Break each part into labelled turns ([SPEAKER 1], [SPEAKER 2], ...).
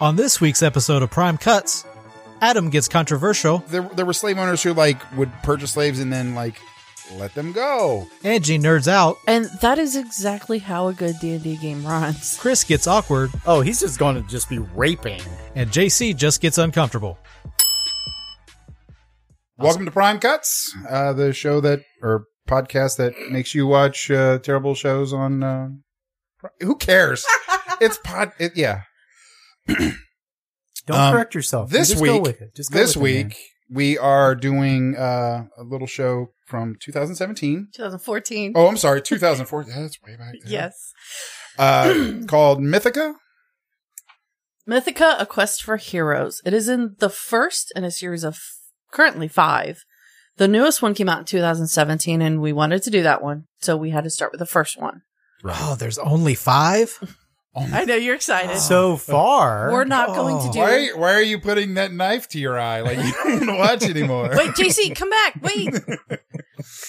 [SPEAKER 1] On this week's episode of Prime Cuts, Adam gets controversial,
[SPEAKER 2] There, there were slave owners who like would purchase slaves and then like let them go.
[SPEAKER 1] Angie nerds out,
[SPEAKER 3] And that is exactly how a good D&D game runs.
[SPEAKER 1] Chris gets awkward,
[SPEAKER 4] Oh, he's just going to just be raping.
[SPEAKER 1] and JC just gets uncomfortable.
[SPEAKER 2] Welcome to Prime Cuts, uh, the show that or podcast that makes you watch uh, terrible shows on. Uh, Pri- who cares? it's pod. It, yeah,
[SPEAKER 4] Don't
[SPEAKER 2] Um,
[SPEAKER 4] correct yourself.
[SPEAKER 2] this
[SPEAKER 4] just
[SPEAKER 2] week-
[SPEAKER 4] go with it. Just go
[SPEAKER 2] this
[SPEAKER 4] with it,
[SPEAKER 2] week
[SPEAKER 4] man.
[SPEAKER 2] we are doing uh, a little show from 2017.
[SPEAKER 3] 2014.
[SPEAKER 2] Oh, I'm sorry, 2004. That's way back. there.
[SPEAKER 3] Yes.
[SPEAKER 2] Uh, called Mythica.
[SPEAKER 3] Mythica: A Quest for Heroes. It is in the first in a series of f- currently 5. The newest one came out in 2017 and we wanted to do that one, so we had to start with the first one.
[SPEAKER 1] Oh, there's only five? Oh.
[SPEAKER 3] I know you're excited.
[SPEAKER 4] So far,
[SPEAKER 3] We're not going to do
[SPEAKER 2] Why? Why are you putting that knife to your eye? Like you don't want to watch anymore.
[SPEAKER 3] Wait, JC, come back. Wait.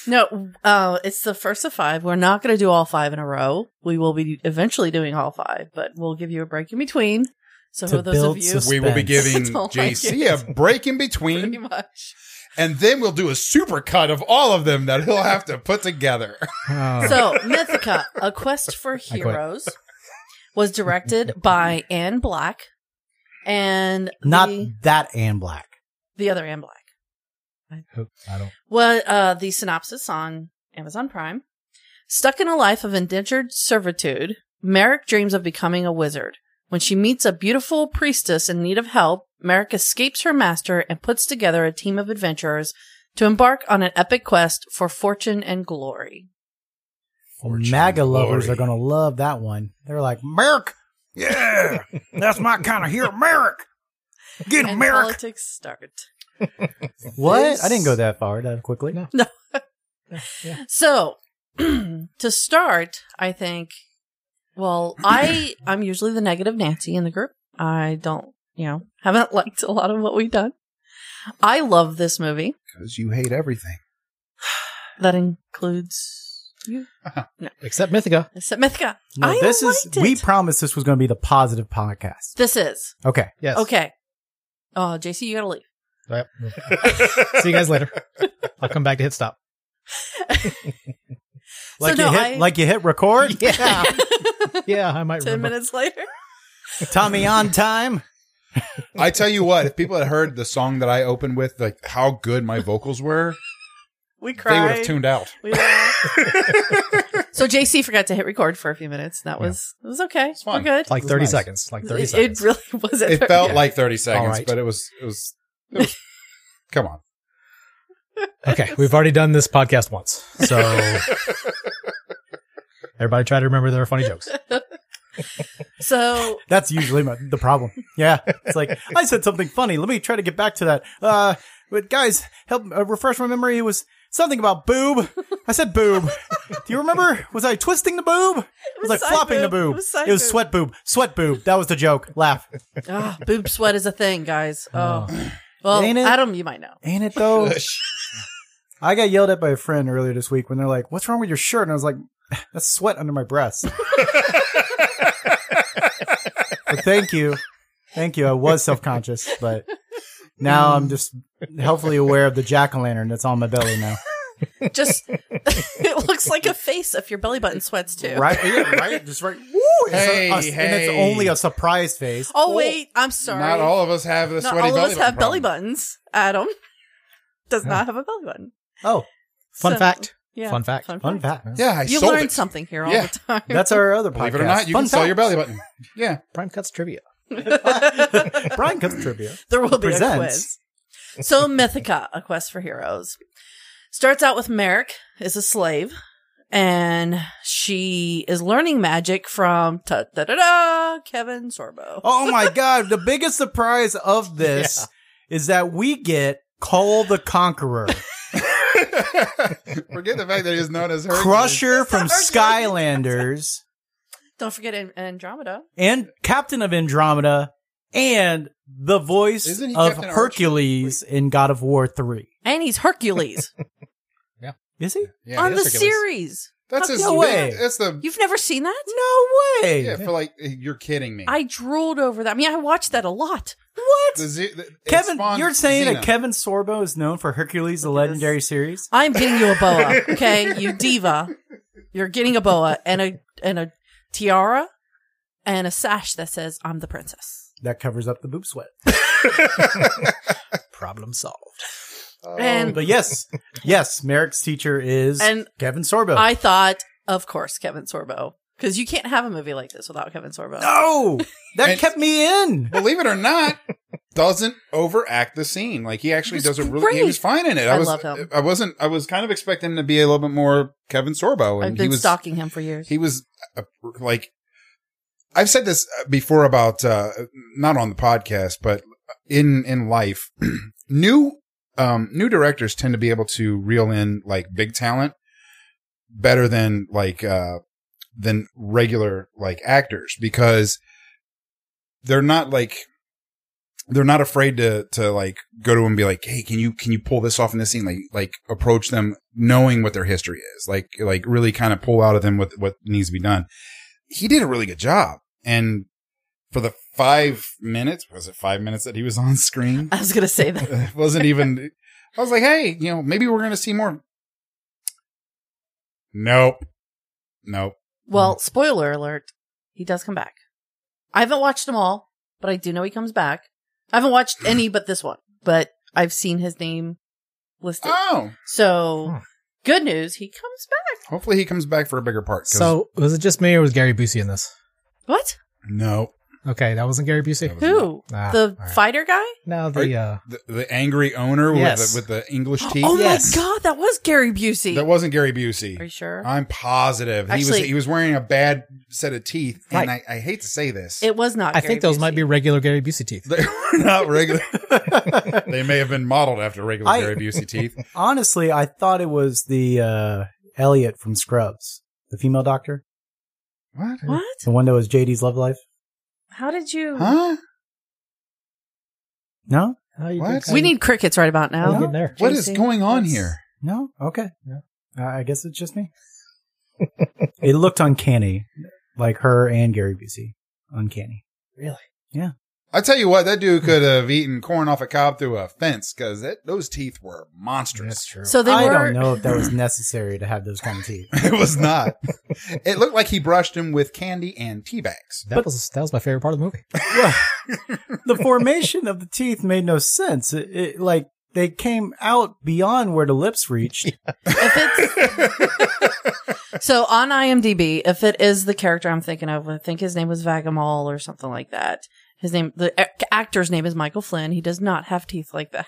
[SPEAKER 3] no, uh, it's the first of five. We're not going to do all five in a row. We will be eventually doing all five, but we'll give you a break in between. So,
[SPEAKER 4] To
[SPEAKER 3] for those of
[SPEAKER 4] build
[SPEAKER 3] you,
[SPEAKER 4] suspense.
[SPEAKER 2] We will be giving
[SPEAKER 3] Don't like
[SPEAKER 2] JC
[SPEAKER 3] it.
[SPEAKER 2] a break in
[SPEAKER 3] pretty
[SPEAKER 2] between,
[SPEAKER 3] much.
[SPEAKER 2] and then we'll do a super cut of all of them that he'll have to put together.
[SPEAKER 3] So, Mythica, A Quest for Heroes, was directed by Anne Black and
[SPEAKER 4] not
[SPEAKER 3] the,
[SPEAKER 4] that Anne Black.
[SPEAKER 3] the other Anne Black.
[SPEAKER 2] I don't.
[SPEAKER 3] Well, uh, the synopsis on Amazon Prime. Stuck in a life of indentured servitude, Merrick dreams of becoming a wizard. When she meets a beautiful priestess in need of help, Merrick escapes her master and puts together a team of adventurers to embark on an epic quest for fortune and glory.
[SPEAKER 1] Oh,
[SPEAKER 2] Fortune
[SPEAKER 4] MAGA
[SPEAKER 2] and
[SPEAKER 4] lovers
[SPEAKER 2] glory.
[SPEAKER 4] are going to love that one. They're like, Merrick. Yeah, that's my kind of hero, Merrick. Get
[SPEAKER 3] and
[SPEAKER 4] Merrick.
[SPEAKER 3] politics start.
[SPEAKER 4] What? I didn't go that far that quickly. No.
[SPEAKER 3] So, to start, I think, well, I I'm usually the negative Nancy in the group. I don't, you know, haven't liked a lot of what we've done. I love this movie.
[SPEAKER 2] Because you hate everything.
[SPEAKER 3] That includes you,
[SPEAKER 1] Except Mythica.
[SPEAKER 3] except Mythica.
[SPEAKER 4] No,
[SPEAKER 3] I
[SPEAKER 4] this is.
[SPEAKER 3] liked it.
[SPEAKER 4] We promised this was going to be the positive podcast.
[SPEAKER 3] This is
[SPEAKER 4] Okay.
[SPEAKER 1] Yes.
[SPEAKER 3] okay. Oh, JC, you gotta leave.
[SPEAKER 1] Yep. See you guys later. I'll come back to hit stop.
[SPEAKER 4] Like
[SPEAKER 3] so
[SPEAKER 4] you
[SPEAKER 3] no,
[SPEAKER 4] hit,
[SPEAKER 3] I,
[SPEAKER 4] like you hit record.
[SPEAKER 1] Yeah. yeah, I might
[SPEAKER 3] ten
[SPEAKER 1] remember.
[SPEAKER 3] minutes later.
[SPEAKER 4] Tommy on time.
[SPEAKER 2] I tell you what, if people had heard the song that I opened with, like how good my vocals were,
[SPEAKER 3] We
[SPEAKER 2] they would
[SPEAKER 3] cried.
[SPEAKER 2] have tuned out.
[SPEAKER 3] We laughed. so JC forgot to hit record for a few minutes. That was it was okay.
[SPEAKER 2] It's fine.
[SPEAKER 3] We're good.
[SPEAKER 1] It's like
[SPEAKER 4] It was
[SPEAKER 1] 30
[SPEAKER 4] nice.
[SPEAKER 1] seconds. Like 30
[SPEAKER 3] it,
[SPEAKER 1] seconds.
[SPEAKER 3] it really was. at
[SPEAKER 2] It
[SPEAKER 3] 30
[SPEAKER 2] felt like thirty seconds,
[SPEAKER 1] right.
[SPEAKER 2] but it was it was. It was come on.
[SPEAKER 1] okay, we've already done this podcast once. So everybody try to remember their funny jokes.
[SPEAKER 3] So
[SPEAKER 4] That's usually my, the problem. Yeah. It's like, I said something funny. Let me try to get back to that. Uh, but guys, help uh, refresh my memory. It was something about boob. I said boob. Do you remember? Was I twisting the boob? It
[SPEAKER 3] was
[SPEAKER 4] was like
[SPEAKER 3] side
[SPEAKER 4] flopping the
[SPEAKER 3] boob. It
[SPEAKER 4] boob.
[SPEAKER 3] was side
[SPEAKER 4] It was,
[SPEAKER 3] boob.
[SPEAKER 4] sweat boob. Sweat boob. That was the joke. Laugh.
[SPEAKER 3] ah, boob sweat is a thing, guys. Oh, well,
[SPEAKER 4] Ain't it?
[SPEAKER 3] Adam, you might know.
[SPEAKER 4] Ain't it though? I got yelled at by a friend earlier this week when they're like, what's wrong with your shirt? And I was like, that's sweat under my breast. but thank you. Thank you. I was self conscious, but now I'm just helpfully aware of the jack o' lantern that's on my belly now.
[SPEAKER 3] Just it looks like a face if your belly button sweats too.
[SPEAKER 4] Right? Yeah, right? Just right. Woo! It's a-
[SPEAKER 2] Hey,
[SPEAKER 4] a- And it's
[SPEAKER 2] hey.
[SPEAKER 4] only a surprise face.
[SPEAKER 3] Oh wait, I'm sorry.
[SPEAKER 2] Not all of us have the
[SPEAKER 3] Not
[SPEAKER 2] sweaty
[SPEAKER 3] all
[SPEAKER 2] belly
[SPEAKER 3] of us have
[SPEAKER 2] button
[SPEAKER 3] belly
[SPEAKER 2] problem.
[SPEAKER 3] buttons. Adam does not have a belly button.
[SPEAKER 4] Oh,
[SPEAKER 1] Fun
[SPEAKER 3] So-
[SPEAKER 1] fact.
[SPEAKER 3] Yeah.
[SPEAKER 1] Fun fact.
[SPEAKER 4] fun fact.
[SPEAKER 2] Yeah, I
[SPEAKER 3] You
[SPEAKER 2] sold
[SPEAKER 3] learn
[SPEAKER 2] it.
[SPEAKER 3] something here all
[SPEAKER 2] Yeah.
[SPEAKER 3] the time.
[SPEAKER 4] That's our other podcast.
[SPEAKER 2] Believe it or not, you
[SPEAKER 4] Fun
[SPEAKER 2] can sell your
[SPEAKER 4] facts.
[SPEAKER 2] belly button. Yeah,
[SPEAKER 1] Prime Cuts Trivia.
[SPEAKER 4] Brian comes trivia.
[SPEAKER 3] there will be a quiz.
[SPEAKER 4] Presents.
[SPEAKER 3] So Mythica, A Quest for Heroes. Starts out with Merrick is a slave and she is learning magic from ta da da da Kevin Sorbo.
[SPEAKER 4] Oh my God. The biggest surprise of this is that we get Call the Conqueror.
[SPEAKER 2] forget the fact that he's known as her
[SPEAKER 4] Crusher from
[SPEAKER 3] Hercules.
[SPEAKER 4] Skylanders
[SPEAKER 3] Don't forget An- Andromeda.
[SPEAKER 4] and Captain of Andromeda and the voice
[SPEAKER 2] Isn't he
[SPEAKER 4] of
[SPEAKER 2] Captain Archer?
[SPEAKER 4] Hercules in God of War 3.
[SPEAKER 3] And he's Hercules
[SPEAKER 4] Is he?
[SPEAKER 2] Yeah,
[SPEAKER 3] on
[SPEAKER 2] it
[SPEAKER 3] the
[SPEAKER 2] is ridiculous.
[SPEAKER 3] series.
[SPEAKER 2] That's
[SPEAKER 4] Fuck
[SPEAKER 2] his.
[SPEAKER 4] no way.
[SPEAKER 2] That's the.
[SPEAKER 3] You've never seen that?
[SPEAKER 4] No way.
[SPEAKER 2] yeah, for like you're kidding me.
[SPEAKER 3] I drooled over that. I mean, I watched that a lot.
[SPEAKER 4] what?
[SPEAKER 2] The Z- the- it
[SPEAKER 4] Kevin,
[SPEAKER 2] spawned
[SPEAKER 4] you're saying
[SPEAKER 2] Xena.
[SPEAKER 4] that Kevin Sorbo is known for Hercules,
[SPEAKER 3] at
[SPEAKER 4] the
[SPEAKER 3] this.
[SPEAKER 4] legendary series?
[SPEAKER 3] I'm getting you a boa, okay? You diva. You're getting a boa and a and a tiara and a sash that says I'm the princess.
[SPEAKER 4] That covers up the boob sweat. Problem solved.
[SPEAKER 3] And
[SPEAKER 4] But yes, yes, Merrick's teacher is
[SPEAKER 3] And
[SPEAKER 4] Kevin Sorbo.
[SPEAKER 3] I thought, of course, Kevin Sorbo, because you can't have a movie like this without Kevin Sorbo.
[SPEAKER 4] no, that
[SPEAKER 2] And-
[SPEAKER 4] kept me in.
[SPEAKER 2] believe it or not, doesn't overact the scene. Like he actually
[SPEAKER 3] It was
[SPEAKER 2] does a really. He was fine in it. I,
[SPEAKER 3] I
[SPEAKER 2] was,
[SPEAKER 3] love him.
[SPEAKER 2] I wasn't. I was kind of expecting him to be a little bit more Kevin Sorbo, and
[SPEAKER 3] I've
[SPEAKER 2] he
[SPEAKER 3] been
[SPEAKER 2] was.
[SPEAKER 3] stalking him for years.
[SPEAKER 2] He was uh, like, I've said this uh, before about uh, not on the podcast, but in in life, new um, new directors tend to be able to reel in like big talent better than like uh, than regular like actors because they're not like they're not afraid to to like go to 'em and be like, hey, can you can you pull this off in this scene? Like like approach them knowing what their history is, like like really kind of pull out of them what what needs to be done. He did a really good job, and for the five minutes was it five minutes that he was on screen?
[SPEAKER 3] I was gonna say that.
[SPEAKER 2] it wasn't even. I was like, hey, you know, maybe we're gonna see more. Nope, nope.
[SPEAKER 3] Well, spoiler alert, he does come back. I haven't watched them all, but I do know he comes back. I haven't watched any but this one, but I've seen his name listed.
[SPEAKER 2] Oh,
[SPEAKER 3] So
[SPEAKER 1] Hmm.
[SPEAKER 3] good news, he comes back.
[SPEAKER 2] hopefully he comes back for a bigger part. 'cause-
[SPEAKER 1] So was it just me or was Gary Busey in this?
[SPEAKER 3] What?
[SPEAKER 2] no,
[SPEAKER 1] Okay, that wasn't Gary Busey.
[SPEAKER 2] That was-
[SPEAKER 3] Who?
[SPEAKER 1] Ah,
[SPEAKER 3] the
[SPEAKER 1] all right.
[SPEAKER 3] fighter guy?
[SPEAKER 1] No,
[SPEAKER 2] Are
[SPEAKER 1] the
[SPEAKER 2] you-
[SPEAKER 1] uh,
[SPEAKER 2] the, the angry owner
[SPEAKER 1] Yes.
[SPEAKER 2] with the, with the English teeth.
[SPEAKER 3] Oh
[SPEAKER 1] Yes.
[SPEAKER 3] my god, that was Gary Busey.
[SPEAKER 2] That wasn't Gary
[SPEAKER 3] Are you
[SPEAKER 2] Busey.
[SPEAKER 3] sure?
[SPEAKER 2] I'm positive. he was
[SPEAKER 3] Actually-
[SPEAKER 2] he was wearing a bad set of teeth, and
[SPEAKER 1] Right.
[SPEAKER 2] I, I hate to say this.
[SPEAKER 3] it was not.
[SPEAKER 1] I
[SPEAKER 3] Gary
[SPEAKER 1] think those might
[SPEAKER 3] Busey.
[SPEAKER 1] be regular Gary Busey teeth.
[SPEAKER 2] they were not regular. they may have been modeled after regular
[SPEAKER 4] I-
[SPEAKER 2] Gary Busey teeth.
[SPEAKER 4] Honestly, I thought it was the uh, Elliot from Scrubs, the female doctor,
[SPEAKER 2] What?
[SPEAKER 3] What?
[SPEAKER 4] the one that was JD's love life.
[SPEAKER 3] How did you?
[SPEAKER 2] Huh?
[SPEAKER 4] No,
[SPEAKER 1] Oh, you
[SPEAKER 2] What?
[SPEAKER 1] can-
[SPEAKER 3] We need crickets right about
[SPEAKER 1] How you
[SPEAKER 3] now.
[SPEAKER 1] getting there?
[SPEAKER 2] What is
[SPEAKER 3] JC,
[SPEAKER 2] going on
[SPEAKER 3] that's-
[SPEAKER 2] here?
[SPEAKER 4] no, okay. Uh, I guess it's just me. it looked uncanny, like her and Gary Busey, uncanny.
[SPEAKER 1] Really?
[SPEAKER 2] I tell you what, that dude could have eaten corn off a cob through a fence because those teeth were monstrous.
[SPEAKER 1] That's true.
[SPEAKER 3] So they
[SPEAKER 4] I
[SPEAKER 3] were.
[SPEAKER 4] don't know if that was necessary to have those kind of teeth.
[SPEAKER 2] it was not. it looked like he brushed him with candy and tea bags.
[SPEAKER 1] that
[SPEAKER 4] but-
[SPEAKER 1] was that was my favorite part of the movie.
[SPEAKER 4] Well, the formation of the teeth made no sense. It, it, like they came out beyond where the lips reached.
[SPEAKER 3] So on IMDb, if it is the character I'm thinking of, I think his name was Vagamal or something like that. His name, the ac- actor's name is Michael Flynn. He does not have teeth like that.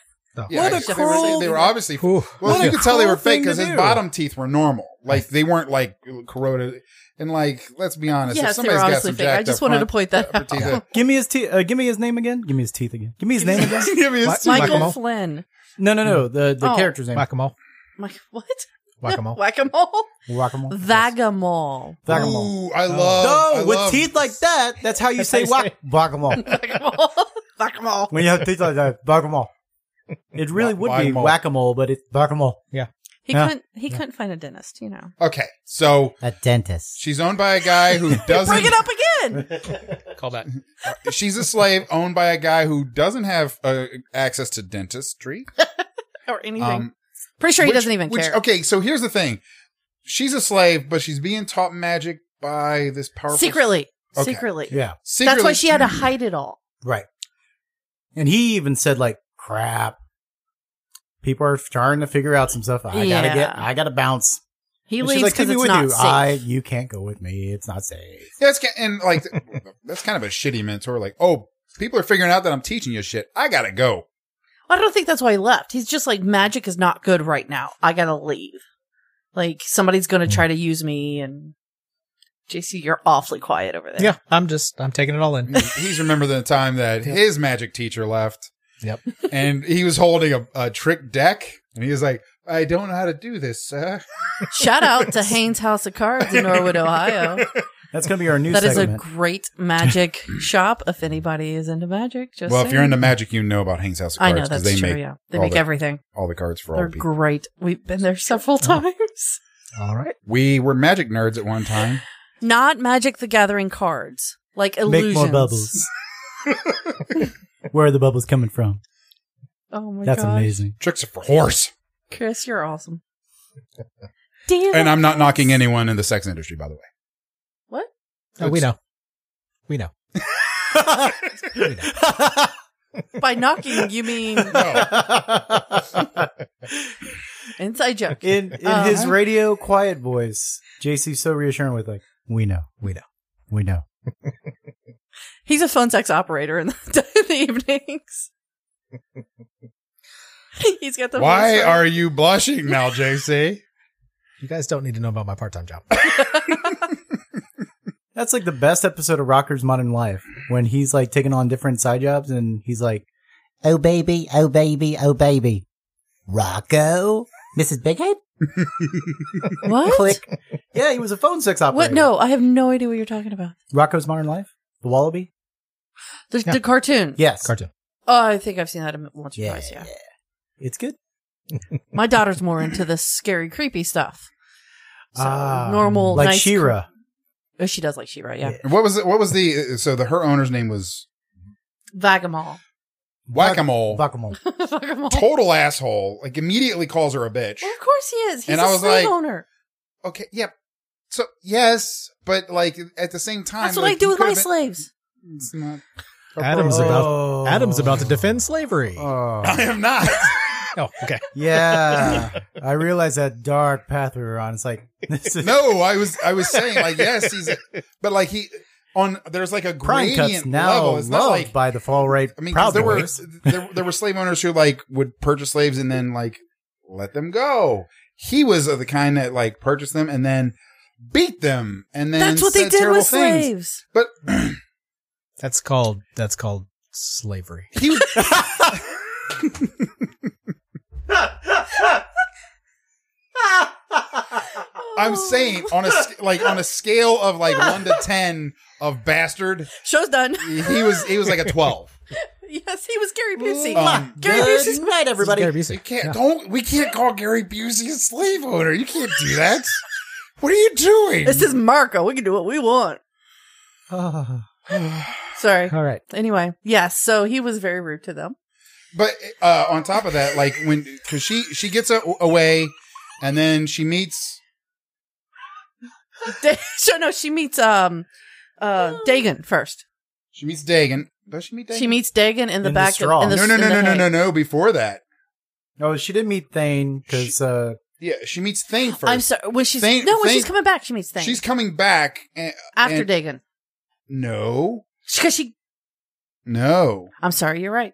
[SPEAKER 2] Yeah,
[SPEAKER 4] What a
[SPEAKER 2] I- they, were,
[SPEAKER 4] cruel-
[SPEAKER 2] they were obviously
[SPEAKER 1] Ooh.
[SPEAKER 2] Well,
[SPEAKER 4] What
[SPEAKER 2] you
[SPEAKER 4] a
[SPEAKER 2] could tell they
[SPEAKER 4] cruel
[SPEAKER 2] were fake
[SPEAKER 4] thing
[SPEAKER 2] because
[SPEAKER 4] to
[SPEAKER 2] his
[SPEAKER 4] do.
[SPEAKER 2] bottom teeth were normal. Like they weren't like corroded. And like, let's be honest, if
[SPEAKER 3] yes, they
[SPEAKER 2] somebody's
[SPEAKER 3] were
[SPEAKER 2] got
[SPEAKER 3] obviously
[SPEAKER 2] some
[SPEAKER 3] fake. I
[SPEAKER 2] jacked
[SPEAKER 3] just
[SPEAKER 2] up
[SPEAKER 3] wanted to
[SPEAKER 2] front
[SPEAKER 3] point that
[SPEAKER 2] upper
[SPEAKER 3] out.
[SPEAKER 2] teeth out.
[SPEAKER 4] Give me his teeth. Uh, give me his name again. Give me his teeth again. Give me his name again.
[SPEAKER 2] Give me a
[SPEAKER 1] My-
[SPEAKER 2] sec.
[SPEAKER 3] Michael
[SPEAKER 1] Whack-a-mole.
[SPEAKER 3] Flynn.
[SPEAKER 4] No, no, no. The the
[SPEAKER 3] Oh.
[SPEAKER 4] character's name.
[SPEAKER 1] Whack 'em all.
[SPEAKER 3] Mike, what?
[SPEAKER 1] Whack 'em all.
[SPEAKER 3] Whack-a-mole?
[SPEAKER 4] Whack-a-mole.
[SPEAKER 3] Vagamole.
[SPEAKER 4] Whack-a-mole.
[SPEAKER 2] Ooh, I
[SPEAKER 3] Oh.
[SPEAKER 2] love. Oh, I
[SPEAKER 4] No, with
[SPEAKER 2] love-
[SPEAKER 4] teeth like that, that's how you
[SPEAKER 1] That's
[SPEAKER 4] say
[SPEAKER 1] how you
[SPEAKER 4] whack whack-a-mole.
[SPEAKER 3] Vagamole. Vagamole.
[SPEAKER 4] when you have teeth like that, whack-a-mole. It really
[SPEAKER 2] Whack-
[SPEAKER 4] would be
[SPEAKER 2] whack-a-mole.
[SPEAKER 4] whack-a-mole, but it's whack-a-mole.
[SPEAKER 3] He
[SPEAKER 4] Yeah.
[SPEAKER 3] couldn't. He couldn't find a dentist. You know.
[SPEAKER 2] Okay, so
[SPEAKER 4] A dentist.
[SPEAKER 2] she's owned by a guy who doesn't.
[SPEAKER 3] Bring it up again.
[SPEAKER 1] Call that.
[SPEAKER 2] She's a slave owned by a guy who doesn't have uh, access to dentistry.
[SPEAKER 3] or anything.
[SPEAKER 2] Um,
[SPEAKER 3] Pretty sure he
[SPEAKER 2] which-
[SPEAKER 3] doesn't even
[SPEAKER 2] which-
[SPEAKER 3] care.
[SPEAKER 2] Okay, so here's the thing: she's a slave, but she's being taught magic by this powerful
[SPEAKER 3] Secretly.
[SPEAKER 2] Okay.
[SPEAKER 3] Secretly.
[SPEAKER 4] Yeah,
[SPEAKER 2] Secretly,
[SPEAKER 3] That's why she had to hide it all.
[SPEAKER 4] right. And he even said like, "Crap, people are trying to figure out some stuff. I
[SPEAKER 3] Yeah.
[SPEAKER 4] gotta get. I gotta bounce."
[SPEAKER 3] He
[SPEAKER 4] And
[SPEAKER 3] leaves
[SPEAKER 4] "Take
[SPEAKER 3] because
[SPEAKER 4] me
[SPEAKER 3] it's not
[SPEAKER 4] you.
[SPEAKER 3] safe.
[SPEAKER 4] I you can't go with me. It's not safe.
[SPEAKER 2] That's ki- and like that's kind of a shitty mentor. Like, oh, people are figuring out that I'm teaching you shit. I gotta go.
[SPEAKER 3] I don't think that's why he left. He's just like magic is not good right now. I gotta leave. Like somebody's gonna try to use me. And JC, you're awfully quiet over there.
[SPEAKER 1] Yeah, I'm just I'm taking it all in.
[SPEAKER 2] He's remembering the time that his magic teacher left.
[SPEAKER 1] Yep.
[SPEAKER 2] And he was holding a, a trick deck, and he was like, "I don't know how to do this, sir."
[SPEAKER 3] Shout out to Haynes House of Cards in Norwood, Ohio.
[SPEAKER 4] That's gonna be our new
[SPEAKER 3] That is a
[SPEAKER 4] segment.
[SPEAKER 3] great magic shop. If anybody is into magic, just
[SPEAKER 2] well, if you're
[SPEAKER 3] saying.
[SPEAKER 2] into magic, you know about Hank's House of
[SPEAKER 3] I
[SPEAKER 2] Cards
[SPEAKER 3] know
[SPEAKER 2] because
[SPEAKER 3] that's
[SPEAKER 2] they
[SPEAKER 3] true.
[SPEAKER 2] make
[SPEAKER 3] yeah, they
[SPEAKER 2] all
[SPEAKER 3] make
[SPEAKER 2] the-
[SPEAKER 3] everything.
[SPEAKER 2] all the cards for all
[SPEAKER 3] They're
[SPEAKER 2] the people.
[SPEAKER 3] great. We've been there several times.
[SPEAKER 1] All right.
[SPEAKER 2] We were magic nerds at one time.
[SPEAKER 3] Not Magic the Gathering cards, like illusions.
[SPEAKER 4] Make more bubbles. Where are the bubbles coming from?
[SPEAKER 3] Oh my
[SPEAKER 4] That's
[SPEAKER 3] gosh.
[SPEAKER 4] amazing.
[SPEAKER 2] Tricks are for horse.
[SPEAKER 3] Chris, you're awesome. Damn.
[SPEAKER 2] And I'm not knocking anyone in the sex industry, by the way.
[SPEAKER 3] What?
[SPEAKER 1] No, Oh, we know. We know.
[SPEAKER 3] By knocking, you mean
[SPEAKER 2] No.
[SPEAKER 3] inside joke.
[SPEAKER 4] in in
[SPEAKER 3] Uh,
[SPEAKER 1] Uh-huh.
[SPEAKER 4] his radio quiet voice, JC's so reassuring with like, "We know,
[SPEAKER 1] We know.
[SPEAKER 4] we know."
[SPEAKER 3] He's a phone sex operator in the, in the evenings. He's got the
[SPEAKER 2] Why
[SPEAKER 3] voice
[SPEAKER 2] are you blushing now, JC?
[SPEAKER 1] You guys don't need to know about my part time job.
[SPEAKER 4] That's like the best episode of Rocker's Modern Life when he's like taking on different side jobs and he's like, "Oh baby, oh baby, oh baby, Rocco, Mrs. Bighead."
[SPEAKER 3] right. what?
[SPEAKER 4] Click. Yeah, he was a phone sex operator.
[SPEAKER 3] What? No, I have no idea what you're talking about.
[SPEAKER 4] Rocco's Modern Life, the Wallaby.
[SPEAKER 3] The,
[SPEAKER 1] Yeah.
[SPEAKER 3] the cartoon.
[SPEAKER 4] Yes,
[SPEAKER 1] Cartoon.
[SPEAKER 3] Oh, I think I've seen that once or
[SPEAKER 4] Yeah.
[SPEAKER 3] twice. Yeah.
[SPEAKER 4] it's good.
[SPEAKER 3] My daughter's more into this scary, creepy stuff. So
[SPEAKER 4] Ah,
[SPEAKER 3] normal,
[SPEAKER 4] like
[SPEAKER 3] nice-
[SPEAKER 4] Shira.
[SPEAKER 3] Oh, she does like Shira. Yeah.
[SPEAKER 4] Yeah.
[SPEAKER 2] What was it? What was the? So the her owner's name was
[SPEAKER 3] Vagamall.
[SPEAKER 2] Whack a Mole.
[SPEAKER 4] Buckle.
[SPEAKER 3] Vagamall.
[SPEAKER 2] Total asshole. Like immediately calls her a bitch.
[SPEAKER 3] Well, of course he is. He's
[SPEAKER 2] And
[SPEAKER 3] a
[SPEAKER 2] I was
[SPEAKER 3] slave
[SPEAKER 2] like-
[SPEAKER 3] owner.
[SPEAKER 2] Okay. Yep. So yes, but like at the same time,
[SPEAKER 3] That's what I do with my slaves.
[SPEAKER 2] slave.
[SPEAKER 1] Adam's about-
[SPEAKER 4] Oh.
[SPEAKER 1] Adam's about to defend slavery.
[SPEAKER 4] Oh.
[SPEAKER 2] I am not.
[SPEAKER 1] oh, okay.
[SPEAKER 4] Yeah, I realized that dark path we were on. It's like this is
[SPEAKER 2] no, I was. I was saying like yes, he's. But like he on there's like a
[SPEAKER 4] Prime Cuts
[SPEAKER 2] gradient
[SPEAKER 4] now
[SPEAKER 2] level. It's
[SPEAKER 4] loved
[SPEAKER 2] not like
[SPEAKER 4] by the far right.
[SPEAKER 2] I mean, 'cause
[SPEAKER 4] Proud
[SPEAKER 2] there were,
[SPEAKER 4] Boys.
[SPEAKER 2] there there were slave owners who like would purchase slaves and then like let them go. He was of the kind that like purchased them and then beat them and then
[SPEAKER 3] That's what they
[SPEAKER 2] said
[SPEAKER 3] did
[SPEAKER 2] terrible
[SPEAKER 3] with
[SPEAKER 2] things.
[SPEAKER 3] slaves.
[SPEAKER 2] But
[SPEAKER 1] That's called that's called slavery.
[SPEAKER 2] he I'm
[SPEAKER 3] Oh.
[SPEAKER 2] saying oh. on a sc- like on a scale of like 1 to 10 of bastard,
[SPEAKER 3] Show's done.
[SPEAKER 2] he was he was like a 12.
[SPEAKER 3] yes, he was Gary Busey.
[SPEAKER 2] Um,
[SPEAKER 3] Gary Busey's
[SPEAKER 4] night, everybody.
[SPEAKER 1] Gary Busey.
[SPEAKER 2] You can't
[SPEAKER 1] Yeah.
[SPEAKER 2] don't we can't call Gary Busey a slave owner. You can't do that. What are you doing?
[SPEAKER 3] This is Marco. We can do what we want.
[SPEAKER 1] Ah,
[SPEAKER 3] Sorry.
[SPEAKER 1] all right.
[SPEAKER 3] Anyway, yes. So he was very rude to them.
[SPEAKER 2] But uh, on top of that, like when because she she gets a- away, and then she meets
[SPEAKER 3] Da- so no, she meets um, uh, Dagon first.
[SPEAKER 2] she meets Dagon. Does she meet Dagon?
[SPEAKER 3] She meets Dagon in the
[SPEAKER 4] In the
[SPEAKER 3] back.
[SPEAKER 4] straw.
[SPEAKER 3] in the,
[SPEAKER 2] no no
[SPEAKER 3] in
[SPEAKER 2] no
[SPEAKER 3] the
[SPEAKER 2] no no
[SPEAKER 3] hay.
[SPEAKER 2] no no. Before that,
[SPEAKER 4] No, Oh, she didn't meet Thane because uh,
[SPEAKER 2] yeah, she meets Thane 1st
[SPEAKER 3] I'm sorry. When she's
[SPEAKER 2] Thing-
[SPEAKER 3] no, when
[SPEAKER 2] thing-
[SPEAKER 3] she's coming back, she meets Thane
[SPEAKER 2] She's coming back and,
[SPEAKER 3] after
[SPEAKER 2] and-
[SPEAKER 3] Dagon
[SPEAKER 2] No,
[SPEAKER 3] because she.
[SPEAKER 2] no.
[SPEAKER 3] I'm sorry. You're right.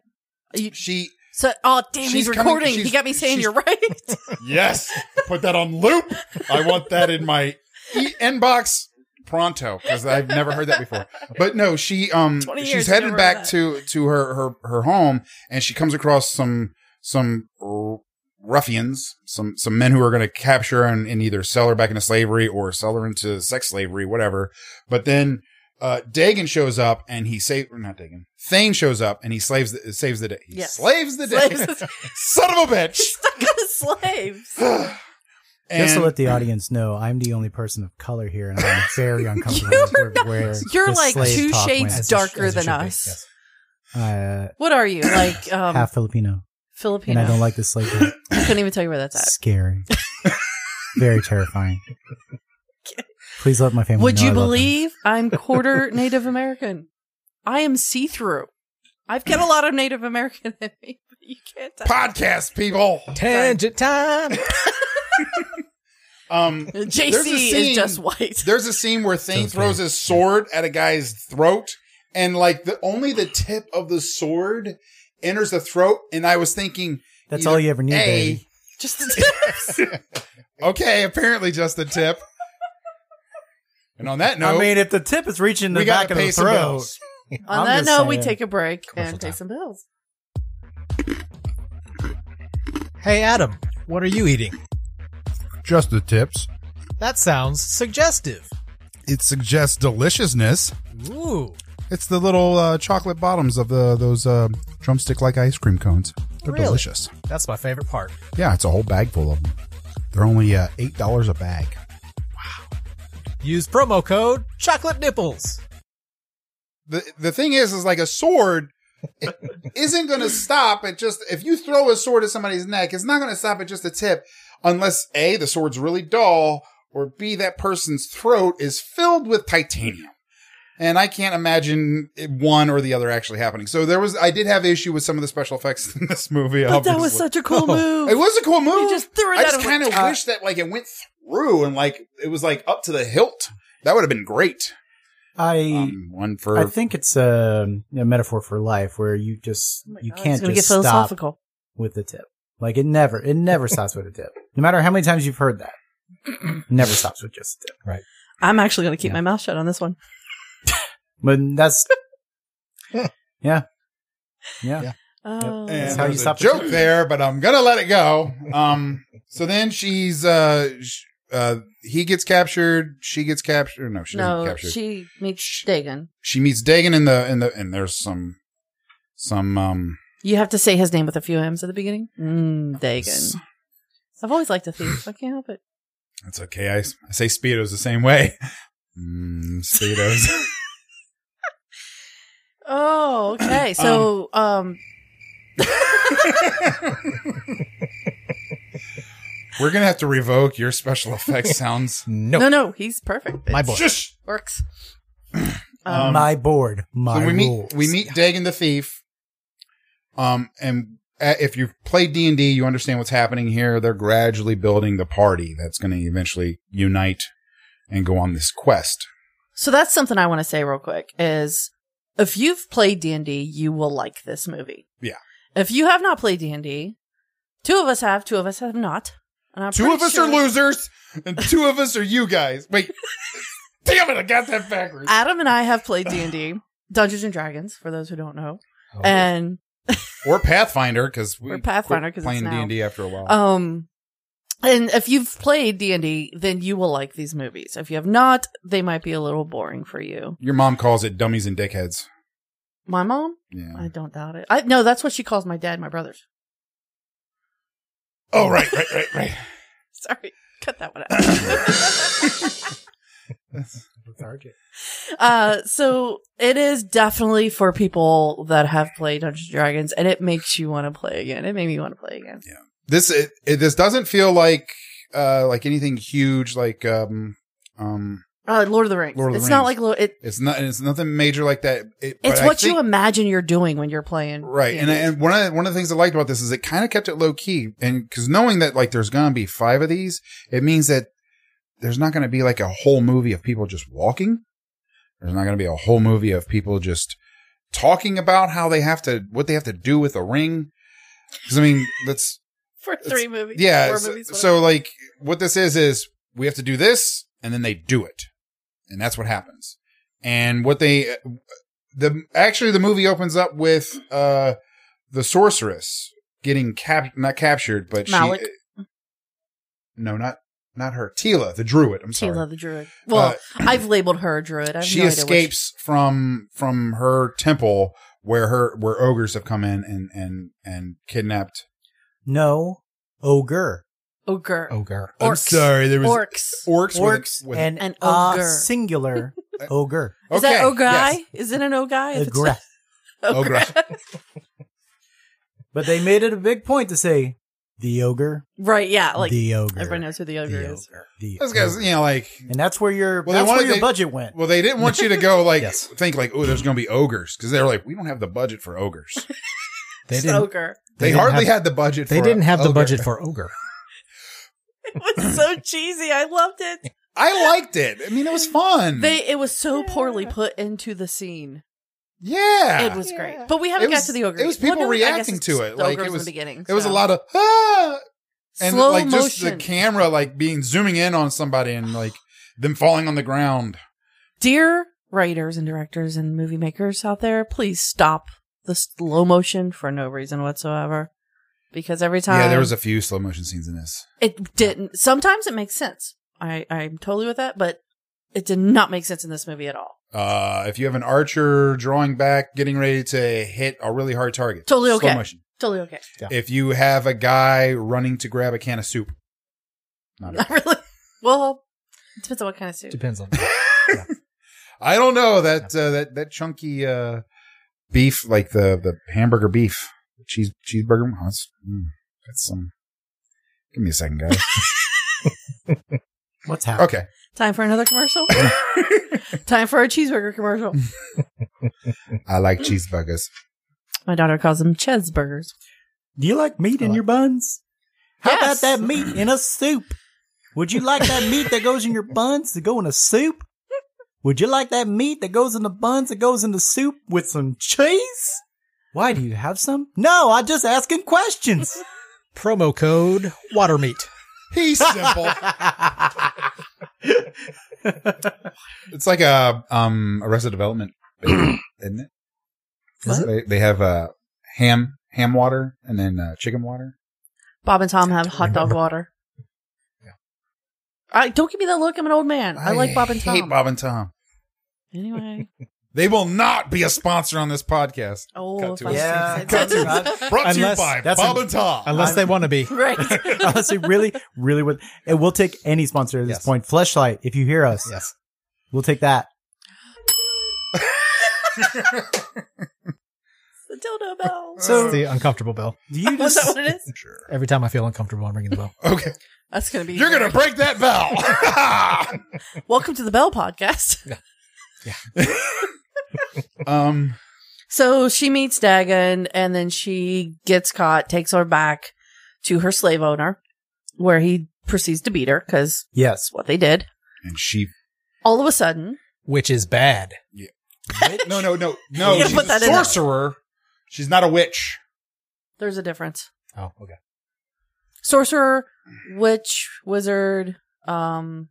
[SPEAKER 3] You,
[SPEAKER 2] She
[SPEAKER 3] so oh damn,
[SPEAKER 2] She's
[SPEAKER 3] he's
[SPEAKER 2] coming-
[SPEAKER 3] recording. he
[SPEAKER 2] she's-
[SPEAKER 3] got me saying
[SPEAKER 2] she's-
[SPEAKER 3] you're right.
[SPEAKER 2] yes, put that on loop. I want that in my e- inbox pronto because I've never heard that before. But no, she um
[SPEAKER 3] 20 years
[SPEAKER 2] she's
[SPEAKER 3] you
[SPEAKER 2] headed
[SPEAKER 3] never
[SPEAKER 2] back
[SPEAKER 3] heard
[SPEAKER 2] to to her her her home and she comes across some some r- ruffians, some some men who are going to capture her and, and either sell her back into slavery or sell her into sex slavery, whatever. But then uh Dagon shows up and he saves not Dagon. Thane shows up and he slaves the, saves the day. He
[SPEAKER 3] Yes.
[SPEAKER 2] slaves the day.
[SPEAKER 3] Slaves.
[SPEAKER 2] Son of a bitch.
[SPEAKER 3] she's stuck on the slaves.
[SPEAKER 4] just to
[SPEAKER 2] And-
[SPEAKER 4] let the audience know, I'm the only person of color here, and I'm very uncomfortable
[SPEAKER 3] You're
[SPEAKER 4] with where
[SPEAKER 3] you're
[SPEAKER 4] the
[SPEAKER 3] like
[SPEAKER 4] slave
[SPEAKER 3] two
[SPEAKER 4] talk
[SPEAKER 3] shades
[SPEAKER 4] went.
[SPEAKER 1] As it sh-
[SPEAKER 3] darker
[SPEAKER 1] as it
[SPEAKER 3] than
[SPEAKER 1] should be,
[SPEAKER 3] us.
[SPEAKER 1] yes.
[SPEAKER 4] Uh,
[SPEAKER 3] What are you like? Um,
[SPEAKER 4] half Filipino, and
[SPEAKER 3] Filipino.
[SPEAKER 4] I don't like this slavery.
[SPEAKER 3] I couldn't even tell you where that's at.
[SPEAKER 4] Scary, very terrifying. Please let my family.
[SPEAKER 3] Would
[SPEAKER 4] know
[SPEAKER 3] you
[SPEAKER 4] I love them.
[SPEAKER 3] believe I'm quarter Native American? I am see through. I've got a lot of Native American in me, but you can't tell.
[SPEAKER 2] podcast people.
[SPEAKER 1] Tangent time.
[SPEAKER 2] Um, There's a
[SPEAKER 3] JC
[SPEAKER 2] scene-
[SPEAKER 3] is just white.
[SPEAKER 2] there's a scene where Thane
[SPEAKER 1] Sounds
[SPEAKER 2] throws
[SPEAKER 1] good.
[SPEAKER 2] his sword at a guy's throat, and like the only the tip of the sword enters the throat. And I was thinking,
[SPEAKER 4] That's
[SPEAKER 2] either
[SPEAKER 4] all you ever need,
[SPEAKER 2] A,
[SPEAKER 4] baby.
[SPEAKER 3] Just the tips.
[SPEAKER 2] okay, apparently just the tip. and on that note,
[SPEAKER 4] I mean, if the tip is reaching the
[SPEAKER 2] we
[SPEAKER 4] back
[SPEAKER 2] gotta
[SPEAKER 4] of the
[SPEAKER 2] pay some
[SPEAKER 4] throat,
[SPEAKER 2] bills.
[SPEAKER 3] On
[SPEAKER 4] I'm
[SPEAKER 3] that
[SPEAKER 4] just
[SPEAKER 3] note, we
[SPEAKER 4] saying.
[SPEAKER 3] take a break
[SPEAKER 1] Commercial
[SPEAKER 3] and pay
[SPEAKER 1] time.
[SPEAKER 3] some bills.
[SPEAKER 1] Hey Adam, what are you eating?
[SPEAKER 2] Just the tips.
[SPEAKER 1] That sounds suggestive.
[SPEAKER 2] It suggests deliciousness.
[SPEAKER 1] Ooh.
[SPEAKER 2] It's the little uh, chocolate bottoms of the those uh, drumstick like ice cream cones. They're
[SPEAKER 1] Really?
[SPEAKER 2] delicious.
[SPEAKER 1] That's my favorite part.
[SPEAKER 2] Yeah, it's a whole bag full of them. They're only uh, eight dollars a bag.
[SPEAKER 5] Use promo code Chocolate Nipples.
[SPEAKER 2] the the thing is is like a sword it isn't going to stop at just if you throw a sword at somebody's neck it's not going to stop at just a tip unless a the sword's really dull or b that person's throat is filled with titanium and i can't imagine it- one or the other actually happening so there was i did have issue with some of the special effects in this movie
[SPEAKER 3] But that was
[SPEAKER 2] obviously.
[SPEAKER 3] such a
[SPEAKER 4] Oh,
[SPEAKER 3] cool move.
[SPEAKER 2] it was a cool
[SPEAKER 3] He
[SPEAKER 2] move
[SPEAKER 3] just threw it
[SPEAKER 2] i
[SPEAKER 3] at
[SPEAKER 2] just
[SPEAKER 3] him.
[SPEAKER 2] kind of
[SPEAKER 3] Uh,
[SPEAKER 2] wish that like it went through and like it was like up to the hilt that would have been great
[SPEAKER 4] I
[SPEAKER 2] um, one for
[SPEAKER 4] I think it's um, a, metaphor for life where you just
[SPEAKER 3] Oh my
[SPEAKER 4] you
[SPEAKER 3] God,
[SPEAKER 4] can't
[SPEAKER 3] it's gonna
[SPEAKER 4] just
[SPEAKER 3] get
[SPEAKER 4] stop
[SPEAKER 3] philosophical.
[SPEAKER 4] with the tip. Like it never it never stops with a tip. No matter how many times you've heard that. it never stops with just a tip.
[SPEAKER 3] I'm actually going to keep
[SPEAKER 4] Yeah.
[SPEAKER 3] my mouth shut on this one.
[SPEAKER 4] But that's Yeah. Yeah.
[SPEAKER 2] And
[SPEAKER 3] Oh.
[SPEAKER 4] That's
[SPEAKER 2] That's
[SPEAKER 4] how you stop
[SPEAKER 2] a
[SPEAKER 4] the
[SPEAKER 2] joke
[SPEAKER 4] tip.
[SPEAKER 2] there, but I'm gonna let it go. Um, so then she's uh, sh- uh, he gets captured. She gets captured. No, she doesn't get
[SPEAKER 3] no,
[SPEAKER 2] captured. She-,
[SPEAKER 3] she meets Dagon.
[SPEAKER 2] meets Dagon in the in the and there's some some um
[SPEAKER 3] You have to say his name with a few M's at the beginning. Mm,
[SPEAKER 2] s-
[SPEAKER 3] Dagon. I've always liked a thief. I can't help it.
[SPEAKER 2] That's okay. I, I say speedos the same way. Mm, speedos.
[SPEAKER 3] Oh, okay. So, um,
[SPEAKER 2] We're gonna have to revoke your special effects sounds.
[SPEAKER 5] No.
[SPEAKER 3] no, no, he's perfect.
[SPEAKER 5] My
[SPEAKER 3] It
[SPEAKER 5] boy.
[SPEAKER 2] Shush.
[SPEAKER 3] works. Um,
[SPEAKER 4] my board,
[SPEAKER 2] so
[SPEAKER 4] my
[SPEAKER 2] we
[SPEAKER 4] rules.
[SPEAKER 2] meet we meet Dagon the thief. Um, and a- if you've played D and D, you understand what's happening here. They're gradually building the party that's going to eventually unite and go on this quest.
[SPEAKER 3] So that's something I want to say real quick is if you've played D&D, you will like this movie.
[SPEAKER 2] Yeah.
[SPEAKER 3] If you have not played D&D, two of us have, two of us have not. And I'm
[SPEAKER 2] two
[SPEAKER 3] pretty
[SPEAKER 2] of us
[SPEAKER 3] sure
[SPEAKER 2] are losers, and two of us are you guys. Wait, damn it! I got that backwards.
[SPEAKER 3] Adam and I have played D&D, Dungeons and Dragons for those who don't know. And
[SPEAKER 2] or Pathfinder because we
[SPEAKER 3] Or Pathfinder,
[SPEAKER 2] quit
[SPEAKER 3] 'cause it's
[SPEAKER 2] playing D
[SPEAKER 3] now.
[SPEAKER 2] and D after a while.
[SPEAKER 3] um and if you've played D&D, then you will like these movies. If you have not, they might be a little boring for you.
[SPEAKER 2] Your mom calls it dummies and dickheads.
[SPEAKER 3] My mom?
[SPEAKER 2] Yeah.
[SPEAKER 3] I don't doubt it. I no, that's what she calls my dad, and my brothers.
[SPEAKER 2] Oh right, right, right, right.
[SPEAKER 3] Sorry. Cut that one out.
[SPEAKER 4] lethargic.
[SPEAKER 3] Uh, so it is definitely for people that have played Dungeons and Dragons, and it makes you want to play again. It made me want to play again.
[SPEAKER 2] this it, it, this doesn't feel like uh like anything huge like um um
[SPEAKER 3] Uh, Lord of the Rings.
[SPEAKER 2] Lord of the
[SPEAKER 3] it's not
[SPEAKER 2] Rings.
[SPEAKER 3] like Lo- it.
[SPEAKER 2] it's not it's nothing major like that It- but
[SPEAKER 3] It's
[SPEAKER 2] I
[SPEAKER 3] what you
[SPEAKER 2] think-
[SPEAKER 3] imagine you're doing when you're playing.
[SPEAKER 2] right and
[SPEAKER 3] D&D.
[SPEAKER 2] and one of the, one of the things i liked about this is it kind of kept it low key and because knowing that like there's gonna be five of these it means that there's not gonna be like a whole movie of people just walking there's not gonna be a whole movie of people just talking about how they have to what they have to do with a ring because i mean that's
[SPEAKER 3] for
[SPEAKER 2] it's-
[SPEAKER 3] three movies,
[SPEAKER 2] Yeah.
[SPEAKER 3] four
[SPEAKER 2] so,
[SPEAKER 3] movies, whatever.
[SPEAKER 2] so, like, what this is is we have to do this, and then they do it, and that's what happens. And what they uh, the actually the movie opens up with uh the sorceress getting cap not captured, but
[SPEAKER 3] Malik.
[SPEAKER 2] she uh, no not not her Tila the druid. I'm sorry.
[SPEAKER 3] Tila the Druid. Well,
[SPEAKER 2] Uh,
[SPEAKER 3] I've labeled her a Druid. I have
[SPEAKER 2] she
[SPEAKER 3] no idea what
[SPEAKER 2] escapes from from her temple where her where ogres have come in and and and kidnapped.
[SPEAKER 4] No ogre.
[SPEAKER 3] ogre,
[SPEAKER 5] Ogre.
[SPEAKER 3] I'm Orcs. sorry,
[SPEAKER 2] Oh, there
[SPEAKER 3] orcs.
[SPEAKER 2] orcs with-
[SPEAKER 4] Orcs
[SPEAKER 2] with-
[SPEAKER 4] and
[SPEAKER 3] An
[SPEAKER 4] an
[SPEAKER 3] ogre.
[SPEAKER 4] singular ogre.
[SPEAKER 3] Is that
[SPEAKER 2] Okay,
[SPEAKER 3] ogre?
[SPEAKER 2] yes.
[SPEAKER 3] Is it an ogre? If it's-
[SPEAKER 4] Ogre.
[SPEAKER 3] ogre.
[SPEAKER 4] But they made it a big point to say the ogre,
[SPEAKER 3] right? Yeah. Like
[SPEAKER 4] the ogre,
[SPEAKER 3] everyone knows who the ogre
[SPEAKER 4] the
[SPEAKER 3] is.
[SPEAKER 4] ogre, the
[SPEAKER 2] Those guys,
[SPEAKER 4] ogre.
[SPEAKER 2] you know, like,
[SPEAKER 4] and that's where your
[SPEAKER 2] Well, they
[SPEAKER 4] that's where
[SPEAKER 2] wanted-
[SPEAKER 4] your
[SPEAKER 2] they-
[SPEAKER 4] budget went.
[SPEAKER 2] well, they didn't want you to go like
[SPEAKER 4] Yes.
[SPEAKER 2] think like, oh, there's going to be ogres because they were like, we don't have the budget for ogres.
[SPEAKER 5] They
[SPEAKER 3] It's
[SPEAKER 5] didn't,
[SPEAKER 3] ogre.
[SPEAKER 2] They,
[SPEAKER 5] didn't
[SPEAKER 2] hardly
[SPEAKER 5] have-
[SPEAKER 2] had the budget.
[SPEAKER 5] they
[SPEAKER 2] for
[SPEAKER 5] didn't have the
[SPEAKER 2] ogre.
[SPEAKER 5] budget for Ogre.
[SPEAKER 3] It was so cheesy. I loved it.
[SPEAKER 2] I liked it. I mean, it was fun.
[SPEAKER 3] They it was so poorly put into the scene.
[SPEAKER 2] yeah,
[SPEAKER 3] It was great, but we
[SPEAKER 2] Ah.
[SPEAKER 3] haven't
[SPEAKER 2] It
[SPEAKER 3] got
[SPEAKER 2] was-
[SPEAKER 3] to the ogre.
[SPEAKER 2] it was
[SPEAKER 3] yet.
[SPEAKER 2] people
[SPEAKER 3] Well, no, I guess
[SPEAKER 2] reacting
[SPEAKER 3] it's
[SPEAKER 2] to it,
[SPEAKER 3] the
[SPEAKER 2] like,
[SPEAKER 3] ogre
[SPEAKER 2] it
[SPEAKER 3] in
[SPEAKER 2] was-
[SPEAKER 3] the beginning.
[SPEAKER 2] It was
[SPEAKER 3] so.
[SPEAKER 2] a lot of ah, and
[SPEAKER 3] slow
[SPEAKER 2] like just
[SPEAKER 3] motion.
[SPEAKER 2] the camera like being zooming in on somebody and like them falling on the ground.
[SPEAKER 3] Dear writers and directors and movie makers out there, please stop the slow motion for no reason whatsoever. Because every time
[SPEAKER 2] yeah, there was a few slow motion scenes in this.
[SPEAKER 3] it didn't. Sometimes it makes sense. I I'm totally with that, but it did not make sense in this movie at all.
[SPEAKER 2] Uh, if you have an archer drawing back, getting ready to hit a really hard target,
[SPEAKER 3] Totally
[SPEAKER 2] Slow
[SPEAKER 3] okay.
[SPEAKER 2] motion.
[SPEAKER 3] Totally okay.
[SPEAKER 2] If you have a guy running to grab a can of soup, Not
[SPEAKER 3] Not really. Well, it depends on what kind of suit.
[SPEAKER 5] Depends on.
[SPEAKER 2] I don't know that uh, that that chunky uh, beef, like the the hamburger beef, cheese cheeseburger. Oh, that's, mm, that's some. Give me a second, guys.
[SPEAKER 4] What's happening?
[SPEAKER 2] Okay,
[SPEAKER 3] Time for another commercial. Time for a cheeseburger commercial.
[SPEAKER 2] I like cheeseburgers.
[SPEAKER 3] My daughter calls them cheeseburgers.
[SPEAKER 4] Do you like meat in your buns? How
[SPEAKER 3] Yes.
[SPEAKER 4] about that meat in a soup? Would you like that meat that goes in your buns to go in a soup? Would you like that meat that goes in the buns that goes in the soup with some cheese? Why do you have some? No, I'm just asking questions.
[SPEAKER 5] Promo code Watermeat.
[SPEAKER 2] He's simple. it's like a um Arrested Development, isn't it?
[SPEAKER 5] Is
[SPEAKER 2] They, they have uh, ham ham water and then uh, chicken water.
[SPEAKER 3] Bob and Tom have hot dog
[SPEAKER 5] remember.
[SPEAKER 3] water. I don't give me that look. I'm an old man. I, like Bob and Tom.
[SPEAKER 2] Hate Bob and Tom.
[SPEAKER 3] Anyway.
[SPEAKER 2] They will not be a sponsor on this podcast. Cut
[SPEAKER 3] Oh, if
[SPEAKER 2] to
[SPEAKER 3] I
[SPEAKER 2] it.
[SPEAKER 4] Yeah,
[SPEAKER 3] say
[SPEAKER 4] cut
[SPEAKER 3] that.
[SPEAKER 2] Brought to you
[SPEAKER 5] Unless-
[SPEAKER 2] by
[SPEAKER 4] that's
[SPEAKER 2] Bob
[SPEAKER 4] an-
[SPEAKER 2] and Tom.
[SPEAKER 5] Unless they want to be.
[SPEAKER 3] Right.
[SPEAKER 4] Honestly, really, really would. And we'll take any sponsor at this
[SPEAKER 5] Yes.
[SPEAKER 4] point. Fleshlight, if you hear us,
[SPEAKER 5] Yes.
[SPEAKER 4] we'll take that.
[SPEAKER 3] the dildo bell.
[SPEAKER 4] So-
[SPEAKER 5] It's the uncomfortable bell.
[SPEAKER 4] Do you
[SPEAKER 3] Was
[SPEAKER 4] just
[SPEAKER 3] that what it is?
[SPEAKER 5] Every time I feel uncomfortable, I'm ringing the bell.
[SPEAKER 2] okay,
[SPEAKER 3] That's going to be.
[SPEAKER 2] you're gonna break that bell.
[SPEAKER 3] Welcome to the Bell podcast.
[SPEAKER 2] um,
[SPEAKER 3] So she meets Dagon and then she gets caught, takes her back to her slave owner, where he proceeds to beat her because
[SPEAKER 4] Yes.
[SPEAKER 3] that's what they did.
[SPEAKER 2] and she.
[SPEAKER 3] All of a sudden,
[SPEAKER 5] Which is bad.
[SPEAKER 2] No, no, no, no.
[SPEAKER 3] You gotta
[SPEAKER 2] She's
[SPEAKER 3] put
[SPEAKER 2] a
[SPEAKER 3] that in there.
[SPEAKER 2] sorcerer. She's not a witch.
[SPEAKER 3] there's a difference.
[SPEAKER 5] Oh, okay.
[SPEAKER 3] Sorcerer,
[SPEAKER 2] Mm.
[SPEAKER 3] witch, wizard, um,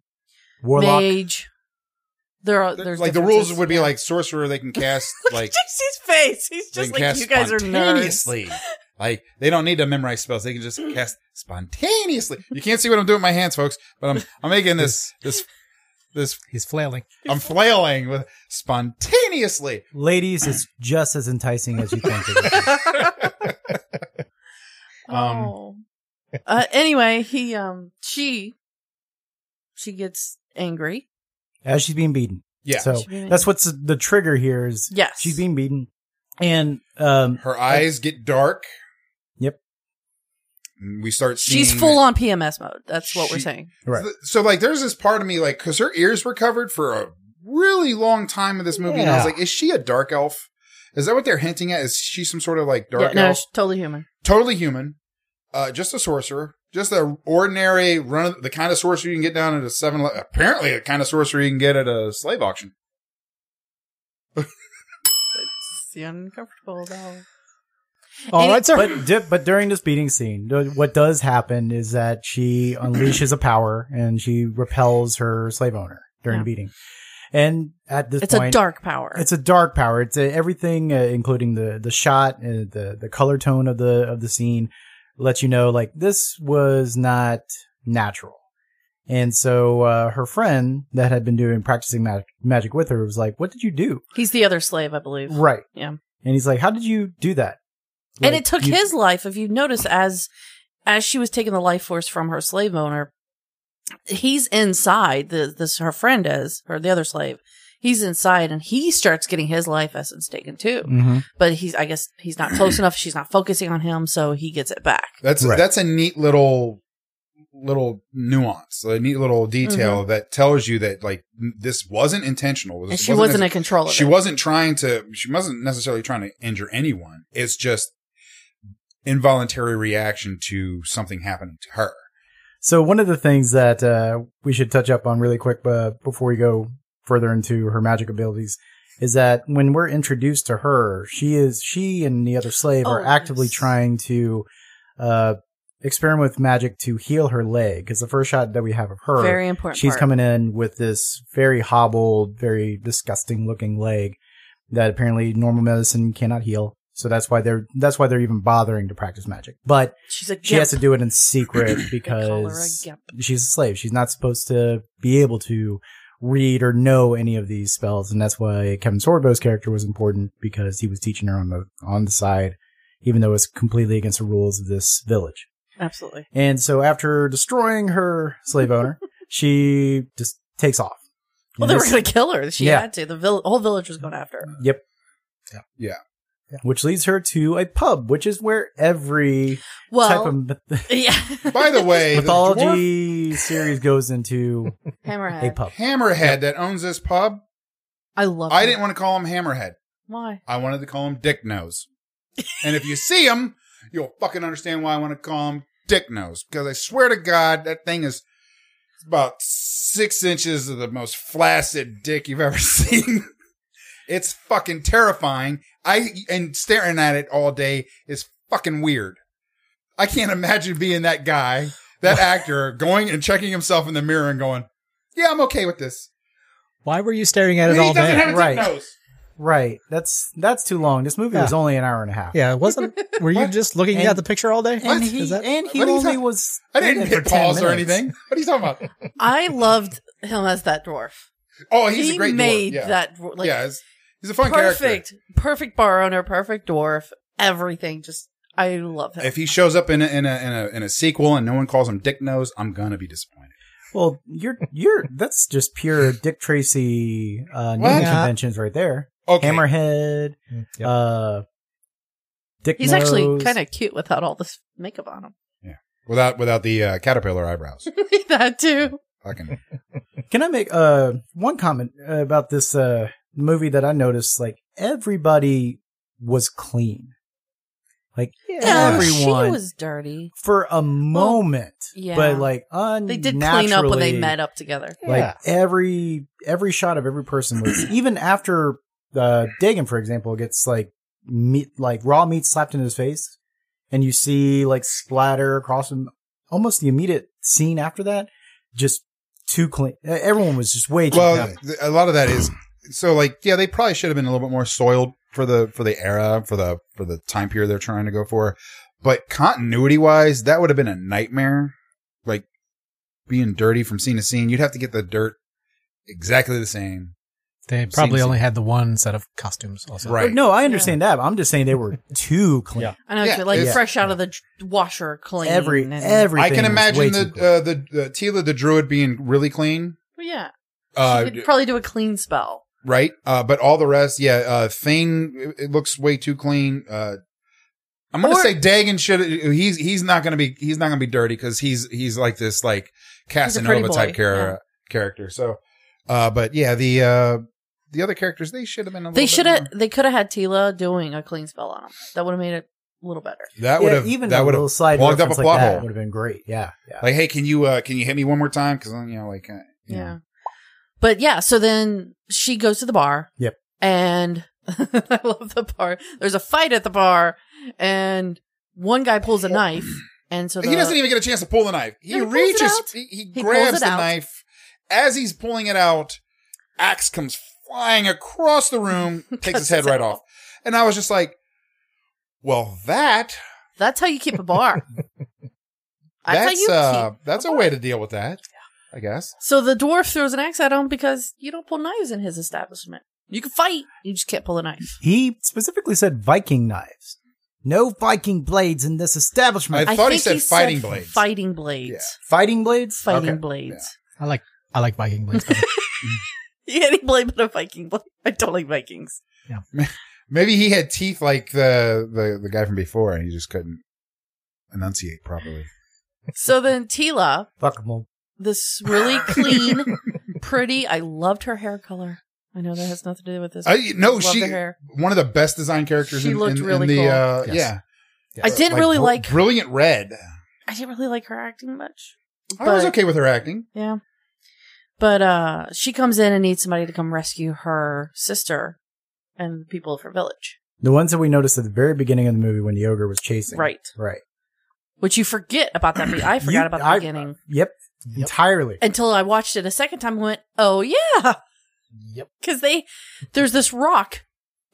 [SPEAKER 4] Warlock.
[SPEAKER 3] mage. There are there's
[SPEAKER 2] like the rules
[SPEAKER 3] differences.
[SPEAKER 2] would be like sorcerer. They can cast
[SPEAKER 3] Look
[SPEAKER 2] like
[SPEAKER 3] at his face. He's
[SPEAKER 2] they
[SPEAKER 3] just
[SPEAKER 2] can
[SPEAKER 3] like
[SPEAKER 2] cast
[SPEAKER 3] you guys are nerds.
[SPEAKER 2] spontaneously. Like they don't need to memorize spells. They can just cast spontaneously. You can't see what I'm doing with my hands, folks, but I'm I'm making this this this
[SPEAKER 5] He's flailing.
[SPEAKER 2] I'm flailing with spontaneously.
[SPEAKER 4] Ladies, it's just as enticing as you think it is.
[SPEAKER 2] Um,
[SPEAKER 3] oh. uh, anyway, he um she she gets angry.
[SPEAKER 4] As she's being beaten.
[SPEAKER 2] Yeah.
[SPEAKER 4] So
[SPEAKER 3] She's being-
[SPEAKER 4] that's what's the trigger here is
[SPEAKER 3] Yes.
[SPEAKER 4] she's being beaten. And um
[SPEAKER 2] Her eyes get dark.
[SPEAKER 4] Yep.
[SPEAKER 2] And We start seeing
[SPEAKER 3] She's full on PMS mode. That's what we're
[SPEAKER 2] She-
[SPEAKER 3] saying.
[SPEAKER 4] Right.
[SPEAKER 2] So like there's this part of me like cuz her ears were covered for a really long time in this movie and I was
[SPEAKER 4] Yeah.
[SPEAKER 2] like is she a dark elf? Is that what they're hinting at? Is she some sort of like
[SPEAKER 3] Yeah,
[SPEAKER 2] dark
[SPEAKER 3] no,
[SPEAKER 2] elf?
[SPEAKER 3] she's totally human.
[SPEAKER 2] totally human, uh, just a sorcerer, just an ordinary run, the kind of sorcery you can get down at a seven, ele- apparently the kind of sorcery you can get at a slave auction.
[SPEAKER 3] It's the uncomfortable though.
[SPEAKER 5] All
[SPEAKER 3] And-
[SPEAKER 5] right, sir.
[SPEAKER 4] but di- but during this beating scene, th- what does happen is that she unleashes a power and she repels her slave owner during
[SPEAKER 3] Yeah.
[SPEAKER 4] the beating. And at this
[SPEAKER 3] It's
[SPEAKER 4] point
[SPEAKER 3] a dark power.
[SPEAKER 4] It's a dark power. It's a, everything, uh, including the the shot, uh, the the color tone of the of the scene, lets you know like this was not natural. And so uh, her friend that had been doing practicing mag- magic with her was like, "What did you do?"
[SPEAKER 3] He's the other slave, I believe.
[SPEAKER 4] Right.
[SPEAKER 3] Yeah.
[SPEAKER 4] And he's like, "How did you do that?"
[SPEAKER 3] and
[SPEAKER 4] Like,
[SPEAKER 3] it took
[SPEAKER 4] you-
[SPEAKER 3] his life, if you notice, as as she was taking the life force from her slave owner, he's inside. The this her friend is, or the other slave. He's inside and he starts getting his life essence taken too.
[SPEAKER 4] Mhm.
[SPEAKER 3] But he's I guess he's not close enough, she's not focusing on him, so he gets it back.
[SPEAKER 2] That's,
[SPEAKER 4] Right.
[SPEAKER 2] that's a neat little, little nuance, a neat little detail that tells you that like n- this wasn't intentional. This
[SPEAKER 3] Mm-hmm. and she wasn't
[SPEAKER 2] nec-
[SPEAKER 3] in control of
[SPEAKER 2] she
[SPEAKER 3] it.
[SPEAKER 2] wasn't trying to, she wasn't necessarily trying to injure anyone. It's just involuntary reaction to something happening to her.
[SPEAKER 4] So one of the things that uh, we should touch up on really quick uh, before we go further into her magic abilities is that when we're introduced to her, she is she and the other slave are
[SPEAKER 3] Oh,
[SPEAKER 4] actively
[SPEAKER 3] yes.
[SPEAKER 4] trying to uh, experiment with magic to heal her leg because the first shot that we have of her,
[SPEAKER 3] Very important.
[SPEAKER 4] she's
[SPEAKER 3] part.
[SPEAKER 4] coming in with this very hobbled, very disgusting looking leg that apparently normal medicine cannot heal. So that's why they're that's why they're even bothering to practice magic. But
[SPEAKER 3] She's a
[SPEAKER 4] she has to do it in secret
[SPEAKER 3] They call her a
[SPEAKER 4] because
[SPEAKER 3] gimp.
[SPEAKER 4] she's a slave. She's not supposed to be able to read or know any of these spells, and that's why Kevin Sorbo's character was important because he was teaching her on the on the side, even though it's completely against the rules of this village.
[SPEAKER 3] Absolutely.
[SPEAKER 4] And so after destroying her slave owner, she just takes off.
[SPEAKER 3] Well,
[SPEAKER 4] And
[SPEAKER 3] they were
[SPEAKER 4] this-
[SPEAKER 3] going to kill her. She
[SPEAKER 4] Yeah.
[SPEAKER 3] had to. The vill- whole village was going after her.
[SPEAKER 4] Yep.
[SPEAKER 5] Yeah.
[SPEAKER 2] Yeah.
[SPEAKER 4] Which leads her to a pub, which is where every type
[SPEAKER 3] Well,
[SPEAKER 4] of myth-
[SPEAKER 3] yeah.
[SPEAKER 2] By the way, the dwarf
[SPEAKER 4] mythology series goes into a
[SPEAKER 3] Hammerhead.
[SPEAKER 4] pub.
[SPEAKER 2] Hammerhead that owns this pub,
[SPEAKER 3] I love.
[SPEAKER 2] I
[SPEAKER 3] him.
[SPEAKER 2] didn't want to call him Hammerhead.
[SPEAKER 3] Why?
[SPEAKER 2] I wanted to call him Dick Nose. and if you see him, you'll fucking understand why I want to call him Dick Nose. Because I swear to God, that thing is about six inches of the most flaccid dick you've ever seen. it's fucking terrifying. I and staring at it all day is fucking weird. I can't imagine being that guy, that actor, going and checking himself in the mirror and going, "Yeah, I'm okay with this."
[SPEAKER 5] Why were you staring at it
[SPEAKER 2] he
[SPEAKER 5] all
[SPEAKER 2] doesn't
[SPEAKER 5] day?
[SPEAKER 2] have a dick
[SPEAKER 4] right.
[SPEAKER 2] nose.
[SPEAKER 4] Right. That's that's too long. This movie was
[SPEAKER 5] Yeah.
[SPEAKER 4] only an hour and a half.
[SPEAKER 5] yeah, it wasn't. Were you
[SPEAKER 2] What?
[SPEAKER 5] just looking
[SPEAKER 4] And-
[SPEAKER 5] at the picture all day?
[SPEAKER 4] And
[SPEAKER 2] What?
[SPEAKER 4] he
[SPEAKER 5] Is that-
[SPEAKER 4] and he
[SPEAKER 2] what are you
[SPEAKER 4] only
[SPEAKER 2] talking-
[SPEAKER 4] was
[SPEAKER 2] I didn't
[SPEAKER 4] in it
[SPEAKER 2] hit
[SPEAKER 4] for 10
[SPEAKER 2] pause or
[SPEAKER 4] minutes.
[SPEAKER 2] anything. What are you talking about?
[SPEAKER 3] I loved him as that dwarf.
[SPEAKER 2] Oh, he's
[SPEAKER 3] he
[SPEAKER 2] a great
[SPEAKER 3] made
[SPEAKER 2] dwarf. Yeah.
[SPEAKER 3] that dwar- like
[SPEAKER 2] yeah, he's, he's a fun
[SPEAKER 3] perfect,
[SPEAKER 2] character.
[SPEAKER 3] perfect bar owner, perfect dwarf, everything. Just I love him.
[SPEAKER 2] If he shows up in a, in a in a in a sequel and no one calls him Dick Nose, I'm gonna be disappointed.
[SPEAKER 4] Well, you're you're that's just pure Dick Tracy uh
[SPEAKER 2] What?
[SPEAKER 4] naming
[SPEAKER 5] Yeah.
[SPEAKER 4] conventions right there.
[SPEAKER 2] Okay,
[SPEAKER 4] Hammerhead,
[SPEAKER 5] Mm, yep.
[SPEAKER 4] uh Dick
[SPEAKER 3] He's
[SPEAKER 4] Nose.
[SPEAKER 3] actually kind of cute without all this makeup on him.
[SPEAKER 2] without without the uh, caterpillar eyebrows.
[SPEAKER 3] that too.
[SPEAKER 2] Fucking
[SPEAKER 4] Can I make uh one comment uh, about this uh movie that I noticed? Like everybody was clean, like
[SPEAKER 3] No,
[SPEAKER 4] everyone
[SPEAKER 3] she was dirty.
[SPEAKER 4] for a moment,
[SPEAKER 3] yeah.
[SPEAKER 4] but like
[SPEAKER 3] They
[SPEAKER 4] unnaturally,
[SPEAKER 3] did clean up when they met up together.
[SPEAKER 4] Like
[SPEAKER 5] Yeah.
[SPEAKER 4] every every shot of every person was even after uh Dagon, for example, gets like meat like raw meat slapped in his face, and you see like splatter across him. Almost the immediate scene after that, just too clean. Uh, Everyone was just way too
[SPEAKER 2] well,
[SPEAKER 4] clean.
[SPEAKER 2] th- a lot of that is so like yeah, they probably should have been a little bit more soiled for the for the era for the for the time period they're trying to go for, but continuity wise, that would have been a nightmare. Like being dirty from scene to scene, you'd have to get the dirt exactly the same.
[SPEAKER 5] They probably
[SPEAKER 2] Seems-
[SPEAKER 5] only had the one set of costumes. Also,
[SPEAKER 2] Right.
[SPEAKER 4] No, I understand that. But I'm just saying they were too clean.
[SPEAKER 5] Yeah.
[SPEAKER 3] I know,
[SPEAKER 2] Yeah,
[SPEAKER 3] you're, like
[SPEAKER 2] yeah.
[SPEAKER 3] fresh out of the dr- washer, clean.
[SPEAKER 4] Every
[SPEAKER 3] and,
[SPEAKER 4] everything.
[SPEAKER 2] I can
[SPEAKER 4] was way
[SPEAKER 2] imagine the,
[SPEAKER 4] too clean.
[SPEAKER 2] uh, the the Tila the druid being really clean,
[SPEAKER 3] Well, yeah,
[SPEAKER 2] uh,
[SPEAKER 3] she could probably do a clean spell.
[SPEAKER 2] right? Uh, but all the rest, yeah, uh, Thing it- it looks way too clean. Uh, I'm gonna
[SPEAKER 3] Or-
[SPEAKER 2] say Dagon should. He's he's not gonna be he's not gonna be dirty because he's he's like this like
[SPEAKER 3] a pretty
[SPEAKER 2] Casanova type
[SPEAKER 3] boy,
[SPEAKER 2] character character. So, uh, but yeah, the uh, the other characters they should have been a little
[SPEAKER 3] They
[SPEAKER 2] bit
[SPEAKER 3] should have.
[SPEAKER 2] more-
[SPEAKER 3] They could have had Tila doing a clean spell on him. That would have made it a little better.
[SPEAKER 2] that
[SPEAKER 4] yeah,
[SPEAKER 2] would have
[SPEAKER 4] even
[SPEAKER 2] that
[SPEAKER 4] a
[SPEAKER 2] would
[SPEAKER 4] little
[SPEAKER 2] have
[SPEAKER 4] side
[SPEAKER 2] plugged up
[SPEAKER 4] reference
[SPEAKER 2] a plot
[SPEAKER 4] like that
[SPEAKER 2] hole.
[SPEAKER 4] would have been great. Yeah, yeah.
[SPEAKER 2] like hey can you uh, can you hit me one more time because you know like uh, you
[SPEAKER 3] Yeah.
[SPEAKER 2] know.
[SPEAKER 3] But yeah, so then she goes to the bar.
[SPEAKER 4] Yep.
[SPEAKER 3] And I love the bar. There's a fight at the bar, and one guy pulls a knife, and so the,
[SPEAKER 2] he doesn't even get a chance to pull the knife. He
[SPEAKER 3] No, he pulls it
[SPEAKER 2] reaches,
[SPEAKER 3] out.
[SPEAKER 2] he, he
[SPEAKER 3] He pulls
[SPEAKER 2] grabs
[SPEAKER 3] it
[SPEAKER 2] the
[SPEAKER 3] out.
[SPEAKER 2] knife. As he's pulling it out, axe comes flying across the room, takes his
[SPEAKER 3] Cuts
[SPEAKER 2] head
[SPEAKER 3] his
[SPEAKER 2] right
[SPEAKER 3] head
[SPEAKER 2] off. And I was just like, well, that,
[SPEAKER 3] That's how you keep a bar. That's, how
[SPEAKER 2] e-, that's,
[SPEAKER 3] you
[SPEAKER 2] uh,
[SPEAKER 3] keep.
[SPEAKER 2] that's a way to deal with that, I guess.
[SPEAKER 3] So the dwarf throws an axe at him because you don't pull knives in his establishment. You can fight, you just can't pull a knife.
[SPEAKER 4] He specifically said Viking knives. No Viking blades in this establishment.
[SPEAKER 2] I thought he said fighting blades.
[SPEAKER 3] Fighting blades.
[SPEAKER 2] Yeah.
[SPEAKER 4] Fighting blades?
[SPEAKER 3] Fighting
[SPEAKER 2] Okay.
[SPEAKER 3] blades.
[SPEAKER 5] I like I like Viking blades. better.
[SPEAKER 3] Any blade but a Viking blade. I don't like Vikings.
[SPEAKER 2] Maybe he had teeth like the, the, the guy from before and he just couldn't enunciate properly.
[SPEAKER 3] So then Tila,
[SPEAKER 4] Fuck 'em all.
[SPEAKER 3] this really clean, pretty. I loved her hair color. I know that has nothing to do with this.
[SPEAKER 2] I, no,
[SPEAKER 3] Loved
[SPEAKER 2] she,
[SPEAKER 3] her hair.
[SPEAKER 2] one of the best design characters
[SPEAKER 3] She
[SPEAKER 2] in,
[SPEAKER 3] looked
[SPEAKER 2] in- in
[SPEAKER 3] really
[SPEAKER 2] the,
[SPEAKER 3] cool.
[SPEAKER 2] uh,
[SPEAKER 5] Yes.
[SPEAKER 2] yeah.
[SPEAKER 3] I didn't really like her.
[SPEAKER 2] Brilliant Red.
[SPEAKER 3] I didn't really like her acting much.
[SPEAKER 2] I was
[SPEAKER 3] But-
[SPEAKER 2] okay with her acting.
[SPEAKER 3] Yeah. But uh she comes in and needs somebody to come rescue her sister and the people of her village.
[SPEAKER 4] The ones that we noticed at the very beginning of the movie when the ogre was chasing.
[SPEAKER 3] Right.
[SPEAKER 4] Right.
[SPEAKER 3] Which you forget about that. be- I forgot
[SPEAKER 4] You-
[SPEAKER 3] about the
[SPEAKER 4] I-
[SPEAKER 3] beginning
[SPEAKER 4] Yep. Entirely.
[SPEAKER 3] until I watched it a second time and went, oh yeah.
[SPEAKER 5] yep.
[SPEAKER 3] Because they, there's this rock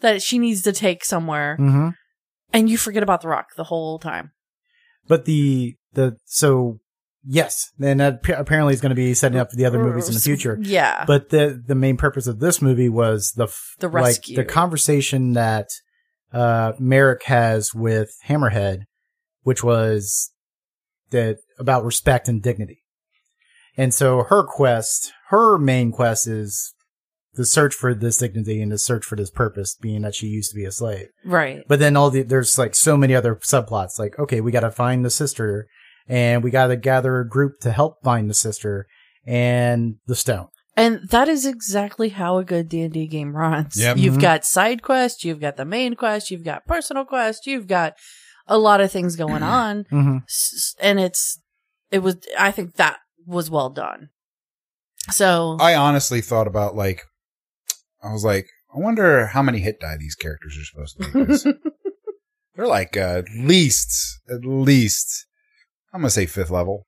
[SPEAKER 3] that she needs to take somewhere.
[SPEAKER 4] Mm-hmm.
[SPEAKER 3] And you forget about the rock the whole time.
[SPEAKER 4] But the, the, so, yes. And that p- apparently is going to be setting up for the other movies in the future.
[SPEAKER 3] Yeah.
[SPEAKER 4] But the, the main purpose of this movie was the, f-
[SPEAKER 3] The
[SPEAKER 4] like,
[SPEAKER 3] rescue.
[SPEAKER 4] the conversation that, uh, Merrick has with Hammerhead, which was, that about respect and dignity. And so her quest, her main quest is the search for this dignity and the search for this purpose, being that she used to be a slave.
[SPEAKER 3] Right.
[SPEAKER 4] But then all the there's like so many other subplots. Like, okay, we gotta find the sister, and we gotta gather a group to help find the sister and the stone.
[SPEAKER 3] And that is exactly how a good D&D game runs.
[SPEAKER 2] Yep.
[SPEAKER 3] You've
[SPEAKER 4] Mhm.
[SPEAKER 3] got side quest, you've got the main quest, you've got personal quest, you've got a lot of things going on.
[SPEAKER 4] Mm-hmm.
[SPEAKER 3] S- And it's, it was, I think that was well done. So,
[SPEAKER 2] I honestly thought about like, I was like, I wonder how many hit die these characters are supposed to make. this. They're like uh, at least, at least, I'm gonna say fifth level.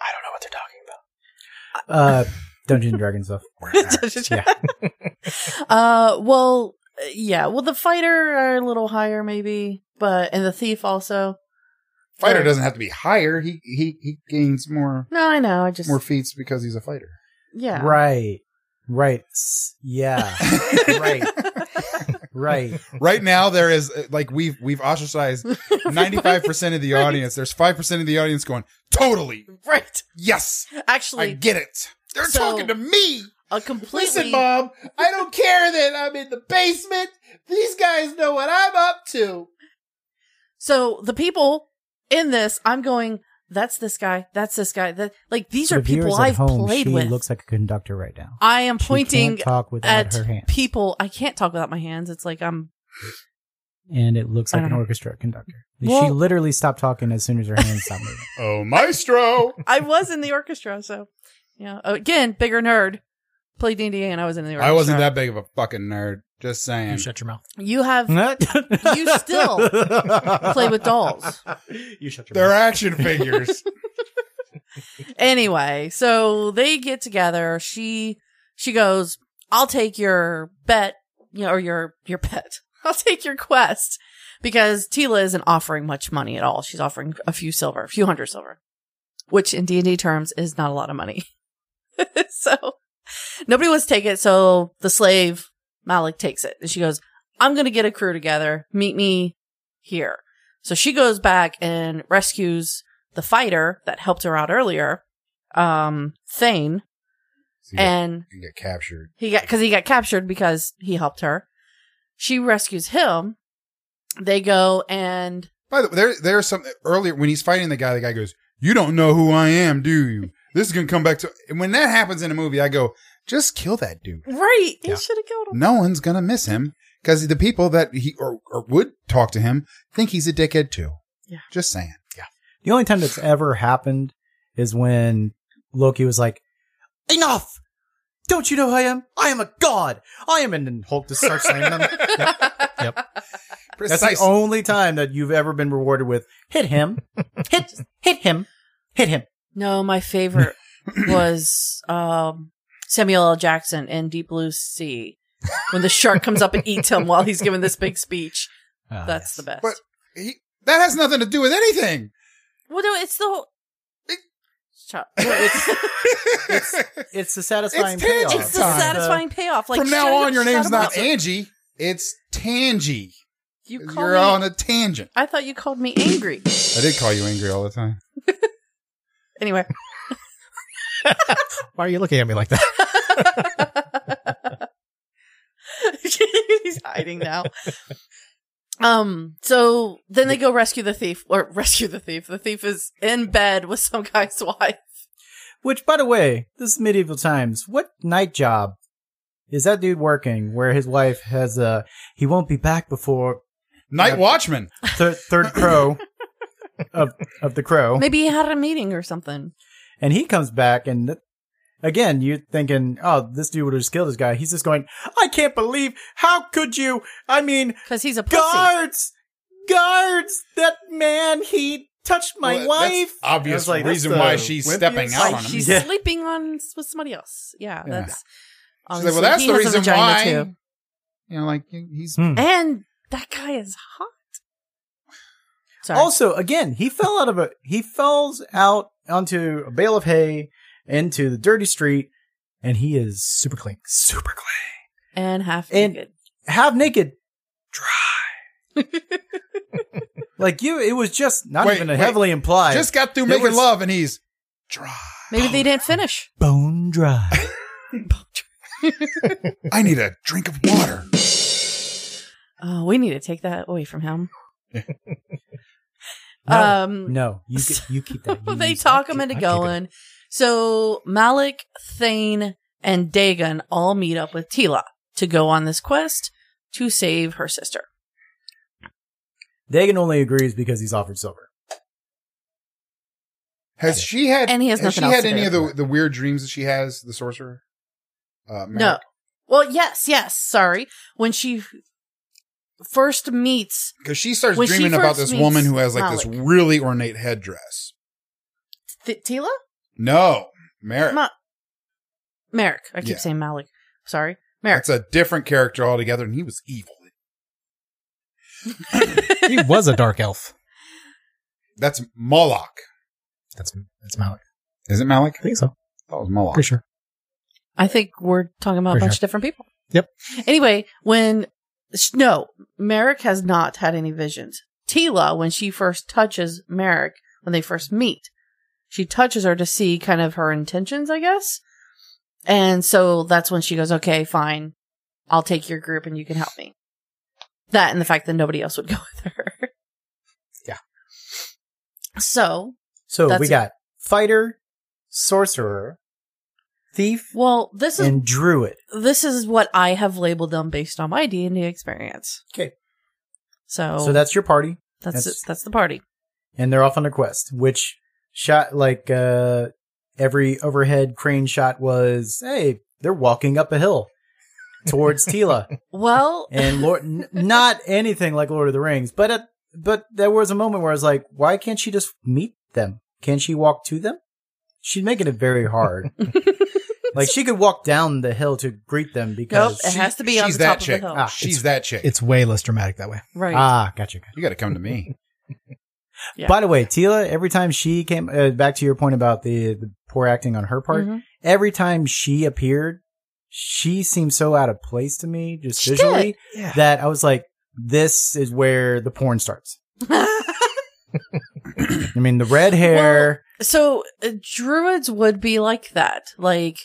[SPEAKER 5] I don't know what they're talking about.
[SPEAKER 4] Uh, Dungeons and Dragons stuff. Yeah.
[SPEAKER 3] uh, well, yeah, well, the fighter are a little higher maybe, but, and the thief also.
[SPEAKER 2] Fighter
[SPEAKER 3] Right.
[SPEAKER 2] doesn't have to be higher. He he he gains more
[SPEAKER 3] No, I know. I just,
[SPEAKER 2] more feats because he's a fighter.
[SPEAKER 3] yeah.
[SPEAKER 4] Right. Right. S- Yeah. right. Right.
[SPEAKER 2] Right now, there is uh, like we've we've ostracized ninety five percent of the audience. There's five percent of the audience going totally
[SPEAKER 3] Right.
[SPEAKER 2] yes. I
[SPEAKER 3] Actually,
[SPEAKER 2] get it. They're
[SPEAKER 3] So-
[SPEAKER 2] talking to me.
[SPEAKER 3] a Uh, completely.
[SPEAKER 2] Listen, Mom, I don't care that I'm in the basement. These guys know what I'm up to.
[SPEAKER 3] So the people in this, I'm going, that's this guy, that's this guy. That like these
[SPEAKER 4] For
[SPEAKER 3] are
[SPEAKER 4] the viewers
[SPEAKER 3] people
[SPEAKER 4] at
[SPEAKER 3] I've
[SPEAKER 4] home,
[SPEAKER 3] played
[SPEAKER 4] she
[SPEAKER 3] with.
[SPEAKER 4] looks like a conductor right now.
[SPEAKER 3] I am
[SPEAKER 4] She
[SPEAKER 3] pointing
[SPEAKER 4] can't talk without
[SPEAKER 3] at
[SPEAKER 4] her hand,
[SPEAKER 3] people. I can't talk without my hands. It's like I'm
[SPEAKER 4] and it looks
[SPEAKER 3] I
[SPEAKER 4] like
[SPEAKER 3] don't
[SPEAKER 4] an
[SPEAKER 3] know.
[SPEAKER 4] orchestra conductor. she
[SPEAKER 3] Well-
[SPEAKER 4] literally stopped talking as soon as her hands stopped moving.
[SPEAKER 2] Oh, maestro.
[SPEAKER 3] I was in the orchestra, so you know. Oh, Again, bigger nerd. Played D&D and I was in the orchestra.
[SPEAKER 2] I wasn't that big of a fucking nerd. Just saying.
[SPEAKER 5] You shut your mouth.
[SPEAKER 3] You have
[SPEAKER 4] you
[SPEAKER 3] still play with dolls.
[SPEAKER 5] You shut your
[SPEAKER 2] They're
[SPEAKER 5] mouth.
[SPEAKER 2] action figures.
[SPEAKER 3] anyway, so they get together. She she goes, "I'll take your bet, you know, or your your bet. I'll take your quest." Because Tila isn't offering much money at all. She's offering a few silver, a few hundred silver, which in D&D terms is not a lot of money. so nobody wants to take it. So the slave Malik takes it and she goes, I'm going to get a crew together. Meet me here. So she goes back and rescues the fighter that helped her out earlier, um, Thane,
[SPEAKER 2] You get-
[SPEAKER 3] and
[SPEAKER 2] you get captured.
[SPEAKER 3] he got because he got captured because he helped her. She rescues him. They go and
[SPEAKER 2] By the way, there there's some earlier when he's fighting the guy. The guy goes, "You don't know who I am, do you? This is gonna come back to." And when that happens in a movie, I go, "Just kill that dude.
[SPEAKER 3] right,
[SPEAKER 5] Yeah.
[SPEAKER 3] he should have killed him.
[SPEAKER 2] No one's gonna miss him because the people that he or, or would talk to him think he's a dickhead too."
[SPEAKER 3] Yeah.
[SPEAKER 2] just saying.
[SPEAKER 4] The only time that's ever happened is when Loki was like, "Enough! Don't you know who I am? I am a god. I am." And then Hulk just starts slamming him.
[SPEAKER 5] Mm.
[SPEAKER 4] That's the
[SPEAKER 2] Precisely.
[SPEAKER 4] only time that you've ever been rewarded with hit him, hit hit him, hit him.
[SPEAKER 3] No, my favorite was um, Samuel L. Jackson in Deep Blue Sea when the shark comes up and eats him while he's giving this big speech.
[SPEAKER 5] Ah,
[SPEAKER 3] That's
[SPEAKER 5] yes.
[SPEAKER 3] the best.
[SPEAKER 2] But- He- that has nothing to do with anything.
[SPEAKER 3] well, no, it's the whole.
[SPEAKER 2] It-
[SPEAKER 3] Shut up.
[SPEAKER 2] it's,
[SPEAKER 4] It's the satisfying
[SPEAKER 2] It's
[SPEAKER 4] payoff.
[SPEAKER 2] tangent
[SPEAKER 3] It's the
[SPEAKER 2] time.
[SPEAKER 3] satisfying payoff. Like
[SPEAKER 2] From now
[SPEAKER 3] shut
[SPEAKER 2] on,
[SPEAKER 3] up,
[SPEAKER 2] your
[SPEAKER 3] shut
[SPEAKER 2] name's
[SPEAKER 3] him
[SPEAKER 2] not
[SPEAKER 3] up.
[SPEAKER 2] Angie. It's Tangy.
[SPEAKER 3] You
[SPEAKER 2] You
[SPEAKER 3] call
[SPEAKER 2] are
[SPEAKER 3] me-
[SPEAKER 2] on a tangent.
[SPEAKER 3] I thought you called me angry.
[SPEAKER 2] I did call you angry all the time.
[SPEAKER 3] Anyway,
[SPEAKER 5] Why are you looking at me like that?
[SPEAKER 3] he's hiding now. Um. So then they go rescue the thief, or rescue the thief. The thief is in bed with some guy's wife.
[SPEAKER 4] Which, by the way, this is medieval times. What night job is that dude working? Where his wife has a he won't be back before
[SPEAKER 2] Night
[SPEAKER 4] Yeah.
[SPEAKER 2] Watchman.
[SPEAKER 4] third, third crow of of the crow,
[SPEAKER 3] Maybe he had a meeting or something.
[SPEAKER 4] and he comes back and. th- Again, you're thinking, oh, this dude would have just killed this guy. He's just going, I can't believe, how could you? I mean,
[SPEAKER 3] Because he's a pussy.
[SPEAKER 4] guards, guards, that man, he touched my
[SPEAKER 2] Well, that's
[SPEAKER 4] wife.
[SPEAKER 2] Obvious
[SPEAKER 4] I was like, that's
[SPEAKER 2] reason
[SPEAKER 4] the
[SPEAKER 2] why she's
[SPEAKER 4] wimpiest-
[SPEAKER 2] stepping out
[SPEAKER 3] Like,
[SPEAKER 2] on him.
[SPEAKER 3] she's
[SPEAKER 4] Yeah.
[SPEAKER 3] sleeping on s- with somebody else. Yeah,
[SPEAKER 2] Yeah.
[SPEAKER 3] that's.
[SPEAKER 2] She's
[SPEAKER 3] obviously- he has a vagina, too.
[SPEAKER 2] You know, like he's
[SPEAKER 4] Hmm.
[SPEAKER 3] And that guy is hot. Sorry.
[SPEAKER 4] Also, again, he fell out of a he falls out onto a bale of hay into the dirty street, and he is super clean, super clean,
[SPEAKER 3] and half
[SPEAKER 4] and-
[SPEAKER 3] naked.
[SPEAKER 4] half naked, dry. Like you, it was just not
[SPEAKER 2] Wait,
[SPEAKER 4] even
[SPEAKER 2] wait.
[SPEAKER 4] heavily implied.
[SPEAKER 2] Just got through
[SPEAKER 4] There
[SPEAKER 2] making
[SPEAKER 4] was-
[SPEAKER 2] love, and he's dry.
[SPEAKER 3] Maybe they didn't finish.
[SPEAKER 4] bone dry.
[SPEAKER 2] I need a drink of water.
[SPEAKER 3] Oh, we need to take that away from him.
[SPEAKER 4] No,
[SPEAKER 3] um,
[SPEAKER 4] no, you ke- you keep that. You
[SPEAKER 3] they
[SPEAKER 4] use
[SPEAKER 3] talk
[SPEAKER 4] that.
[SPEAKER 3] him into
[SPEAKER 4] I keep it.
[SPEAKER 3] going. So Malik, Thane, and Dagon all meet up with Tila to go on this quest to save her sister.
[SPEAKER 4] Dagon only agrees because he's offered silver.
[SPEAKER 2] Has she had?
[SPEAKER 3] And he has nothing
[SPEAKER 2] she
[SPEAKER 3] else
[SPEAKER 2] had
[SPEAKER 3] to
[SPEAKER 2] any
[SPEAKER 3] do.
[SPEAKER 2] of the the weird dreams that she has? The sorcerer. Uh,
[SPEAKER 3] No.
[SPEAKER 2] Merrick?
[SPEAKER 3] Well, yes, yes. Sorry. When she first meets,
[SPEAKER 2] because she starts
[SPEAKER 3] When she
[SPEAKER 2] dreaming about
[SPEAKER 3] first
[SPEAKER 2] this
[SPEAKER 3] meets
[SPEAKER 2] woman who has like this
[SPEAKER 3] Malik.
[SPEAKER 2] really ornate headdress.
[SPEAKER 3] Th- Tila?
[SPEAKER 2] No, Merrick.
[SPEAKER 3] Ma- Merrick. I keep
[SPEAKER 2] Yeah.
[SPEAKER 3] saying Malik. Sorry. Merrick.
[SPEAKER 2] That's a different character altogether, and he was evil.
[SPEAKER 5] He was a dark elf.
[SPEAKER 2] That's Moloch.
[SPEAKER 5] That's that's Malik.
[SPEAKER 2] Is it Malik?
[SPEAKER 5] I think so.
[SPEAKER 2] That was Moloch.
[SPEAKER 5] Pretty sure.
[SPEAKER 3] I think we're talking about
[SPEAKER 5] For
[SPEAKER 3] a bunch
[SPEAKER 5] sure.
[SPEAKER 3] of different people.
[SPEAKER 5] Yep.
[SPEAKER 3] Anyway, when sh- no, Merrick has not had any visions. Tila, when she first touches Merrick, when they first meet, she touches her to see kind of her intentions, I guess. And so that's when she goes, "Okay, fine, I'll take your group, and you can help me." That and the fact that nobody else would go with her.
[SPEAKER 5] Yeah.
[SPEAKER 3] So,
[SPEAKER 4] So
[SPEAKER 3] That's
[SPEAKER 4] we
[SPEAKER 3] it.
[SPEAKER 4] got fighter, sorcerer, thief,
[SPEAKER 3] well, this is
[SPEAKER 4] and druid.
[SPEAKER 3] this is what I have labeled them based on my D and D experience.
[SPEAKER 4] Okay.
[SPEAKER 3] So,
[SPEAKER 4] So that's your party,
[SPEAKER 3] that's
[SPEAKER 4] that's-
[SPEAKER 3] that's, the party.
[SPEAKER 4] and they're off on a quest. Which shot like uh every overhead crane shot was? Hey, they're walking up a hill towards Tila.
[SPEAKER 3] Well,
[SPEAKER 4] and Lord, n- not anything like Lord of the Rings, but at, but there was a moment where I was like, why can't she just meet them? Can she walk to them? She's making it very hard. like she could walk down the hill to greet them
[SPEAKER 3] nope,
[SPEAKER 4] because
[SPEAKER 3] it
[SPEAKER 2] She-
[SPEAKER 3] has to be on
[SPEAKER 2] she's
[SPEAKER 3] the top
[SPEAKER 2] that
[SPEAKER 3] of
[SPEAKER 2] chick.
[SPEAKER 3] the hill.
[SPEAKER 4] Ah,
[SPEAKER 2] She's that chick.
[SPEAKER 5] It's way less dramatic that way.
[SPEAKER 3] right.
[SPEAKER 4] ah, gotcha. gotcha.
[SPEAKER 2] you got to come to me.
[SPEAKER 3] Yeah.
[SPEAKER 4] By the way, Tila, every time she came uh, back to your point about the, the poor acting on her part,
[SPEAKER 3] Mhm.
[SPEAKER 4] every time she appeared, she seemed so out of place to me, just
[SPEAKER 3] She
[SPEAKER 4] visually,
[SPEAKER 5] Yeah.
[SPEAKER 4] that I was like, this is where the porn starts.
[SPEAKER 3] Mm-hmm.
[SPEAKER 4] I mean, the red hair.
[SPEAKER 3] so uh, druids would be like that. Like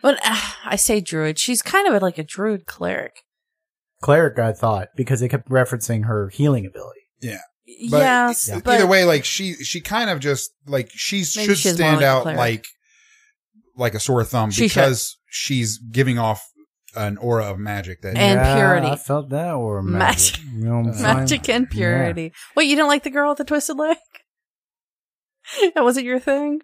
[SPEAKER 3] when ah, I say druid, she's kind of like a druid cleric.
[SPEAKER 4] cleric, I thought, because they kept referencing her healing ability.
[SPEAKER 2] But
[SPEAKER 3] yes,
[SPEAKER 2] e-
[SPEAKER 3] but
[SPEAKER 2] either way, like she she kind of just like she should
[SPEAKER 3] she's more
[SPEAKER 2] stand
[SPEAKER 3] like a
[SPEAKER 2] out
[SPEAKER 3] cleric.
[SPEAKER 2] like like a sore thumb
[SPEAKER 3] She should.
[SPEAKER 2] because she's giving off an aura of magic that
[SPEAKER 3] And purity.
[SPEAKER 4] I felt that or
[SPEAKER 3] Ma-
[SPEAKER 4] magic. You know what I'm saying?
[SPEAKER 3] magic and purity. Wait, you didn't like the girl with the twisted leg? that wasn't your thing.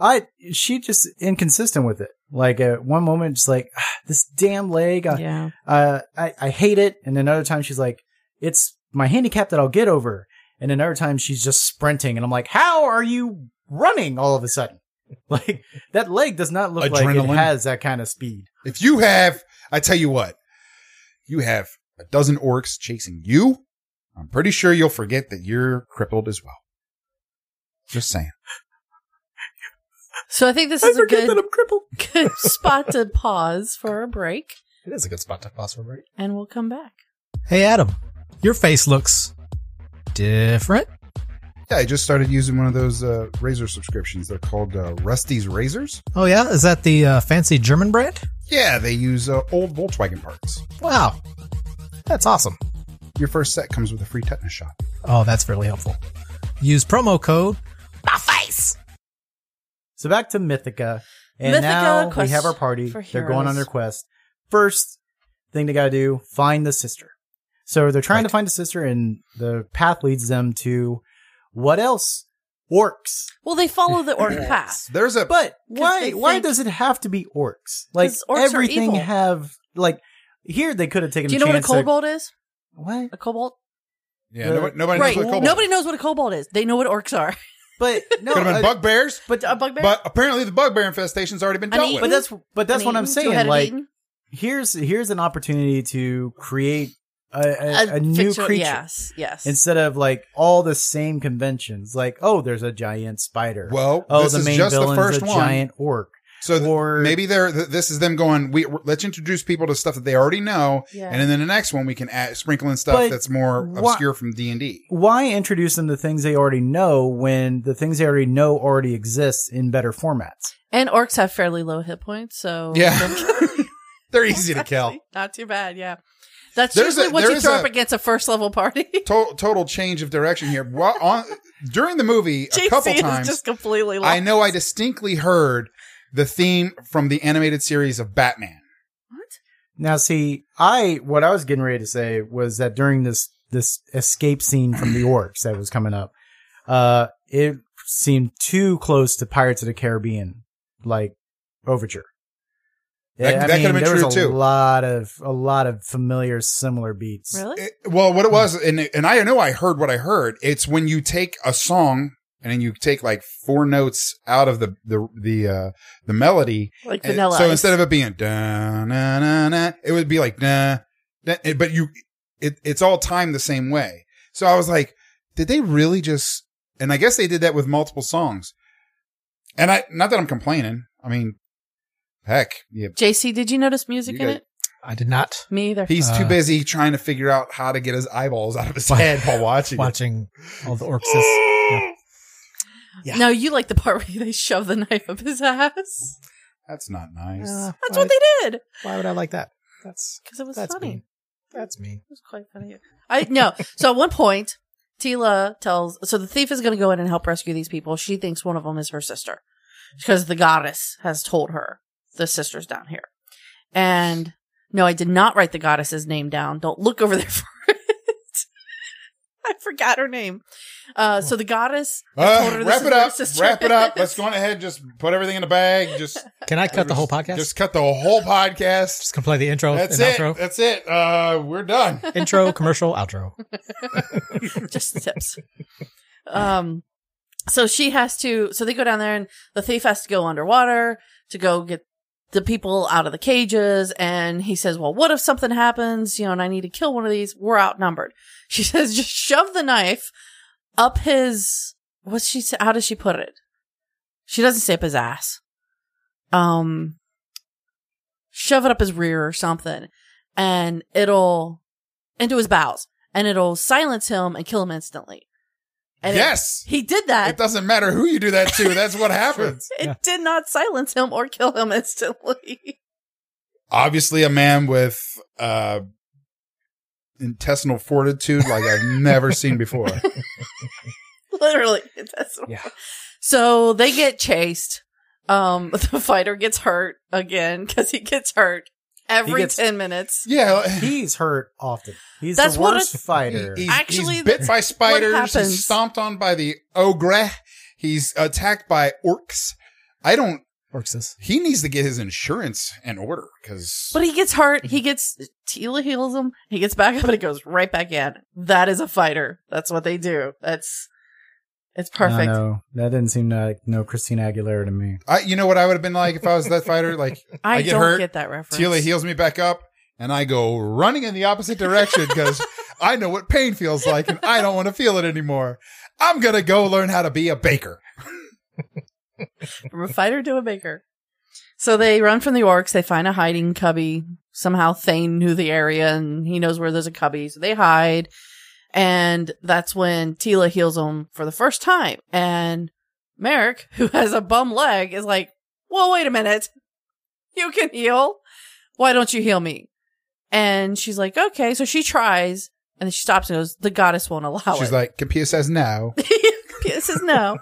[SPEAKER 4] I she just inconsistent with it. Like at one moment, just like "Ah, this damn leg, I,
[SPEAKER 3] yeah.
[SPEAKER 4] uh, I I hate it. And another time, she's like, it's my handicap that I'll get over. And another time, she's just sprinting, and I'm like, how are you running all of a sudden? Like that leg does not look like it
[SPEAKER 2] Adrenaline.
[SPEAKER 4] has that kind of speed.
[SPEAKER 2] if you have, I tell you what, you have a dozen orcs chasing you. I'm pretty sure you'll forget that you're crippled as well. Just saying.
[SPEAKER 3] So I think this is a good,
[SPEAKER 4] I'm crippled.
[SPEAKER 3] good spot to pause for a break,
[SPEAKER 5] It is a good spot to pause for a break.
[SPEAKER 3] and we'll come back.
[SPEAKER 5] Hey Adam, your face looks different.
[SPEAKER 2] Yeah, I just started using one of those uh, razor subscriptions. They're called uh, Rusty's Razors.
[SPEAKER 5] Oh yeah, is that the uh, fancy German brand?
[SPEAKER 2] Yeah, they use uh, old Volkswagen parts.
[SPEAKER 5] Wow, that's awesome.
[SPEAKER 2] Your first set comes with a free tetanus shot.
[SPEAKER 5] Oh, that's really helpful. Use promo code my face.
[SPEAKER 4] So back to Mythica. And
[SPEAKER 3] Mythica
[SPEAKER 4] now we
[SPEAKER 3] quest
[SPEAKER 4] have our party.
[SPEAKER 3] for
[SPEAKER 4] They're going on their
[SPEAKER 3] heroes.
[SPEAKER 4] quest. First thing they gotta do, find the sister. So they're trying to find a sister and the path leads them to what else? Orcs.
[SPEAKER 3] Well, they follow the orc path.
[SPEAKER 2] There's a
[SPEAKER 4] But why
[SPEAKER 3] they
[SPEAKER 4] why
[SPEAKER 3] think-
[SPEAKER 4] does it have to be orcs? Like
[SPEAKER 3] 'Cause orcs are
[SPEAKER 4] everything
[SPEAKER 3] evil.
[SPEAKER 4] have like here they could have taken
[SPEAKER 3] Do you
[SPEAKER 4] a
[SPEAKER 3] know what a
[SPEAKER 4] chance to-
[SPEAKER 3] kobold is?
[SPEAKER 4] what?
[SPEAKER 3] A kobold?
[SPEAKER 2] yeah,
[SPEAKER 4] Uh,
[SPEAKER 2] no- nobody knows
[SPEAKER 3] right.
[SPEAKER 2] what kobold.
[SPEAKER 3] Nobody knows what a kobold is. They know what orcs are.
[SPEAKER 4] But no,
[SPEAKER 2] could have been
[SPEAKER 4] uh,
[SPEAKER 2] bugbears,
[SPEAKER 3] But a bugbear?
[SPEAKER 2] but apparently the bugbear infestation's already been
[SPEAKER 3] An
[SPEAKER 2] dealt
[SPEAKER 3] eaten-
[SPEAKER 4] but
[SPEAKER 2] with.
[SPEAKER 4] that's but that's
[SPEAKER 3] An
[SPEAKER 4] what I'm
[SPEAKER 3] eaten,
[SPEAKER 4] saying.
[SPEAKER 3] two-headed
[SPEAKER 4] Like
[SPEAKER 3] eaten?
[SPEAKER 4] here's here's an opportunity to create a, a, a,
[SPEAKER 3] A
[SPEAKER 4] new
[SPEAKER 3] fictional-
[SPEAKER 4] creature.
[SPEAKER 3] Yes, yes.
[SPEAKER 4] instead of like all the same conventions like oh there's a giant spider
[SPEAKER 2] Well,
[SPEAKER 4] oh
[SPEAKER 2] this
[SPEAKER 4] the
[SPEAKER 2] is
[SPEAKER 4] main
[SPEAKER 2] just the
[SPEAKER 4] villain's
[SPEAKER 2] first
[SPEAKER 4] a
[SPEAKER 2] one.
[SPEAKER 4] giant orc
[SPEAKER 2] So th-
[SPEAKER 4] or
[SPEAKER 2] maybe they're th- this is them going. We we're- let's introduce people to stuff that they already know,
[SPEAKER 3] Yeah.
[SPEAKER 2] and then the next one we can add sprinkle in stuff
[SPEAKER 4] But
[SPEAKER 2] that's more
[SPEAKER 4] wha-
[SPEAKER 2] obscure from D and D.
[SPEAKER 4] why introduce them to things they already know when the things they already know already exist in better formats?
[SPEAKER 3] And orcs have fairly low hit points, so
[SPEAKER 2] Yeah, they're easy to kill.
[SPEAKER 3] not too bad. Yeah, that's
[SPEAKER 2] There's
[SPEAKER 3] usually
[SPEAKER 2] a-
[SPEAKER 3] what
[SPEAKER 2] there
[SPEAKER 3] you
[SPEAKER 2] is
[SPEAKER 3] throw
[SPEAKER 2] a-
[SPEAKER 3] up against a first level party.
[SPEAKER 2] To- total change of direction here. While on during the movie, a couple
[SPEAKER 3] JC
[SPEAKER 2] times
[SPEAKER 3] is just completely. Lost.
[SPEAKER 2] I know I distinctly heard the theme from the animated series of Batman.
[SPEAKER 4] Now, see, I what I was getting ready to say was that during this this escape scene from the orcs that was coming up, uh, it seemed too close to Pirates of the Caribbean, like overture.
[SPEAKER 2] That-
[SPEAKER 4] Yeah, I
[SPEAKER 2] that could've
[SPEAKER 4] mean,
[SPEAKER 2] been
[SPEAKER 4] there was
[SPEAKER 2] true,
[SPEAKER 4] a
[SPEAKER 2] too.
[SPEAKER 4] lot of a lot of familiar, similar beats.
[SPEAKER 3] Really?
[SPEAKER 2] It- well, what it was, and and I know I heard what I heard. It's when you take a song and then you take like four notes out of the the the uh, the melody.
[SPEAKER 3] like
[SPEAKER 2] And
[SPEAKER 3] vanilla.
[SPEAKER 2] eh, So
[SPEAKER 3] Ice.
[SPEAKER 2] instead of it being da na na na, it would be like da, da it- but you it it's all timed the same way. So I was like, did they really just? And I guess they did that with multiple songs. And I not that I'm complaining. I mean, heck, yeah.
[SPEAKER 3] JC, did you notice music
[SPEAKER 2] You
[SPEAKER 3] in
[SPEAKER 2] guys-
[SPEAKER 3] it?
[SPEAKER 5] I did not
[SPEAKER 3] Me either.
[SPEAKER 2] He's too
[SPEAKER 5] Uh,
[SPEAKER 2] busy trying to figure out how to get his eyeballs out of his
[SPEAKER 5] Why-
[SPEAKER 2] head while watching. it.
[SPEAKER 5] watching all the orcs. yeah. Yeah.
[SPEAKER 3] No, you like the part where they shove the knife up his ass. That's
[SPEAKER 2] That's not nice.
[SPEAKER 5] Uh, why,
[SPEAKER 3] what they did
[SPEAKER 5] why would I like that? That's
[SPEAKER 3] because it was
[SPEAKER 5] that's
[SPEAKER 3] funny.
[SPEAKER 5] mean. That's mean.
[SPEAKER 3] It was quite funny. I no. So at one point, Tila tells so the thief is going to go in and help rescue these people. She thinks one of them is her sister because the goddess has told her the sister's down here. And no, I did not write the goddess's name down. Don't look over there for it. I forgot her name. Uh, so the goddess
[SPEAKER 2] Uh,
[SPEAKER 3] told her
[SPEAKER 2] wrap
[SPEAKER 3] this is
[SPEAKER 2] it
[SPEAKER 3] where her
[SPEAKER 2] up.
[SPEAKER 3] sister
[SPEAKER 2] Wrap it up.
[SPEAKER 3] is.
[SPEAKER 2] Let's go on ahead. Just put everything in a bag. Just
[SPEAKER 5] Can I cut the whole podcast?
[SPEAKER 2] Just
[SPEAKER 5] Just,
[SPEAKER 2] cut the whole podcast.
[SPEAKER 5] can play the intro
[SPEAKER 2] That's
[SPEAKER 5] and
[SPEAKER 2] it.
[SPEAKER 5] outro.
[SPEAKER 2] That's it. Uh, we're done.
[SPEAKER 5] intro, commercial, outro.
[SPEAKER 3] just the tips. Um, so she has to, so they go down there and the thief has to go underwater to go get the people out of the cages. And he says, well, what if something happens? You know, and I need to kill one of these. We're outnumbered. She says, just shove the knife up his, what's she say? How does she put it? She doesn't say up his ass. Um, shove it up his rear or something and it'll into his bowels and it'll silence him and kill him instantly. And it-
[SPEAKER 2] yes.
[SPEAKER 3] he did
[SPEAKER 2] It,
[SPEAKER 3] that.
[SPEAKER 2] doesn't matter who you do that to. That's what happens.
[SPEAKER 3] It
[SPEAKER 5] Yeah.
[SPEAKER 3] did not silence him or kill him instantly.
[SPEAKER 2] Obviously, a man with uh, intestinal fortitude like I've never seen before.
[SPEAKER 3] Literally. That's
[SPEAKER 5] Yeah.
[SPEAKER 3] So they get chased. Um, the fighter gets hurt again because he gets hurt every
[SPEAKER 4] gets-
[SPEAKER 3] 10 minutes.
[SPEAKER 2] Yeah.
[SPEAKER 4] He's hurt often. He's
[SPEAKER 3] That's
[SPEAKER 4] the
[SPEAKER 3] what
[SPEAKER 4] worst
[SPEAKER 3] it-
[SPEAKER 4] fighter.
[SPEAKER 2] He- he's-
[SPEAKER 3] Actually,
[SPEAKER 2] he's bit by spiders.
[SPEAKER 3] happens-
[SPEAKER 2] He's stomped on by the ogre. He's attacked by orcs. I don't.
[SPEAKER 5] Orcs is.
[SPEAKER 2] He needs to get his insurance in order because
[SPEAKER 3] But he gets hurt. He gets, Tila heals him. He gets back up and he goes right back in. That is a fighter. That's what they do. That's, it's
[SPEAKER 4] I
[SPEAKER 3] perfect.
[SPEAKER 4] don't know. that didn't seem like no Christina Aguilera to me.
[SPEAKER 2] I, you know what I would have been like if I was that fighter. Like
[SPEAKER 3] I,
[SPEAKER 2] I get
[SPEAKER 3] don't
[SPEAKER 2] hurt.
[SPEAKER 3] get that reference.
[SPEAKER 2] Tila heals me back up, and I go running in the opposite direction because I know what pain feels like, and I don't want to feel it anymore. I'm gonna go learn how to be a baker.
[SPEAKER 3] from a fighter to a baker. So they run from the orcs. They find a hiding cubby. Somehow Thane knew the area and he knows where there's a cubby. So they hide. And that's when Tila heals him for the first time. And Merrick, who has a bum leg, is like, well, wait a minute. You can heal. Why don't you heal me? And she's like, okay. So she tries and then she stops and goes, the goddess won't allow it.
[SPEAKER 2] She's like, "Kapia says no."
[SPEAKER 3] Peter says no.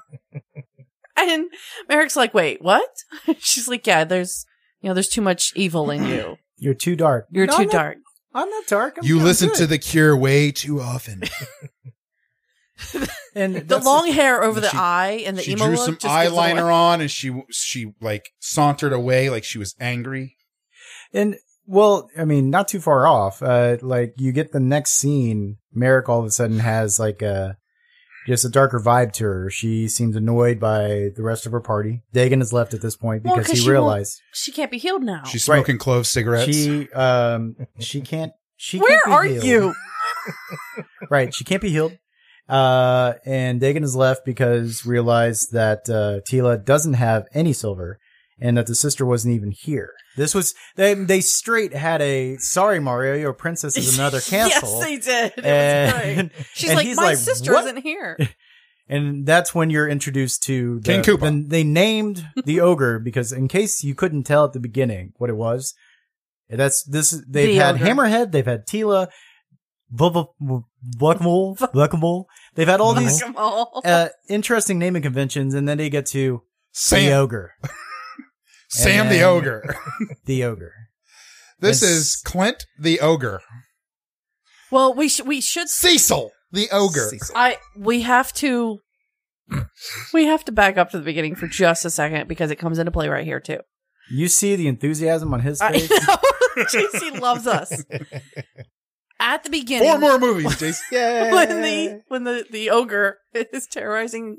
[SPEAKER 3] and Merrick's like, wait, what? She's like, yeah, there's, you know, there's too much evil in you.
[SPEAKER 4] You're too dark.
[SPEAKER 3] You're
[SPEAKER 4] No,
[SPEAKER 3] too
[SPEAKER 4] I'm not-
[SPEAKER 3] dark.
[SPEAKER 4] I'm not dark. I'm,
[SPEAKER 2] You
[SPEAKER 4] I'm
[SPEAKER 2] listen
[SPEAKER 4] good.
[SPEAKER 2] to the Cure way too often.
[SPEAKER 4] and
[SPEAKER 3] The
[SPEAKER 4] that's-
[SPEAKER 3] long hair over the
[SPEAKER 2] She-
[SPEAKER 3] eye and the
[SPEAKER 2] she
[SPEAKER 3] emo
[SPEAKER 2] drew
[SPEAKER 3] look
[SPEAKER 2] some
[SPEAKER 3] just gives it away.
[SPEAKER 2] eyeliner on, and she she like sauntered away like she was angry.
[SPEAKER 4] And well, I mean, not too far off. Uh, like you get the next scene, Merrick all of a sudden has like a just a darker vibe to her. She seems annoyed by the rest of her party. Dagon is left at this point
[SPEAKER 3] Well,
[SPEAKER 4] because
[SPEAKER 3] 'cause
[SPEAKER 4] he
[SPEAKER 3] she won't-
[SPEAKER 4] realized
[SPEAKER 3] She can't be healed now.
[SPEAKER 2] She's smoking clove cigarettes.
[SPEAKER 4] she um she can't she
[SPEAKER 3] Where
[SPEAKER 4] can't be
[SPEAKER 3] are
[SPEAKER 4] healed.
[SPEAKER 3] you?
[SPEAKER 4] right she can't be healed. Uh, and Dagon is left because realized that uh, Tila doesn't have any silver, and that the sister wasn't even here. This was they they straight had a sorry Mario, your princess is another
[SPEAKER 3] yes,
[SPEAKER 4] castle.
[SPEAKER 3] they did. It was great.
[SPEAKER 4] and,
[SPEAKER 3] She's
[SPEAKER 4] and
[SPEAKER 3] like,
[SPEAKER 4] he's
[SPEAKER 3] my
[SPEAKER 4] like,
[SPEAKER 3] sister
[SPEAKER 4] "What?"
[SPEAKER 3] isn't here.
[SPEAKER 4] and that's when you're introduced to the,
[SPEAKER 2] King Koopa.
[SPEAKER 4] Then they named the ogre because in case you couldn't tell at the beginning what it was, that's this they've
[SPEAKER 3] The
[SPEAKER 4] had
[SPEAKER 3] ogre.
[SPEAKER 4] Hammerhead, they've had Tila, Blackmole, Blackmole. They've had all these
[SPEAKER 3] Fuck 'em all.
[SPEAKER 4] uh, interesting naming conventions, and then they get to the
[SPEAKER 2] Sam,
[SPEAKER 4] ogre,
[SPEAKER 2] Sam the
[SPEAKER 4] and-
[SPEAKER 2] ogre.
[SPEAKER 4] the ogre.
[SPEAKER 2] This
[SPEAKER 4] and-
[SPEAKER 2] is Clint the ogre.
[SPEAKER 3] well, we should we should
[SPEAKER 2] Cecil the ogre.
[SPEAKER 3] I we have to we have to back up to the beginning for just a second because it comes into play right here too.
[SPEAKER 4] You see the enthusiasm on his
[SPEAKER 3] I
[SPEAKER 4] face.
[SPEAKER 3] know. JC loves us. At the beginning
[SPEAKER 2] Four more movies, Jason.
[SPEAKER 3] when the when the, the ogre is terrorizing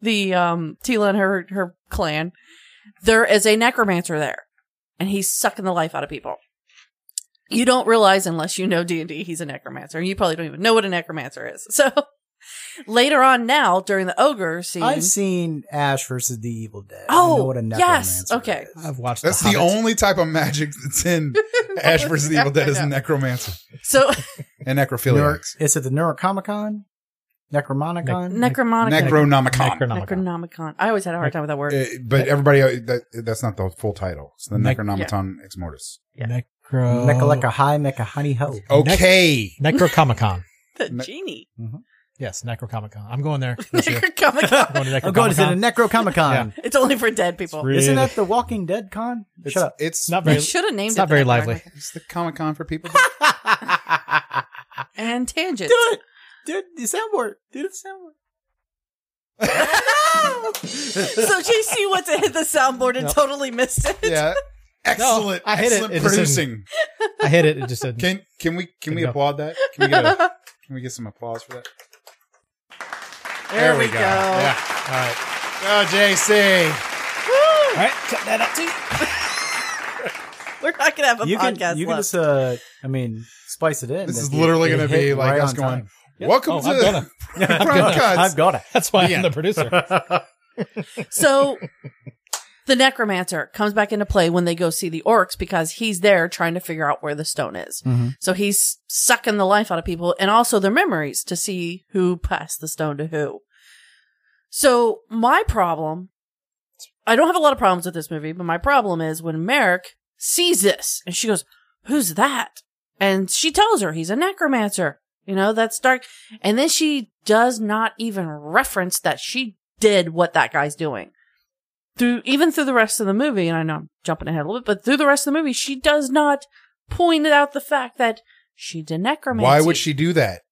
[SPEAKER 3] the um Tila and her her clan, there is a necromancer there, and he's sucking the life out of people. You don't realize unless you know D and D, he's a necromancer, and you probably don't even know what a necromancer is. So later on, now during the ogre scene,
[SPEAKER 4] I've seen Ash versus the Evil Dead. I
[SPEAKER 3] Oh,
[SPEAKER 4] know what a
[SPEAKER 3] yes.
[SPEAKER 4] necromancer
[SPEAKER 3] Okay.
[SPEAKER 4] is.
[SPEAKER 5] I've watched
[SPEAKER 2] That's
[SPEAKER 5] the,
[SPEAKER 2] the
[SPEAKER 5] Hobbit.
[SPEAKER 2] only type of magic that's in Ash vs. the Evil Dead is necromancer
[SPEAKER 3] so
[SPEAKER 2] and
[SPEAKER 4] Neuro-
[SPEAKER 2] necrophiliacs.
[SPEAKER 4] is it the Neurocomicon? Necromonicon?
[SPEAKER 3] necromonicon,
[SPEAKER 2] Necronomicon.
[SPEAKER 5] Necronomicon.
[SPEAKER 3] necronomicon. I always had a hard time with that word.
[SPEAKER 2] Uh, but everybody, uh, that, that's not the full title. It's the
[SPEAKER 5] Nec-
[SPEAKER 2] Necronomicon Ex Mortis.
[SPEAKER 5] Necro.
[SPEAKER 4] Necroleca high, mecha honey ho.
[SPEAKER 2] Oh, Okay.
[SPEAKER 5] Necrocomicon.
[SPEAKER 3] the
[SPEAKER 2] ne-
[SPEAKER 3] genie.
[SPEAKER 5] Yes, Necromicon. I'm going there. This year. I'm
[SPEAKER 3] Necrocomicon.
[SPEAKER 5] going to
[SPEAKER 2] oh
[SPEAKER 4] I'm going to the
[SPEAKER 5] Necrocomicon.
[SPEAKER 4] Necrocomicon.
[SPEAKER 3] it's only for dead people.
[SPEAKER 5] It's
[SPEAKER 4] Isn't
[SPEAKER 5] Really?
[SPEAKER 4] that the Walking Dead con?
[SPEAKER 2] It's,
[SPEAKER 4] Shut up.
[SPEAKER 2] It's
[SPEAKER 5] Not
[SPEAKER 3] They
[SPEAKER 5] very.
[SPEAKER 3] should have named
[SPEAKER 5] it's
[SPEAKER 3] it
[SPEAKER 5] not
[SPEAKER 3] the
[SPEAKER 5] very
[SPEAKER 3] Necronomicon.
[SPEAKER 5] lively.
[SPEAKER 2] It's the Comic Con for people.
[SPEAKER 3] And tangent.
[SPEAKER 4] Do it. Do the soundboard. Do the soundboard.
[SPEAKER 3] so JC went to hit the soundboard and
[SPEAKER 5] Yep.
[SPEAKER 3] totally missed it.
[SPEAKER 2] yeah. Excellent.
[SPEAKER 5] I hit it.
[SPEAKER 2] Excellent
[SPEAKER 5] It just
[SPEAKER 2] producing.
[SPEAKER 5] I hit it. It just said.
[SPEAKER 2] Can can we can we
[SPEAKER 5] Good
[SPEAKER 2] applaud that? Can we get a, can we get some applause for that?
[SPEAKER 3] There, we go.
[SPEAKER 2] Yeah. All right. Oh, JC.
[SPEAKER 5] All right, cut that out too.
[SPEAKER 3] We're not gonna have a
[SPEAKER 4] You
[SPEAKER 3] podcast
[SPEAKER 4] can, you can
[SPEAKER 3] left.
[SPEAKER 4] just, uh, I mean, spice it in.
[SPEAKER 2] This
[SPEAKER 4] if
[SPEAKER 2] is
[SPEAKER 4] you-
[SPEAKER 2] literally
[SPEAKER 4] you
[SPEAKER 2] going to
[SPEAKER 4] hit
[SPEAKER 2] be like
[SPEAKER 4] right
[SPEAKER 2] us
[SPEAKER 4] on
[SPEAKER 2] going.
[SPEAKER 4] time.
[SPEAKER 5] Yeah.
[SPEAKER 2] Welcome
[SPEAKER 5] Oh,
[SPEAKER 2] to
[SPEAKER 5] I'm gonna.
[SPEAKER 2] Prime
[SPEAKER 5] gonna-
[SPEAKER 2] Cuts.
[SPEAKER 4] I've got it.
[SPEAKER 5] That's why
[SPEAKER 2] Yeah.
[SPEAKER 5] I'm the producer.
[SPEAKER 3] so the necromancer comes back into play when they go see the orcs because he's there trying to figure out where the stone is.
[SPEAKER 2] mm-hmm.
[SPEAKER 3] So he's sucking the life out of people and also their memories to see who passed the stone to who. So my problem, I don't have a lot of problems with this movie, but my problem is when Merrick sees this and she goes, who's that? And she tells her he's a necromancer. You know, that's dark. And then she does not even reference that she did what that guy's doing. Through, even through the rest of the movie, and I know I'm jumping ahead a little bit, but through the rest of the movie, she does not point out the fact that she did necromancy.
[SPEAKER 2] Why would she do that?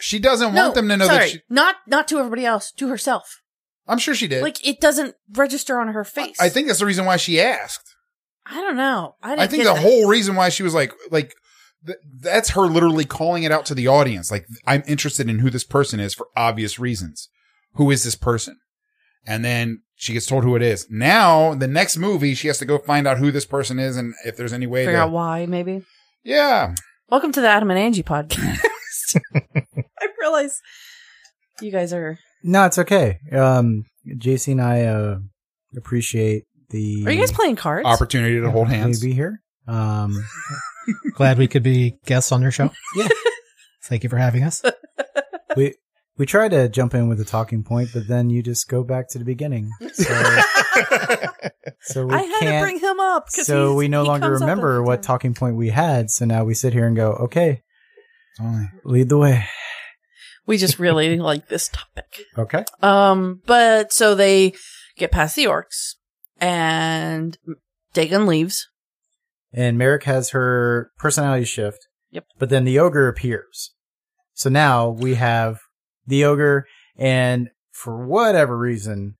[SPEAKER 2] She doesn't
[SPEAKER 3] No,
[SPEAKER 2] want them to know
[SPEAKER 3] sorry,
[SPEAKER 2] that. She,
[SPEAKER 3] not not to everybody else, to herself.
[SPEAKER 2] I'm sure she did.
[SPEAKER 3] Like it doesn't register on her face.
[SPEAKER 2] I think that's the reason why she asked.
[SPEAKER 3] I don't know. I, didn't
[SPEAKER 2] I think
[SPEAKER 3] get
[SPEAKER 2] the
[SPEAKER 3] that.
[SPEAKER 2] whole reason why she was like, like, th- that's her literally calling it out to the audience. Like, I'm interested in who this person is for obvious reasons. Who is this person? And then she gets told who it is. Now, the next movie, she has to go find out who this person is and if there's any way
[SPEAKER 3] figure
[SPEAKER 2] to.
[SPEAKER 3] out why. Maybe.
[SPEAKER 2] yeah.
[SPEAKER 3] Welcome to the Adam and Angie podcast. I realize you guys are.
[SPEAKER 4] No, it's okay. Um, JC and I uh, appreciate the
[SPEAKER 3] Are you guys
[SPEAKER 4] Mm.
[SPEAKER 3] playing cards?
[SPEAKER 2] Opportunity to hold hands.
[SPEAKER 4] Be here. Um,
[SPEAKER 5] Glad we could be guests on your show. Yeah. Thank you for having us.
[SPEAKER 4] we we try to jump in with a talking point, but then you just go back to the beginning. So, so we
[SPEAKER 3] I had to
[SPEAKER 4] can't.
[SPEAKER 3] bring him up because
[SPEAKER 4] so we no longer remember what talking point we had. So now we sit here and go, okay, lead the way.
[SPEAKER 3] We just really like this topic.
[SPEAKER 4] Okay.
[SPEAKER 3] Um, but so they get past the orcs, and Dagon leaves.
[SPEAKER 4] And Merrick has her personality shift.
[SPEAKER 3] Yep.
[SPEAKER 4] But then the ogre appears. So now we have the ogre, and for whatever reason,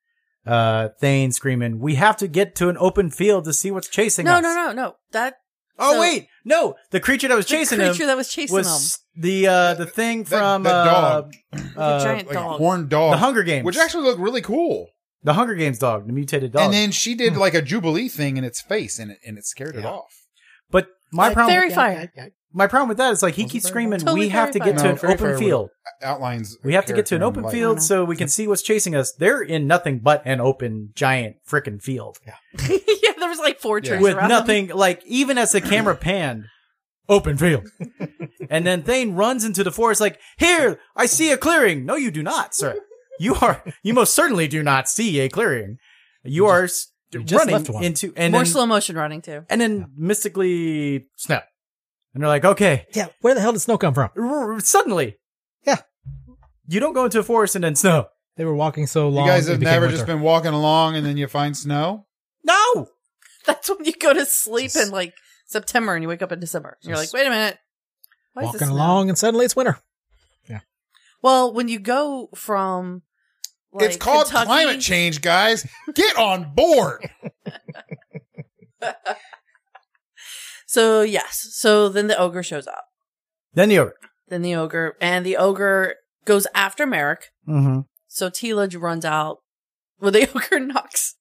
[SPEAKER 4] uh, Thane screaming, "We have to get to an open field to see what's chasing
[SPEAKER 3] No,
[SPEAKER 4] us."
[SPEAKER 3] no, no, no. That
[SPEAKER 4] Oh
[SPEAKER 3] So-
[SPEAKER 4] wait, no, the creature that was chasing
[SPEAKER 3] the
[SPEAKER 4] him
[SPEAKER 3] creature that was chasing him.
[SPEAKER 4] was the uh, the thing
[SPEAKER 2] That-
[SPEAKER 4] from
[SPEAKER 2] that
[SPEAKER 4] uh,
[SPEAKER 2] dog.
[SPEAKER 4] uh,
[SPEAKER 3] a giant
[SPEAKER 2] Like a
[SPEAKER 3] dog.
[SPEAKER 2] horned dog.
[SPEAKER 4] the Hunger Games,
[SPEAKER 2] Which actually looked really cool.
[SPEAKER 4] the Hunger Games dog, the mutated dog.
[SPEAKER 2] And then she did like a Jubilee thing in its face and it, and it scared it
[SPEAKER 5] Yeah.
[SPEAKER 2] off.
[SPEAKER 4] but My
[SPEAKER 1] Like,
[SPEAKER 4] problem,
[SPEAKER 3] Fairy fire.
[SPEAKER 4] my problem with that is like he
[SPEAKER 1] Wasn't
[SPEAKER 4] keeps
[SPEAKER 1] very
[SPEAKER 4] screaming,
[SPEAKER 3] far. Totally
[SPEAKER 4] "We have to
[SPEAKER 3] very
[SPEAKER 4] get
[SPEAKER 3] far.
[SPEAKER 4] to
[SPEAKER 2] No,
[SPEAKER 4] an
[SPEAKER 2] very far
[SPEAKER 4] open
[SPEAKER 2] would-
[SPEAKER 4] field.
[SPEAKER 2] outlines.
[SPEAKER 4] We have to get to an
[SPEAKER 2] character and
[SPEAKER 4] open
[SPEAKER 2] light.
[SPEAKER 4] field so we can see what's chasing us. They're in nothing but an open, giant, frickin' field
[SPEAKER 3] yeah, there was like four
[SPEAKER 2] Yeah.
[SPEAKER 3] trees
[SPEAKER 4] with
[SPEAKER 3] around
[SPEAKER 4] nothing. Like even as the camera panned, open field, and then Thane runs into the forest. Like here, I see a clearing. No, you do not, sir. You are you most certainly do not see a clearing. You are s-
[SPEAKER 5] you just
[SPEAKER 4] running
[SPEAKER 5] left one.
[SPEAKER 4] into and
[SPEAKER 3] More
[SPEAKER 4] then,
[SPEAKER 3] slow motion running too.
[SPEAKER 4] and then mystically snap, and they're like, okay,
[SPEAKER 5] Yeah, where the hell did snow come from?
[SPEAKER 4] r- suddenly.
[SPEAKER 5] Yeah.
[SPEAKER 4] You don't go into a forest and then snow.
[SPEAKER 5] They were walking so
[SPEAKER 2] You
[SPEAKER 5] long.
[SPEAKER 2] guys
[SPEAKER 5] it
[SPEAKER 2] have
[SPEAKER 5] became
[SPEAKER 2] never
[SPEAKER 5] winter.
[SPEAKER 2] just been walking along and then you find snow.
[SPEAKER 4] No.
[SPEAKER 3] That's when you go to sleep in like September and you wake up in December. And you're like, wait a minute. Why is this
[SPEAKER 5] walking
[SPEAKER 3] now?
[SPEAKER 5] along, and suddenly it's winter.
[SPEAKER 3] Well, when you go from like,
[SPEAKER 2] it's called
[SPEAKER 3] Kentucky-
[SPEAKER 2] climate change, guys. Get on board.
[SPEAKER 3] So yes. So then the ogre shows up.
[SPEAKER 4] Then the ogre.
[SPEAKER 3] Then the ogre and the ogre goes after Merrick.
[SPEAKER 4] Mm-hmm.
[SPEAKER 3] So Tila j- runs out. Well, the ogre knocks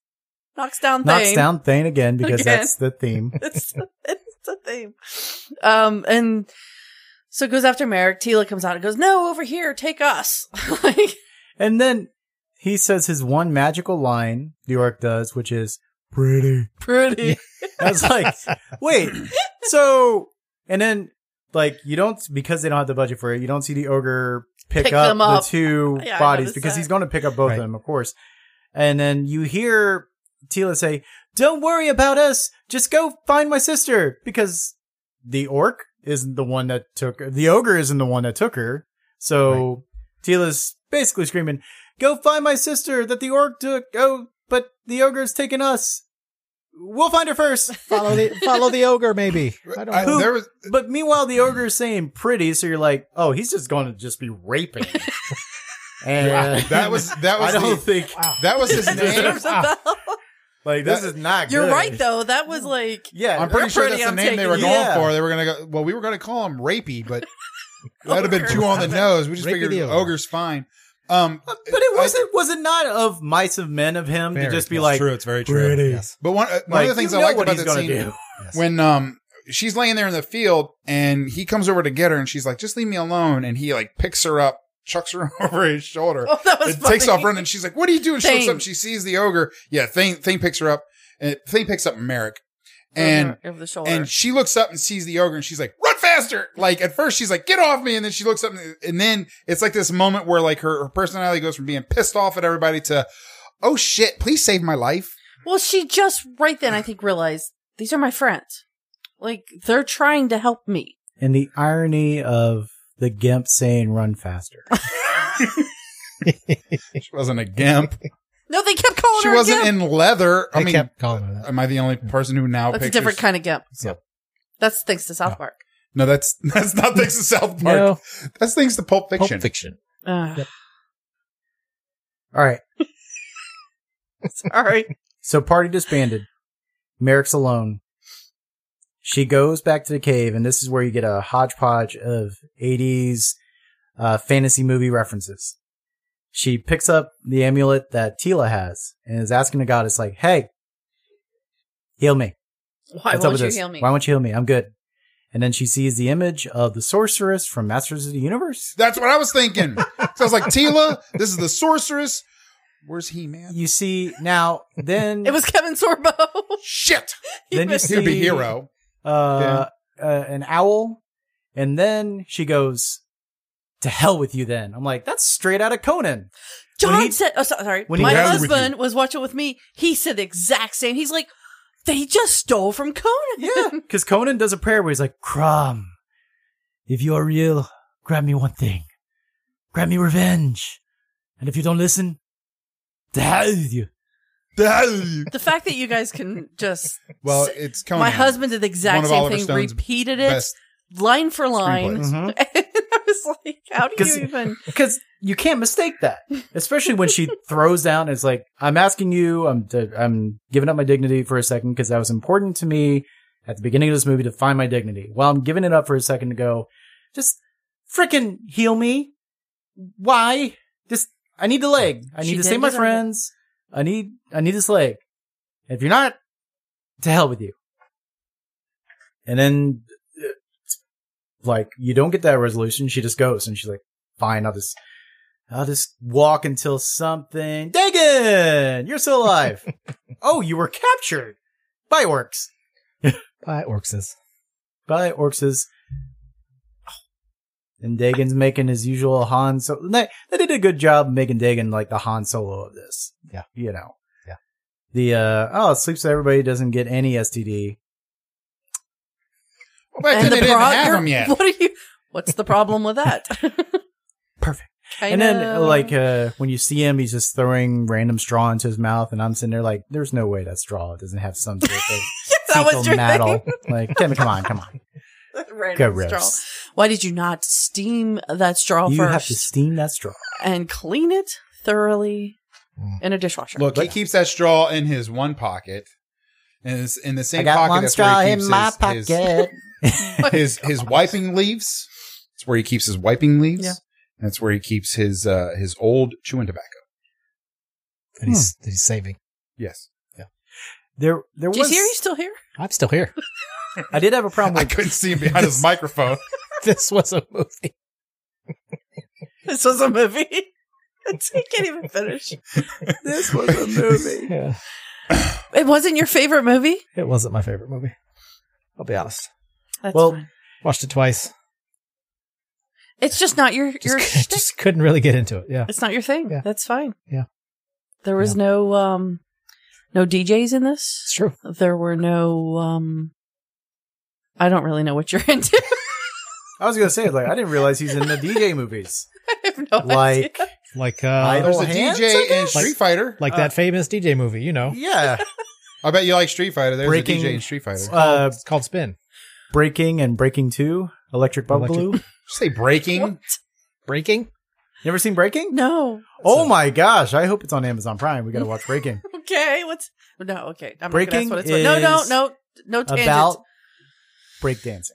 [SPEAKER 3] knocks down
[SPEAKER 4] Knocks
[SPEAKER 3] Thane.
[SPEAKER 4] down Thane again because
[SPEAKER 3] Again.
[SPEAKER 4] that's the theme.
[SPEAKER 3] it's, it's the theme. Um, and so it goes after Merrick. Tila comes out and goes, "No, over here, take us." like,
[SPEAKER 4] And then he says his one magical line, the orc does, which is pretty.
[SPEAKER 3] pretty.
[SPEAKER 4] I was like, wait. So, and then like you don't because they don't have the budget for it. You don't see the ogre pick,
[SPEAKER 3] Pick
[SPEAKER 4] up,
[SPEAKER 3] them up.
[SPEAKER 4] the two
[SPEAKER 3] Yeah, I
[SPEAKER 4] bodies
[SPEAKER 3] noticed
[SPEAKER 4] because
[SPEAKER 3] that.
[SPEAKER 4] he's going to pick up both
[SPEAKER 5] Right.
[SPEAKER 4] of them, of course. And then you hear Tila say, "Don't worry about us. Just go find my sister." Because the orc isn't the one that took her. The ogre isn't the one that took her. So Tila's basically screaming, "Go find my sister that the orc took. Oh, but the ogre's taking us. We'll find her first."
[SPEAKER 5] Follow the follow the ogre, maybe. I don't
[SPEAKER 2] I-
[SPEAKER 5] know.
[SPEAKER 2] there was
[SPEAKER 4] But meanwhile, the ogre is saying pretty, so you're like, oh, he's just going to just be raping. and
[SPEAKER 2] that was that
[SPEAKER 4] I
[SPEAKER 2] was
[SPEAKER 4] don't
[SPEAKER 2] the,
[SPEAKER 4] think
[SPEAKER 2] that was his name.
[SPEAKER 3] Deserves a bell.
[SPEAKER 4] like this is not.
[SPEAKER 3] You're
[SPEAKER 4] good.
[SPEAKER 3] right though. That was like
[SPEAKER 4] Yeah,
[SPEAKER 2] I'm pretty
[SPEAKER 3] You're
[SPEAKER 2] sure
[SPEAKER 3] pretty,
[SPEAKER 2] that's the
[SPEAKER 3] I'm
[SPEAKER 2] name they
[SPEAKER 3] taking
[SPEAKER 2] were
[SPEAKER 4] you.
[SPEAKER 2] going
[SPEAKER 4] Yeah.
[SPEAKER 2] for. They were gonna go. Well, we were gonna call him rapey, but that'd have been too on the nose. We just
[SPEAKER 5] Rapey
[SPEAKER 2] figured
[SPEAKER 5] the ogre.
[SPEAKER 2] ogre's fine. Um,
[SPEAKER 4] but it wasn't. Was it not of mice of men of him to
[SPEAKER 5] Very,
[SPEAKER 4] just be
[SPEAKER 5] that's
[SPEAKER 4] like,
[SPEAKER 2] true. It's very true.
[SPEAKER 5] Pretty.
[SPEAKER 2] Yes. But one uh, one
[SPEAKER 4] like,
[SPEAKER 2] of the things
[SPEAKER 4] you
[SPEAKER 2] I
[SPEAKER 4] know
[SPEAKER 2] liked
[SPEAKER 4] what
[SPEAKER 2] about
[SPEAKER 4] he's
[SPEAKER 2] that
[SPEAKER 4] gonna
[SPEAKER 2] scene
[SPEAKER 4] do.
[SPEAKER 2] when um she's laying there in the field and he comes over to get her and she's like, "Just leave me alone," and he like picks her up, chucks her over his shoulder,
[SPEAKER 3] Oh, that was
[SPEAKER 2] and takes
[SPEAKER 3] funny.
[SPEAKER 2] off running. She's like, "What are you doing?" She looks
[SPEAKER 3] Thing.
[SPEAKER 2] up. and She sees the ogre. Yeah, thing thing picks her up. And thing picks up Merrick. And
[SPEAKER 3] over, over the shoulder.
[SPEAKER 2] and she looks up and sees the ogre and she's like, run faster. Like at first she's like, get off me. And then she looks up and, and then it's like this moment where like her, her personality goes from being pissed off at everybody to, oh shit, please save my life.
[SPEAKER 3] well, she just right then I think realized these are my friends. Like they're trying to help me.
[SPEAKER 4] And the irony of the gimp saying, "Run faster."
[SPEAKER 2] She wasn't a gimp.
[SPEAKER 3] No, they kept calling
[SPEAKER 2] she
[SPEAKER 3] her. a
[SPEAKER 2] wasn't
[SPEAKER 3] gimp.
[SPEAKER 2] in leather. I
[SPEAKER 5] They
[SPEAKER 2] mean,
[SPEAKER 5] kept calling her that.
[SPEAKER 2] am I the only person who now
[SPEAKER 3] That's
[SPEAKER 2] pictures-
[SPEAKER 3] a different kind of gimp.
[SPEAKER 5] Yep.
[SPEAKER 3] That's thanks to South Park.
[SPEAKER 2] No, that's, that's not things to South Park.
[SPEAKER 5] No,
[SPEAKER 2] That's things to Pulp Fiction.
[SPEAKER 5] Pulp Fiction.
[SPEAKER 3] Ugh,
[SPEAKER 4] All right.
[SPEAKER 3] Sorry.
[SPEAKER 4] So party disbanded. Merrick's alone. She goes back to the cave, and this is where you get a hodgepodge of 80s uh, fantasy movie references. She picks up the amulet that Tila has and is asking the goddess, like, hey, heal me.
[SPEAKER 3] Why
[SPEAKER 4] What's up
[SPEAKER 3] won't
[SPEAKER 4] with
[SPEAKER 3] you
[SPEAKER 4] this?
[SPEAKER 3] heal me?
[SPEAKER 4] Why won't you heal me? I'm good. And then she sees the image of the sorceress from Masters of the Universe.
[SPEAKER 2] That's what I was thinking. so I was like, Tila, this is the sorceress. Where's he, man?
[SPEAKER 4] You see now, then
[SPEAKER 3] it was Kevin Sorbo.
[SPEAKER 2] Shit.
[SPEAKER 3] He
[SPEAKER 4] Then you
[SPEAKER 3] was-
[SPEAKER 2] He'd be
[SPEAKER 4] See-
[SPEAKER 2] hero.
[SPEAKER 4] uh, uh, an owl, and then she goes, "To hell with you!" Then I'm like, "That's straight out of Conan."
[SPEAKER 3] John
[SPEAKER 4] when he-
[SPEAKER 3] said, "Oh, so- sorry."
[SPEAKER 4] when he
[SPEAKER 3] My
[SPEAKER 4] was-
[SPEAKER 3] husband was watching with me. He said the exact same. He's like, "They just stole from Conan."
[SPEAKER 4] Yeah, because Conan does a prayer where he's like, "Crom, if you are real, grab me one thing, grab me revenge, and if you don't listen, to hell with you."
[SPEAKER 3] The fact that you guys can just
[SPEAKER 2] Well,
[SPEAKER 3] s-
[SPEAKER 2] it's Conan.
[SPEAKER 3] my husband did the
[SPEAKER 2] One
[SPEAKER 3] exact
[SPEAKER 2] of
[SPEAKER 3] same
[SPEAKER 2] Oliver
[SPEAKER 3] thing,
[SPEAKER 2] Stone's
[SPEAKER 3] repeated it
[SPEAKER 2] Best
[SPEAKER 3] line for line.
[SPEAKER 2] Screenplays.
[SPEAKER 4] Mhm.
[SPEAKER 3] And I was like, how do
[SPEAKER 4] 'Cause-
[SPEAKER 3] you even?
[SPEAKER 4] Because you can't mistake that, especially when she throws down. It's like I'm asking you. I'm I'm giving up my dignity for a second because that was important to me at the beginning of this movie to find my dignity. While I'm giving it up for a second to go, just frickin' heal me. Why? Just I need the leg. I need
[SPEAKER 3] She
[SPEAKER 4] to
[SPEAKER 3] did
[SPEAKER 4] save my
[SPEAKER 3] deserve it.
[SPEAKER 4] friends. I need I need this leg. If you're not, to hell with you. And then, uh, like, you don't get that resolution. She just goes and she's like, fine, I'll just, I'll just walk until something. Dagon, you're still alive. oh, you were captured by orcs.
[SPEAKER 5] By Orxes.
[SPEAKER 4] By orcs. And Dagon's making his usual Han Solo. They, they did a good job making Dagon like the Han Solo of this.
[SPEAKER 5] Yeah.
[SPEAKER 4] You know.
[SPEAKER 5] Yeah.
[SPEAKER 4] The, uh, oh, it sleeps so everybody doesn't get any STD.
[SPEAKER 2] Back then they didn't
[SPEAKER 3] pro-
[SPEAKER 2] have
[SPEAKER 3] you're-
[SPEAKER 2] them yet.
[SPEAKER 3] What are you? What's the problem with that?
[SPEAKER 4] Perfect.
[SPEAKER 3] Kinda-
[SPEAKER 4] And then, like, uh, when you see him, he's just throwing random straw into his mouth, and I'm sitting there like, "There's no way that straw doesn't have some sort of
[SPEAKER 3] that was
[SPEAKER 4] fecal
[SPEAKER 3] your
[SPEAKER 4] matter."
[SPEAKER 3] thing.
[SPEAKER 4] Like, come come on, come on, go
[SPEAKER 3] Random straw.
[SPEAKER 4] roast.
[SPEAKER 3] Why did you not steam that straw
[SPEAKER 4] You
[SPEAKER 3] Oh, first
[SPEAKER 4] have to steam that straw.
[SPEAKER 3] and clean it thoroughly
[SPEAKER 5] Mm.
[SPEAKER 3] in a dishwasher?
[SPEAKER 2] Look, he kees that straw in his one pocket, and it's in the same
[SPEAKER 4] I got
[SPEAKER 2] pocket
[SPEAKER 4] one
[SPEAKER 2] that's
[SPEAKER 4] straw
[SPEAKER 2] where he
[SPEAKER 4] in
[SPEAKER 2] keeps
[SPEAKER 4] my
[SPEAKER 2] his,
[SPEAKER 4] pocket.
[SPEAKER 2] His, his his wiping leaves. That's where he keeps his wiping leaves.
[SPEAKER 3] Yeah.
[SPEAKER 2] And that's where he keeps his uh, his old chewing tobacco. Hmm.
[SPEAKER 5] That he's, that he's saving.
[SPEAKER 2] Yes.
[SPEAKER 4] there, there
[SPEAKER 3] Do you
[SPEAKER 4] was.
[SPEAKER 3] see? Are you still here?
[SPEAKER 5] I'm still here.
[SPEAKER 4] I did have a problem
[SPEAKER 2] I
[SPEAKER 4] with.
[SPEAKER 2] couldn't see him behind his microphone.
[SPEAKER 5] this was a movie.
[SPEAKER 3] This was a movie. I can't even finish.
[SPEAKER 4] this was a movie.
[SPEAKER 5] Yeah.
[SPEAKER 3] It wasn't your favorite movie.
[SPEAKER 5] It wasn't my favorite movie. I'll be honest.
[SPEAKER 3] That's
[SPEAKER 4] Well-
[SPEAKER 3] fine.
[SPEAKER 5] Watched it twice.
[SPEAKER 3] it's just not your
[SPEAKER 5] Just,
[SPEAKER 3] your.
[SPEAKER 5] cou-
[SPEAKER 3] shtick.
[SPEAKER 5] just couldn't really get into it. Yeah.
[SPEAKER 3] It's not your thing.
[SPEAKER 5] Yeah.
[SPEAKER 3] That's fine.
[SPEAKER 5] Yeah.
[SPEAKER 3] There was no um, no DJs in this.
[SPEAKER 5] It's true.
[SPEAKER 3] There were no um. I don't really know what you're into.
[SPEAKER 4] I was gonna say like I didn't realize he's in the DJ movies.
[SPEAKER 3] I have no
[SPEAKER 4] Like,
[SPEAKER 3] idea.
[SPEAKER 5] Like
[SPEAKER 4] I
[SPEAKER 5] uh
[SPEAKER 4] don't-
[SPEAKER 2] There's
[SPEAKER 4] Idle
[SPEAKER 2] a
[SPEAKER 4] hands, I
[SPEAKER 2] DJ in
[SPEAKER 4] guess?
[SPEAKER 2] Street Fighter.
[SPEAKER 5] like that famous DJ movie, you know.
[SPEAKER 4] yeah,
[SPEAKER 2] I bet you like Street Fighter. There's
[SPEAKER 4] Breaking-
[SPEAKER 2] a DJ in Street Fighter. Did you
[SPEAKER 4] uh,
[SPEAKER 5] It's called Spin.
[SPEAKER 4] Breaking and Breaking Two, Electric Boogaloo.
[SPEAKER 5] Electric-
[SPEAKER 2] say breaking.
[SPEAKER 3] What?
[SPEAKER 5] Breaking?
[SPEAKER 4] You ever seen Breaking?
[SPEAKER 3] No.
[SPEAKER 4] Oh my gosh! I hope it's on Amazon Prime. We gotta watch Breaking.
[SPEAKER 3] Okay. What's no? Okay. I'm
[SPEAKER 4] Breaking
[SPEAKER 3] not gonna ask what it's no, no,
[SPEAKER 4] is
[SPEAKER 3] no, no tangents.
[SPEAKER 4] about breakdancing.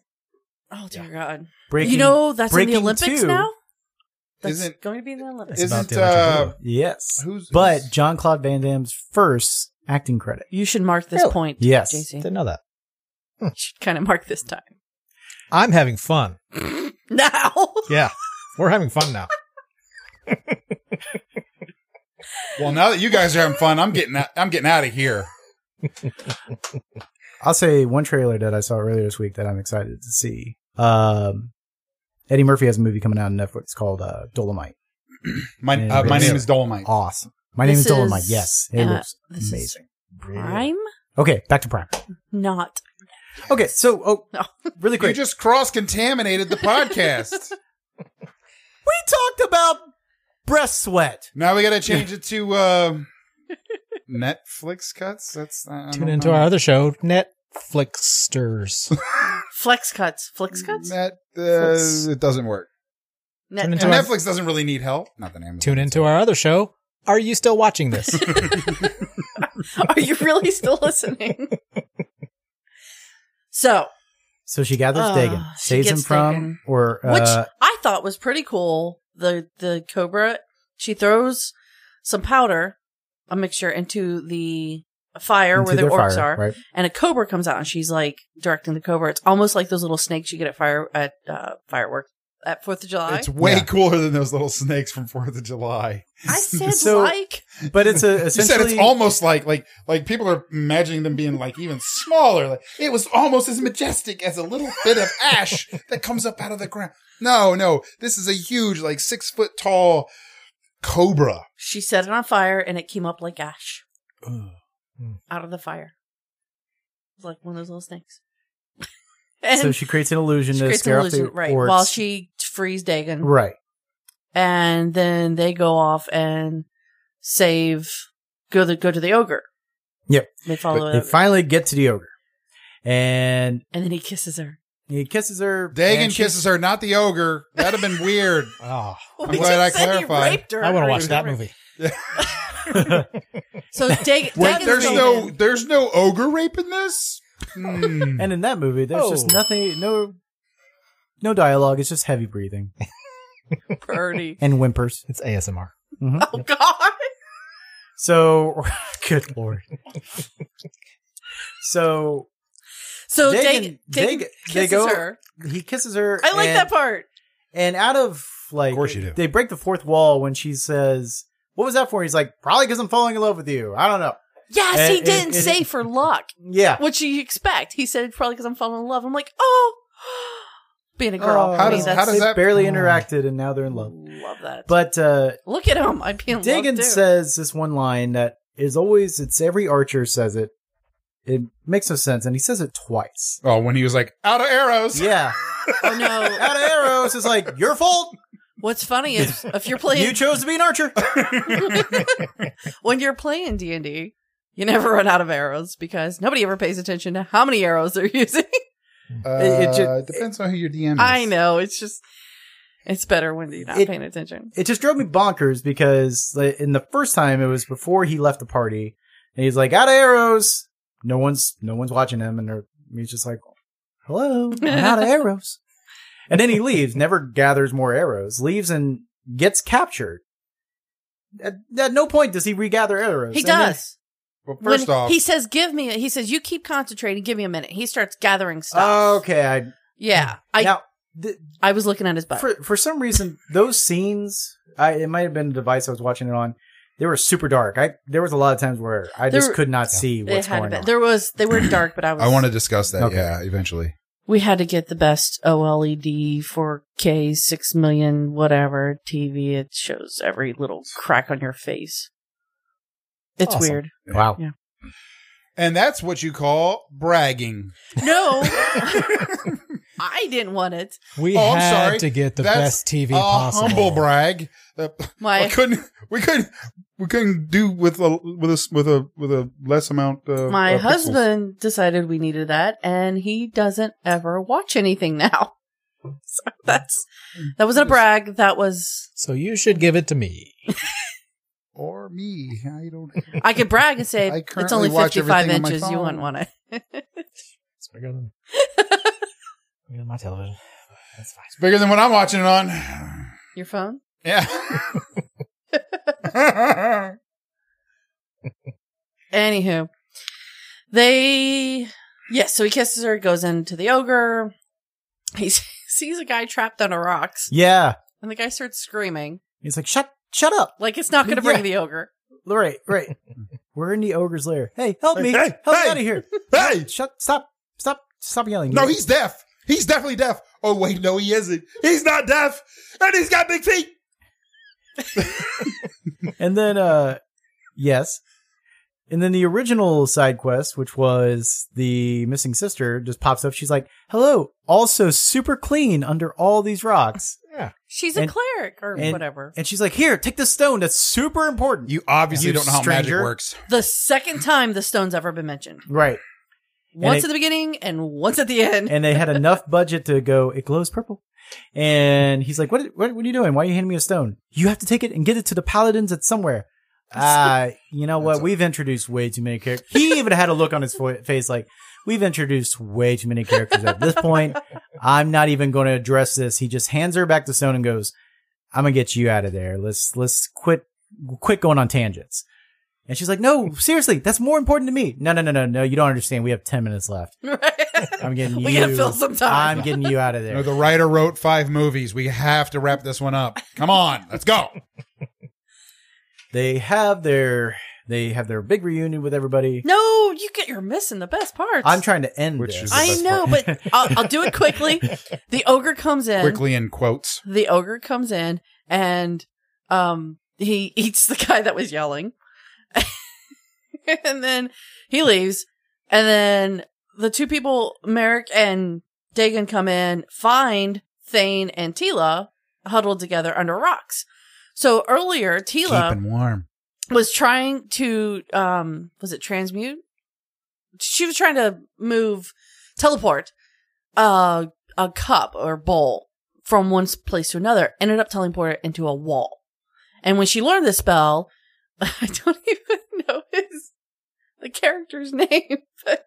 [SPEAKER 3] oh dear God.
[SPEAKER 4] Breaking,
[SPEAKER 3] you know that's in
[SPEAKER 4] Breaking
[SPEAKER 3] the Olympics
[SPEAKER 4] Two.
[SPEAKER 3] now. That's
[SPEAKER 2] Isn't-
[SPEAKER 3] going to be in the Olympics.
[SPEAKER 5] It's about
[SPEAKER 2] Isn't
[SPEAKER 5] the electric
[SPEAKER 2] uh,
[SPEAKER 5] boogaloo.
[SPEAKER 4] yes,
[SPEAKER 2] who's
[SPEAKER 4] but
[SPEAKER 2] who's-
[SPEAKER 4] John Claude Van Damme's first acting credit.
[SPEAKER 3] You should mark this
[SPEAKER 5] Really?
[SPEAKER 3] point.
[SPEAKER 4] Yes.
[SPEAKER 3] JC. You
[SPEAKER 5] Didn't know that.
[SPEAKER 3] should kind of mark this time
[SPEAKER 5] I'm having fun.
[SPEAKER 3] now.
[SPEAKER 5] Yeah. We're having fun now.
[SPEAKER 2] well, now that you guys are having fun, I'm getting out, I'm getting out of here.
[SPEAKER 4] I'll say one trailer that I saw earlier this week that I'm excited to see. Um, Eddie Murphy has a movie coming out on Netflix called uh, Dolomite.
[SPEAKER 2] My
[SPEAKER 4] Yeah,
[SPEAKER 2] uh, my
[SPEAKER 4] really.
[SPEAKER 2] name is Dolomite.
[SPEAKER 4] Awesome. My name
[SPEAKER 3] This
[SPEAKER 4] is Dolomite.
[SPEAKER 3] is-
[SPEAKER 4] Yes, it
[SPEAKER 3] uh,
[SPEAKER 4] looks
[SPEAKER 3] this is-
[SPEAKER 4] amazing.
[SPEAKER 3] Prime,
[SPEAKER 4] Okay, back to Prime.
[SPEAKER 3] not
[SPEAKER 4] Okay, so oh,
[SPEAKER 3] No.
[SPEAKER 4] really
[SPEAKER 2] You
[SPEAKER 4] quick.
[SPEAKER 2] just cross contaminated the podcast.
[SPEAKER 4] we talked about breast sweat.
[SPEAKER 2] now we got to change it to uh, Netflix cuts. That's I don't
[SPEAKER 5] Tune into
[SPEAKER 2] know.
[SPEAKER 5] our other show, Netflixsters.
[SPEAKER 3] flex cuts. Flex cuts.
[SPEAKER 2] Net, uh,
[SPEAKER 5] Netflix.
[SPEAKER 2] it doesn't work.
[SPEAKER 3] Net-
[SPEAKER 5] Tune into
[SPEAKER 2] And
[SPEAKER 5] our-
[SPEAKER 2] Netflix doesn't really need help. Not the name.
[SPEAKER 5] Tune into our other show. Are you still watching this?
[SPEAKER 3] Are you really still listening? so,
[SPEAKER 4] So she gathers
[SPEAKER 3] Uh,
[SPEAKER 4] Dagon,
[SPEAKER 3] she
[SPEAKER 4] saves him
[SPEAKER 3] gets
[SPEAKER 4] from,
[SPEAKER 3] Dagon.
[SPEAKER 4] or
[SPEAKER 3] which
[SPEAKER 4] uh,
[SPEAKER 3] I thought was pretty cool. The the cobra she throws some powder, a mixture, into the fire
[SPEAKER 4] into
[SPEAKER 3] where the
[SPEAKER 4] their
[SPEAKER 3] orcs
[SPEAKER 4] fire,
[SPEAKER 3] are,
[SPEAKER 4] right?
[SPEAKER 3] and a cobra comes out, and she's like directing the cobra. It's almost like those little snakes you get at fire at uh, fireworks at Fourth of July.
[SPEAKER 2] It's way
[SPEAKER 4] Yeah.
[SPEAKER 2] cooler than those little snakes from Fourth of July.
[SPEAKER 3] I said
[SPEAKER 4] So-
[SPEAKER 3] like
[SPEAKER 4] But it's a
[SPEAKER 2] You said
[SPEAKER 4] essentially
[SPEAKER 2] it's almost like like like people are imagining them being like even smaller. Like it was almost as majestic as a little bit of ash that comes up out of the ground. No, no, this is a huge, like six foot tall cobra.
[SPEAKER 3] she set it on fire, and it came up like ash out of the fire. It's like one of those little snakes. and
[SPEAKER 4] so she creates an illusion
[SPEAKER 3] she
[SPEAKER 4] to
[SPEAKER 3] creates an
[SPEAKER 4] scare off the
[SPEAKER 3] illusion, right?
[SPEAKER 4] orcs.
[SPEAKER 3] While she frees Dagon,
[SPEAKER 4] right.
[SPEAKER 3] and then they go off and save go to go to the ogre.
[SPEAKER 4] Yep.
[SPEAKER 3] They
[SPEAKER 4] But
[SPEAKER 3] follow it,
[SPEAKER 4] they
[SPEAKER 3] up.
[SPEAKER 4] finally get to the ogre, and
[SPEAKER 3] and then he kisses her.
[SPEAKER 4] he kisses her.
[SPEAKER 2] Dagon
[SPEAKER 4] and she-
[SPEAKER 2] kisses her, not the ogre. That'd have been weird.
[SPEAKER 5] oh,
[SPEAKER 2] I'm glad I clarified.
[SPEAKER 3] her.
[SPEAKER 5] I want to watch that movie.
[SPEAKER 3] So Dag-
[SPEAKER 2] Wait,
[SPEAKER 3] Dagon's
[SPEAKER 2] there's
[SPEAKER 3] going
[SPEAKER 2] no
[SPEAKER 3] in.
[SPEAKER 2] there's no ogre rape in this. Hmm.
[SPEAKER 4] And in that movie, there's just
[SPEAKER 5] Oh.
[SPEAKER 4] nothing, no, no dialogue. It's just heavy breathing
[SPEAKER 3] Purdy.
[SPEAKER 4] and whimpers.
[SPEAKER 5] It's ASMR.
[SPEAKER 4] Mhm.
[SPEAKER 3] Oh God!
[SPEAKER 4] So, good lord. so
[SPEAKER 3] So
[SPEAKER 4] Dagon-
[SPEAKER 3] Dagon, Dagon
[SPEAKER 4] Dagon-
[SPEAKER 3] kisses
[SPEAKER 4] they go-
[SPEAKER 3] her.
[SPEAKER 4] He kisses her.
[SPEAKER 3] I like
[SPEAKER 4] and-
[SPEAKER 3] that part.
[SPEAKER 4] And out of like,
[SPEAKER 2] Of course you do.
[SPEAKER 4] They break the fourth wall when she says, "What was that for?" He's like, "Probably because I'm falling in love with you." I don't know.
[SPEAKER 3] Yes,
[SPEAKER 4] And-
[SPEAKER 3] he
[SPEAKER 4] and-
[SPEAKER 3] didn't
[SPEAKER 4] and-
[SPEAKER 3] say for luck,
[SPEAKER 4] Yeah.
[SPEAKER 3] which you expect. He said probably because I'm falling in love. I'm like, oh, being a girl.
[SPEAKER 4] Oh,
[SPEAKER 2] How
[SPEAKER 3] I mean,
[SPEAKER 2] does-
[SPEAKER 3] that's, Mm.
[SPEAKER 2] how does
[SPEAKER 4] they
[SPEAKER 2] that-
[SPEAKER 4] barely
[SPEAKER 1] Oh.
[SPEAKER 4] interacted, and now they're in love.
[SPEAKER 3] Love that.
[SPEAKER 4] But uh,
[SPEAKER 3] look at him. I'd be in
[SPEAKER 4] Dagon
[SPEAKER 3] love too.
[SPEAKER 4] says this one line that is always it's every archer says it. It makes no sense, and he says it twice.
[SPEAKER 2] Oh, when he was like, out of arrows.
[SPEAKER 4] Yeah,
[SPEAKER 3] oh no.
[SPEAKER 4] out of arrows is like your fault.
[SPEAKER 3] What's funny is if you're
[SPEAKER 4] You
[SPEAKER 3] playing
[SPEAKER 4] chose to be an archer.
[SPEAKER 2] Uh,
[SPEAKER 3] when you're playing D and D, you never run out of arrows because nobody ever pays attention to how many arrows they're using.
[SPEAKER 2] Uh,
[SPEAKER 4] It- it
[SPEAKER 2] it,
[SPEAKER 4] ju-
[SPEAKER 2] depends on who your DM is.
[SPEAKER 3] I know. It's just it's better when you're not
[SPEAKER 4] It-
[SPEAKER 3] paying attention.
[SPEAKER 4] It just drove me bonkers because like, in the first time it was before he left the party, and he's like out of arrows. No one's no one's watching him, and they're, he's just like, "Hello, I'm out of arrows." And then he leaves, never gathers more arrows, leaves and gets captured. At, at no point does he regather arrows.
[SPEAKER 3] He
[SPEAKER 4] And then-
[SPEAKER 3] does.
[SPEAKER 2] Well, first
[SPEAKER 3] When
[SPEAKER 2] off,
[SPEAKER 3] he says, "Give me," a, he says, "You keep concentrating. Give me a minute." He starts gathering stuff.
[SPEAKER 4] okay, I
[SPEAKER 3] Yeah, I
[SPEAKER 4] now th-
[SPEAKER 3] I was looking at his butt.
[SPEAKER 4] for for some reason those scenes, I it might have been the device I was watching it on. They were super dark. I there was a lot of times where I
[SPEAKER 3] There-
[SPEAKER 4] just could not see
[SPEAKER 3] it
[SPEAKER 4] what's
[SPEAKER 3] had
[SPEAKER 4] going
[SPEAKER 3] been,
[SPEAKER 4] on.
[SPEAKER 3] there was they were dark, but I was.
[SPEAKER 2] I want to discuss that.
[SPEAKER 4] Okay.
[SPEAKER 2] Yeah, eventually.
[SPEAKER 3] We had to get the best E OLED 4K six million whatever TV. It shows every little crack on your face. It's
[SPEAKER 5] Awesome.
[SPEAKER 3] weird.
[SPEAKER 4] wow.
[SPEAKER 3] Yeah.
[SPEAKER 2] And that's what you call bragging.
[SPEAKER 3] No, I didn't want it.
[SPEAKER 5] We
[SPEAKER 2] Oh, I'm
[SPEAKER 5] had
[SPEAKER 2] sorry.
[SPEAKER 5] to get the
[SPEAKER 2] That's
[SPEAKER 5] best TV
[SPEAKER 2] a
[SPEAKER 5] possible.
[SPEAKER 2] humble brag. Uh, I
[SPEAKER 3] My
[SPEAKER 2] couldn't. We couldn't. We couldn't do with a with a with a with a less amount. Uh,
[SPEAKER 3] my
[SPEAKER 2] uh, pixels.
[SPEAKER 3] husband decided we needed that, and he doesn't ever watch anything now. So that's that wasn't a brag. That was
[SPEAKER 5] So you should give it to me.
[SPEAKER 2] or me. I don't.
[SPEAKER 3] I could brag and say
[SPEAKER 2] I
[SPEAKER 3] it's
[SPEAKER 2] currently
[SPEAKER 3] only
[SPEAKER 2] watch
[SPEAKER 3] fifty-five
[SPEAKER 2] everything on my
[SPEAKER 3] inches. You
[SPEAKER 2] phone.
[SPEAKER 3] wouldn't want it.
[SPEAKER 5] It's bigger than, bigger than my television. That's fine.
[SPEAKER 2] It's bigger than what I'm watching it on.
[SPEAKER 3] Your phone?
[SPEAKER 2] Yeah.
[SPEAKER 3] Anywho, they yes. So he kisses her, goes into the ogre. He sees a guy trapped under rocks,
[SPEAKER 4] Yeah.
[SPEAKER 3] and the guy starts screaming
[SPEAKER 4] He's like, shut shut up.
[SPEAKER 3] like it's not going to bring
[SPEAKER 4] Yeah.
[SPEAKER 3] the ogre.
[SPEAKER 4] Right, right. We're in the ogre's lair. Hey, help me.
[SPEAKER 2] Hey,
[SPEAKER 4] help
[SPEAKER 2] hey.
[SPEAKER 4] me out of here.
[SPEAKER 2] hey,
[SPEAKER 4] Shut stop. Stop stop yelling.
[SPEAKER 2] no, he's deaf. He's definitely deaf. Oh wait, no, he isn't. He's not deaf, and he's got big feet.
[SPEAKER 4] And then uh yes. And then the original side quest, which was the missing sister, just pops up. She's like, Hello, also super clean under all these rocks.
[SPEAKER 3] She's a
[SPEAKER 4] And-
[SPEAKER 3] cleric or
[SPEAKER 4] and-
[SPEAKER 3] whatever.
[SPEAKER 4] And she's like, Here, take this stone. That's super important.
[SPEAKER 2] You obviously
[SPEAKER 4] You
[SPEAKER 2] don't know how
[SPEAKER 4] stranger.
[SPEAKER 2] magic works.
[SPEAKER 3] the second time the stone's ever been mentioned,
[SPEAKER 4] right.
[SPEAKER 3] once
[SPEAKER 4] it-
[SPEAKER 3] at the beginning and once at the end.
[SPEAKER 4] and they had enough budget to go. It glows purple, and he's like, "What? What, what are you doing? Why are you handing me a stone? You have to take it and get it to the paladins at somewhere." Ah, you know what?
[SPEAKER 2] That's a-
[SPEAKER 4] We've introduced way too many characters. He even had a look on his fo- face like, "We've introduced way too many characters at this point. I'm not even going to address this." He just hands her back the stone and goes, "I'm gonna get you out of there. Let's let's quit quit going on tangents." And she's like, "No, seriously, that's more important to me." No, no, no, no, no. You don't understand. We have ten minutes left. I'm getting
[SPEAKER 3] we
[SPEAKER 4] you.
[SPEAKER 3] gotta fill some time.
[SPEAKER 4] I'm getting you out of
[SPEAKER 2] You
[SPEAKER 4] there.
[SPEAKER 2] know, the writer wrote five movies. We have to wrap this one up. Come on, let's go.
[SPEAKER 4] they have their they have their big reunion with everybody.
[SPEAKER 3] no, you get you're missing the best parts.
[SPEAKER 4] I'm trying to end
[SPEAKER 2] Which
[SPEAKER 4] this.
[SPEAKER 2] is the
[SPEAKER 3] I
[SPEAKER 2] best
[SPEAKER 3] know,
[SPEAKER 2] part.
[SPEAKER 3] but I'll, I'll do it quickly. The ogre comes in.
[SPEAKER 2] Quickly in quotes.
[SPEAKER 3] the ogre comes in and um he eats the guy that was yelling and then he leaves and then the two people merrick and dagon come in find thane and tila huddled together under rocks so earlier tila
[SPEAKER 2] Keeping warm.
[SPEAKER 3] was trying to um was it transmute she was trying to move teleport uh a cup or bowl from one s- place to another ended up teleporting it into a wall and when she learned this spell i don't even know his the character's name but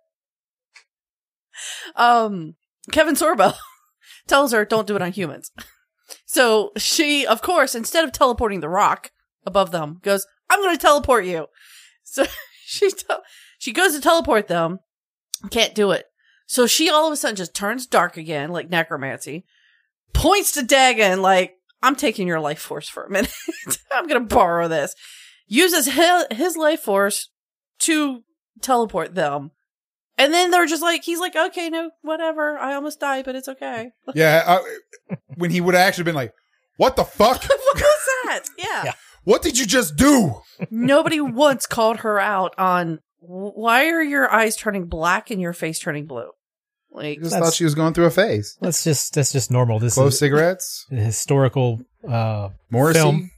[SPEAKER 3] um kevin sorbo tells her don't do it on humans so she of course instead of teleporting the rock above them goes i'm going to teleport you so she tel she goes to teleport them can't do it So she all of a sudden just turns dark again, like necromancy, points to Dagon, like, I'm taking your life force for a minute. I'm going to borrow this. Uses his, his life force to teleport them. And then they're just like, he's like, okay, no, whatever. I almost died, but it's okay.
[SPEAKER 2] Yeah. I, when he would have actually been like, what the fuck?
[SPEAKER 3] what was that? yeah.
[SPEAKER 2] What did you just do?
[SPEAKER 3] Nobody once called her out on why are your eyes turning black and your face turning blue?
[SPEAKER 2] I
[SPEAKER 3] Like,
[SPEAKER 2] just
[SPEAKER 5] That's-
[SPEAKER 2] thought she was going through a phase.
[SPEAKER 5] Let's just that's just normal. This
[SPEAKER 2] Close
[SPEAKER 5] is
[SPEAKER 2] cigarettes,
[SPEAKER 5] a historical uh
[SPEAKER 2] Morrissey.
[SPEAKER 5] film,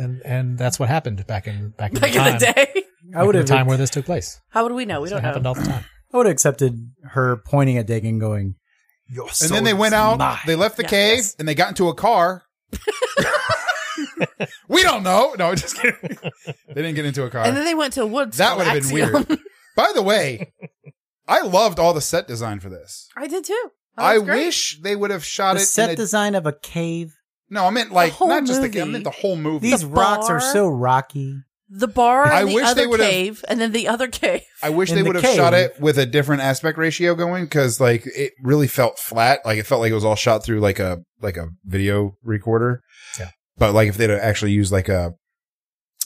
[SPEAKER 5] and and that's what happened back in back in
[SPEAKER 3] back
[SPEAKER 5] the time.
[SPEAKER 3] in the day.
[SPEAKER 5] back
[SPEAKER 4] I would
[SPEAKER 5] in
[SPEAKER 4] have
[SPEAKER 5] the time where this took place.
[SPEAKER 3] How would we know? We
[SPEAKER 5] It
[SPEAKER 3] don't
[SPEAKER 5] happened
[SPEAKER 3] know.
[SPEAKER 5] all the time.
[SPEAKER 4] I would have accepted her pointing at Dagon going, Your
[SPEAKER 2] And
[SPEAKER 4] soul
[SPEAKER 2] then they went
[SPEAKER 4] is
[SPEAKER 2] out,
[SPEAKER 4] mine."
[SPEAKER 2] they left the
[SPEAKER 3] Yeah.
[SPEAKER 2] cave,
[SPEAKER 3] Yes.
[SPEAKER 2] and they got into a car. we don't know. No, just kidding. They didn't get into a car.
[SPEAKER 3] And then they went to Woods.
[SPEAKER 2] that would have been weird. By the way, I loved all the set design for this.
[SPEAKER 3] I did too. That
[SPEAKER 2] I
[SPEAKER 3] was Oh, great.
[SPEAKER 2] wish they would have shot
[SPEAKER 4] the
[SPEAKER 2] it.
[SPEAKER 4] set
[SPEAKER 2] in a-
[SPEAKER 4] design of a cave.
[SPEAKER 2] no, I meant like
[SPEAKER 3] whole
[SPEAKER 2] not just the. I
[SPEAKER 3] movie.
[SPEAKER 2] meant the whole movie.
[SPEAKER 4] These rocks are
[SPEAKER 3] bar-
[SPEAKER 4] so rocky.
[SPEAKER 3] the bar. And
[SPEAKER 2] I
[SPEAKER 3] the
[SPEAKER 2] wish
[SPEAKER 3] other
[SPEAKER 2] they would've-
[SPEAKER 3] cave, and then the other cave.
[SPEAKER 2] I wish
[SPEAKER 4] in
[SPEAKER 2] they
[SPEAKER 4] the
[SPEAKER 2] would have shot
[SPEAKER 4] cave.
[SPEAKER 2] it with a different aspect ratio going because like it really felt flat. Like it felt like it was all shot through like a like a video recorder.
[SPEAKER 5] Yeah.
[SPEAKER 2] But like if they'd have actually used like a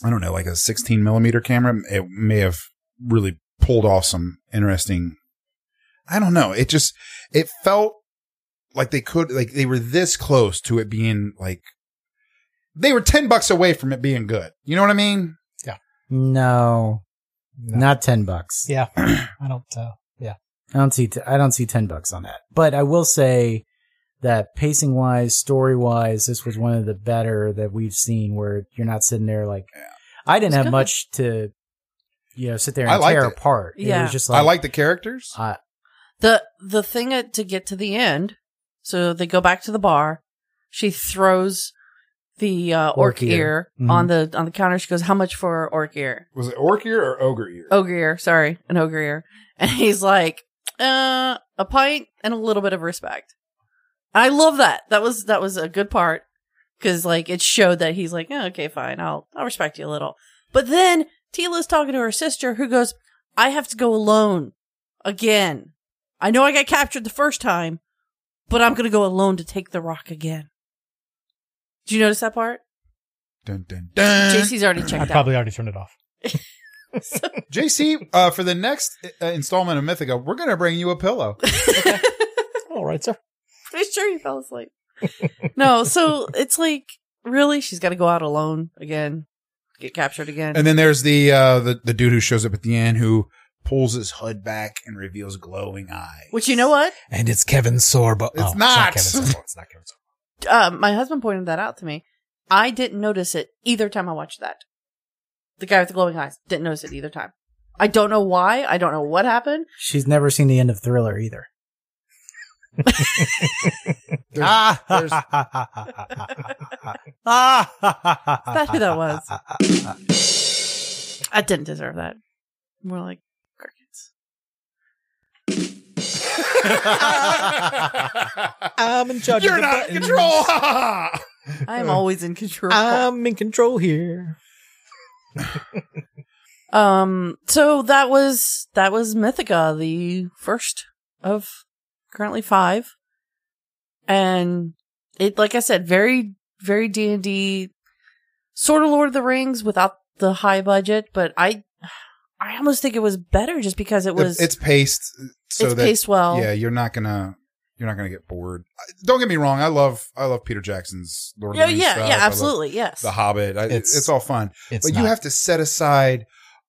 [SPEAKER 2] I don't know like a 16 millimeter camera, it may have really pulled off some interesting. I don't know. It just it felt like they could like they were this close to it being like they were 10 bucks away from it being good. You know what I mean?
[SPEAKER 4] No,
[SPEAKER 5] No.
[SPEAKER 4] not ten bucks.
[SPEAKER 5] yeah. I don't uh
[SPEAKER 4] I don't see. T- I don't see ten bucks on that. But I will say that pacing wise, story wise, this was one of the better that we've seen. Where you're not sitting there like I didn't
[SPEAKER 3] It's
[SPEAKER 4] have
[SPEAKER 3] good.
[SPEAKER 4] much to, you know, sit there
[SPEAKER 2] I
[SPEAKER 4] and
[SPEAKER 2] liked
[SPEAKER 4] tear
[SPEAKER 2] it.
[SPEAKER 4] apart. It
[SPEAKER 3] Yeah.
[SPEAKER 4] was just
[SPEAKER 2] I
[SPEAKER 4] like
[SPEAKER 2] like the characters.
[SPEAKER 4] I-
[SPEAKER 3] the the thing at, to get to the end so they go back to the bar she throws the uh, orc,
[SPEAKER 4] Orc
[SPEAKER 3] ear,
[SPEAKER 4] ear. Mhm.
[SPEAKER 3] on the on the counter she goes how much for orc ear
[SPEAKER 2] Was it orc ear or ogre ear?
[SPEAKER 3] ogre ear sorry an ogre ear and he's like uh a pint and a little bit of respect i love that that was that was a good part because like it showed that he's like "Oh, okay fine i'll i'll respect you a little but then tila's talking to her sister who goes i have to go alone again i know i got captured the first time but i'm gonna go alone to take the rock again do you notice that part
[SPEAKER 2] Dun, dun, dun. JC,
[SPEAKER 3] jc's already
[SPEAKER 5] I
[SPEAKER 3] checked out
[SPEAKER 5] probably already turned it off.
[SPEAKER 2] uh, for the next uh, installment of Mythica, we're going to bring you a pillow.
[SPEAKER 5] All right, sir.
[SPEAKER 3] pretty sure you fell asleep. no, so it's like really, she's got to go out alone again, get captured again.
[SPEAKER 2] And then there's the, uh, the the dude who shows up at the end who pulls his hood back and reveals glowing eyes.
[SPEAKER 3] Which you know what?
[SPEAKER 5] And it's Kevin Sorbo. Oh,
[SPEAKER 2] It's not.
[SPEAKER 5] It's not Kevin Sorbo. It's not Kevin Sorbo.
[SPEAKER 3] Uh, my husband pointed that out to me. I didn't notice it either time I watched that. The guy with the glowing eyes didn't notice it either time. I don't know why. I don't know what happened.
[SPEAKER 4] she's never seen the end of Thriller either.
[SPEAKER 2] There's-
[SPEAKER 5] Ah!
[SPEAKER 2] there's- Ah,
[SPEAKER 4] that
[SPEAKER 3] who that was? I didn't deserve that. More like crickets.
[SPEAKER 5] I'm in charge.
[SPEAKER 2] You're
[SPEAKER 5] of the
[SPEAKER 2] not in
[SPEAKER 5] buttons.
[SPEAKER 2] control. Uh,
[SPEAKER 3] I'm always in control.
[SPEAKER 5] I'm in control here.
[SPEAKER 3] Um, so that was that was Mythica, the first of currently five, and it, like I said, very very D and D, sort of Lord of the Rings without the high budget, but I, I almost think it was better just because it was
[SPEAKER 2] it's paced so
[SPEAKER 3] it's
[SPEAKER 2] that
[SPEAKER 3] paced well.
[SPEAKER 2] yeah, you're not going to you're not going to get bored. Uh, Don't get me wrong, I love I love Peter Jackson's Lord of
[SPEAKER 3] yeah,
[SPEAKER 2] the Rings
[SPEAKER 3] yeah,
[SPEAKER 2] stuff.
[SPEAKER 3] yeah,
[SPEAKER 2] I love
[SPEAKER 3] absolutely, yes.
[SPEAKER 2] The Hobbit. I,
[SPEAKER 5] It's-
[SPEAKER 2] it's all fun.
[SPEAKER 5] It's
[SPEAKER 2] but you have to set aside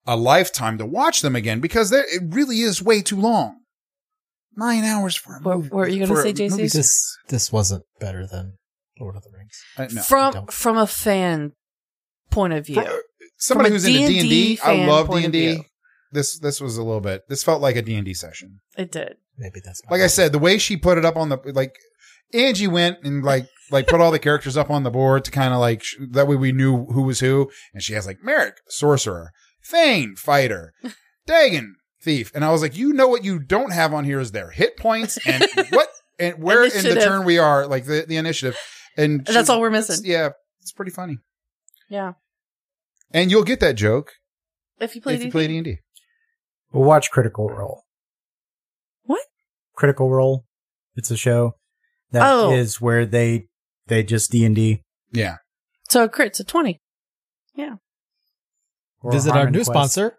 [SPEAKER 2] a lifetime to watch them again because they're- it really is way too long. Nine hours for a
[SPEAKER 3] What-
[SPEAKER 2] movie-
[SPEAKER 3] what were you gonna
[SPEAKER 2] for a
[SPEAKER 3] say, JC?
[SPEAKER 2] movie series.
[SPEAKER 5] this. This wasn't better than Lord of the Rings.
[SPEAKER 2] Uh, no.
[SPEAKER 3] from
[SPEAKER 5] don't.
[SPEAKER 3] from a fan point of view,
[SPEAKER 2] For- somebody
[SPEAKER 3] From a
[SPEAKER 2] who's into D
[SPEAKER 3] D&D
[SPEAKER 2] and D, I
[SPEAKER 3] fan
[SPEAKER 2] love D
[SPEAKER 3] point of
[SPEAKER 2] and D.
[SPEAKER 3] view.
[SPEAKER 2] This this was a little bit. This felt like a D and D session.
[SPEAKER 3] it did.
[SPEAKER 5] Maybe that's
[SPEAKER 2] Like I said, the way she put it up on the like, Angie went and like like put all the characters up on the board to kind of like sh- that way we knew who was who. And she has like Merrick, sorcerer, Thane, fighter, Dagon, thief. And I was like, you know what you don't have on here is their hit points and what and where in
[SPEAKER 3] Initiative.
[SPEAKER 2] the turn we are, like the the initiative. And
[SPEAKER 3] That's
[SPEAKER 2] she-
[SPEAKER 3] all we're
[SPEAKER 2] it's-
[SPEAKER 3] missing.
[SPEAKER 2] Yeah, it's pretty funny.
[SPEAKER 3] Yeah,
[SPEAKER 2] And you'll get that joke
[SPEAKER 3] if you play,
[SPEAKER 2] if you
[SPEAKER 3] D-
[SPEAKER 2] play D and D.
[SPEAKER 4] Well, watch Critical Role.
[SPEAKER 3] What?
[SPEAKER 4] Critical Role. It's a show that is
[SPEAKER 3] Oh.
[SPEAKER 4] where they they just D and D.
[SPEAKER 2] Yeah.
[SPEAKER 3] So a crit's a 20.
[SPEAKER 1] Visit our new sponsor,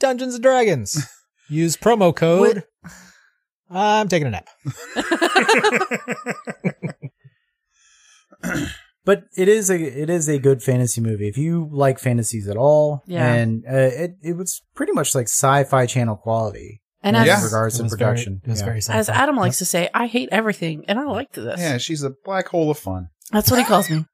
[SPEAKER 1] Dungeons and Dragons. Use promo code. I'm taking a nap.
[SPEAKER 4] but it is a it is a good fantasy movie if you like fantasies at all.
[SPEAKER 3] Yeah.
[SPEAKER 4] and uh, it it was pretty much like sci-fi channel quality
[SPEAKER 3] And
[SPEAKER 4] in
[SPEAKER 3] as,
[SPEAKER 2] Yeah.
[SPEAKER 4] regards to production.
[SPEAKER 5] Very, it was
[SPEAKER 4] Yeah.
[SPEAKER 5] very
[SPEAKER 3] as
[SPEAKER 5] sci-fi.
[SPEAKER 3] Adam likes to say, I hate everything and I liked this.
[SPEAKER 2] Yeah, she's a black hole of fun.
[SPEAKER 3] That's what he calls me.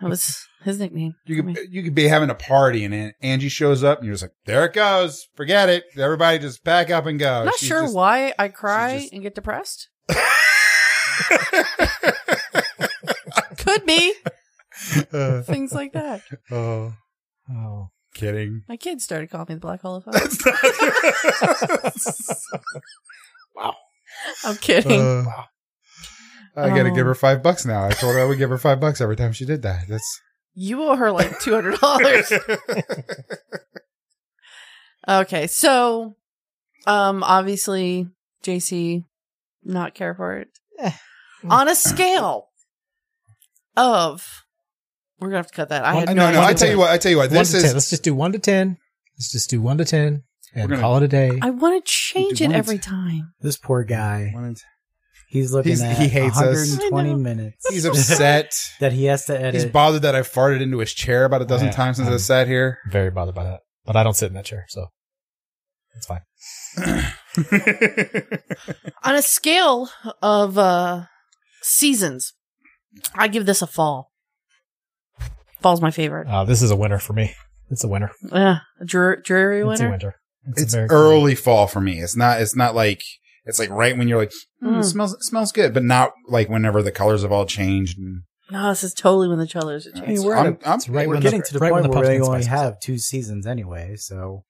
[SPEAKER 3] that was his nickname.
[SPEAKER 2] You could you could be having a party and An- Angie shows up and you're just like, there it goes, forget it. Everybody just back up and go.
[SPEAKER 3] I'm not
[SPEAKER 2] She's
[SPEAKER 3] sure
[SPEAKER 2] just-
[SPEAKER 3] why I cry
[SPEAKER 2] just-
[SPEAKER 3] and get depressed. Could be
[SPEAKER 2] Uh,
[SPEAKER 3] things like that.
[SPEAKER 2] oh,
[SPEAKER 5] Oh.
[SPEAKER 2] kidding.
[SPEAKER 3] My kids started calling me the Black Hole of Fire.
[SPEAKER 2] That's not.
[SPEAKER 3] I'm kidding.
[SPEAKER 2] Uh, I gotta
[SPEAKER 3] Oh.
[SPEAKER 2] give her five bucks now. I told her I would give her five bucks every time she did that. That's
[SPEAKER 3] you owe her like two hundred dollars. okay, so um, obviously JC not care for it.
[SPEAKER 5] Eh.
[SPEAKER 3] On a scale of, we're gonna have to cut that. I
[SPEAKER 5] Well,
[SPEAKER 3] had
[SPEAKER 2] no,
[SPEAKER 3] no,
[SPEAKER 2] no.
[SPEAKER 3] idea.
[SPEAKER 2] I tell you what. I tell you what.
[SPEAKER 5] One
[SPEAKER 2] This
[SPEAKER 5] to ten.
[SPEAKER 2] is
[SPEAKER 5] Let's just do one to ten. Let's just do one to ten and
[SPEAKER 2] We're gonna-
[SPEAKER 5] call it a day.
[SPEAKER 3] I want to change
[SPEAKER 2] Do
[SPEAKER 3] it
[SPEAKER 2] one.
[SPEAKER 3] every time.
[SPEAKER 4] This poor guy,
[SPEAKER 2] One in t-
[SPEAKER 4] he's looking
[SPEAKER 2] He's-
[SPEAKER 4] at
[SPEAKER 2] he hates us.
[SPEAKER 4] 120
[SPEAKER 3] I know.
[SPEAKER 4] minutes.
[SPEAKER 2] He's upset.
[SPEAKER 4] that he has to edit.
[SPEAKER 2] He's bothered that I farted into his chair about a dozen
[SPEAKER 5] Yeah,
[SPEAKER 2] times since I
[SPEAKER 5] um,
[SPEAKER 2] sat here.
[SPEAKER 5] very bothered by that, but I don't sit in that chair, so it's fine.
[SPEAKER 3] On a scale of uh, seasons, I give this a fall. Fall's my favorite.
[SPEAKER 5] Uh, this is a winner for me. It's a winner.
[SPEAKER 3] Yeah, a dre- dreary
[SPEAKER 5] It's a
[SPEAKER 3] winter.
[SPEAKER 5] winter.
[SPEAKER 2] it's
[SPEAKER 5] very-
[SPEAKER 2] early fall for me. It's not. It's not like it's like right when you're like "Mm, it
[SPEAKER 3] Mm.
[SPEAKER 2] smells it smells good, but not like whenever the colors have all changed. And
[SPEAKER 3] No, this is totally when the colors are
[SPEAKER 5] mean,
[SPEAKER 3] changing.
[SPEAKER 5] we're at
[SPEAKER 2] I'm,
[SPEAKER 5] a-
[SPEAKER 2] I'm,
[SPEAKER 5] it's right
[SPEAKER 4] we're
[SPEAKER 5] when
[SPEAKER 4] getting to the
[SPEAKER 5] right when
[SPEAKER 4] point
[SPEAKER 5] the
[SPEAKER 4] where we
[SPEAKER 5] pumpkin
[SPEAKER 4] only
[SPEAKER 5] spice-
[SPEAKER 4] have two seasons anyway, so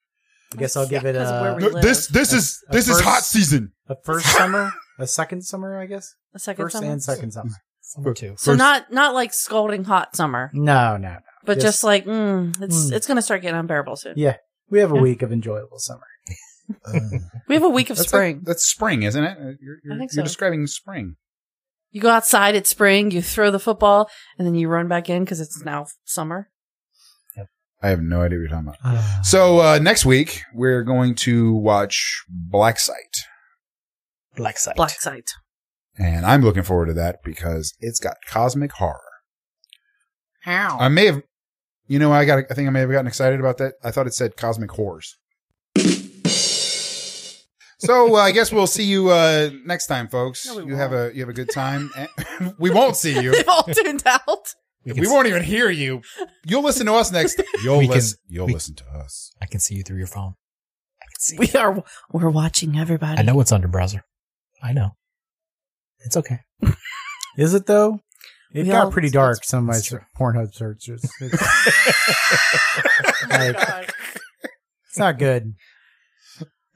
[SPEAKER 4] I guess I'll give it
[SPEAKER 3] Because of where we
[SPEAKER 4] a,
[SPEAKER 2] No, this this is
[SPEAKER 4] A
[SPEAKER 2] this is
[SPEAKER 4] first-
[SPEAKER 2] hot season.
[SPEAKER 4] a first summer, a second summer, I guess.
[SPEAKER 3] A second
[SPEAKER 4] First
[SPEAKER 3] summer.
[SPEAKER 4] and second summer.
[SPEAKER 5] Summer two.
[SPEAKER 3] So
[SPEAKER 2] First-
[SPEAKER 3] not not like scalding hot summer,
[SPEAKER 4] No, no, no.
[SPEAKER 3] but
[SPEAKER 4] Yes.
[SPEAKER 3] just like mm, it's
[SPEAKER 4] Mm.
[SPEAKER 3] it's gonna start getting unbearable soon.
[SPEAKER 4] Yeah. We have a
[SPEAKER 3] Yeah.
[SPEAKER 4] week of enjoyable summer.
[SPEAKER 3] We have a week of
[SPEAKER 2] That's
[SPEAKER 3] spring.
[SPEAKER 2] like- that's spring, isn't it? You're, you're,
[SPEAKER 3] I think
[SPEAKER 2] you're
[SPEAKER 3] so.
[SPEAKER 2] describing spring.
[SPEAKER 3] you go outside, it's spring. You throw the football, and then you run back in because it's now summer.
[SPEAKER 2] I have no idea what you're talking about.
[SPEAKER 5] Ah,
[SPEAKER 2] So uh, next week we're going to watch Black Sight,
[SPEAKER 5] Black site.
[SPEAKER 3] Black site.
[SPEAKER 2] and I'm looking forward to that because it's got cosmic horror.
[SPEAKER 3] How?
[SPEAKER 2] I may have, you know, I got. I think I may have gotten excited about that. I thought it said cosmic horrors. So uh, I guess we'll see you uh, next time, folks.
[SPEAKER 3] No, we
[SPEAKER 2] you have a you have a good time. And- we won't see you.
[SPEAKER 3] They've all tuned out.
[SPEAKER 5] We, can
[SPEAKER 2] We
[SPEAKER 5] s-
[SPEAKER 2] won't even hear you. You'll listen to us next. You'll
[SPEAKER 5] We can-
[SPEAKER 2] listen. you'll
[SPEAKER 5] we-
[SPEAKER 2] listen to us.
[SPEAKER 5] I can see you through your phone. I can see.
[SPEAKER 3] We
[SPEAKER 5] you.
[SPEAKER 3] are we're watching everybody.
[SPEAKER 5] I know it's under browser. I know. It's okay.
[SPEAKER 4] Is it though? It
[SPEAKER 3] We
[SPEAKER 4] got
[SPEAKER 3] all-
[SPEAKER 4] pretty dark. Some of my
[SPEAKER 5] that's true.
[SPEAKER 4] Pornhub searches. It's,
[SPEAKER 3] Oh,
[SPEAKER 4] like,
[SPEAKER 3] God.
[SPEAKER 4] it's not good.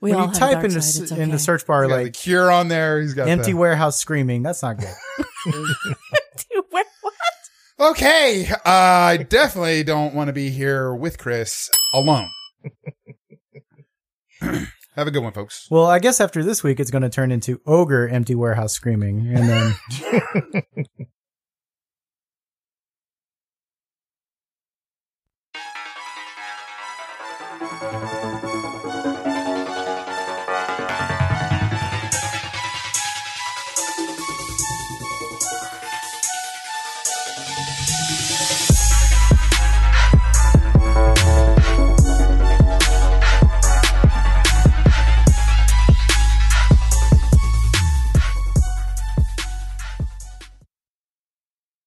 [SPEAKER 3] We
[SPEAKER 4] when
[SPEAKER 3] all
[SPEAKER 4] you
[SPEAKER 3] have a
[SPEAKER 4] type
[SPEAKER 3] dark
[SPEAKER 4] into
[SPEAKER 3] side,
[SPEAKER 4] s-
[SPEAKER 3] it's okay.
[SPEAKER 4] in the search bar
[SPEAKER 2] He's got the
[SPEAKER 4] like
[SPEAKER 2] cure on there. He's got
[SPEAKER 4] empty
[SPEAKER 2] The-
[SPEAKER 4] warehouse screaming, that's not good.
[SPEAKER 3] Dude, where- what?
[SPEAKER 2] okay, uh, I definitely don't want to be here with Chris alone. have a good one, folks.
[SPEAKER 4] Well, I guess after this week, it's going to turn into ogre empty warehouse screaming, and then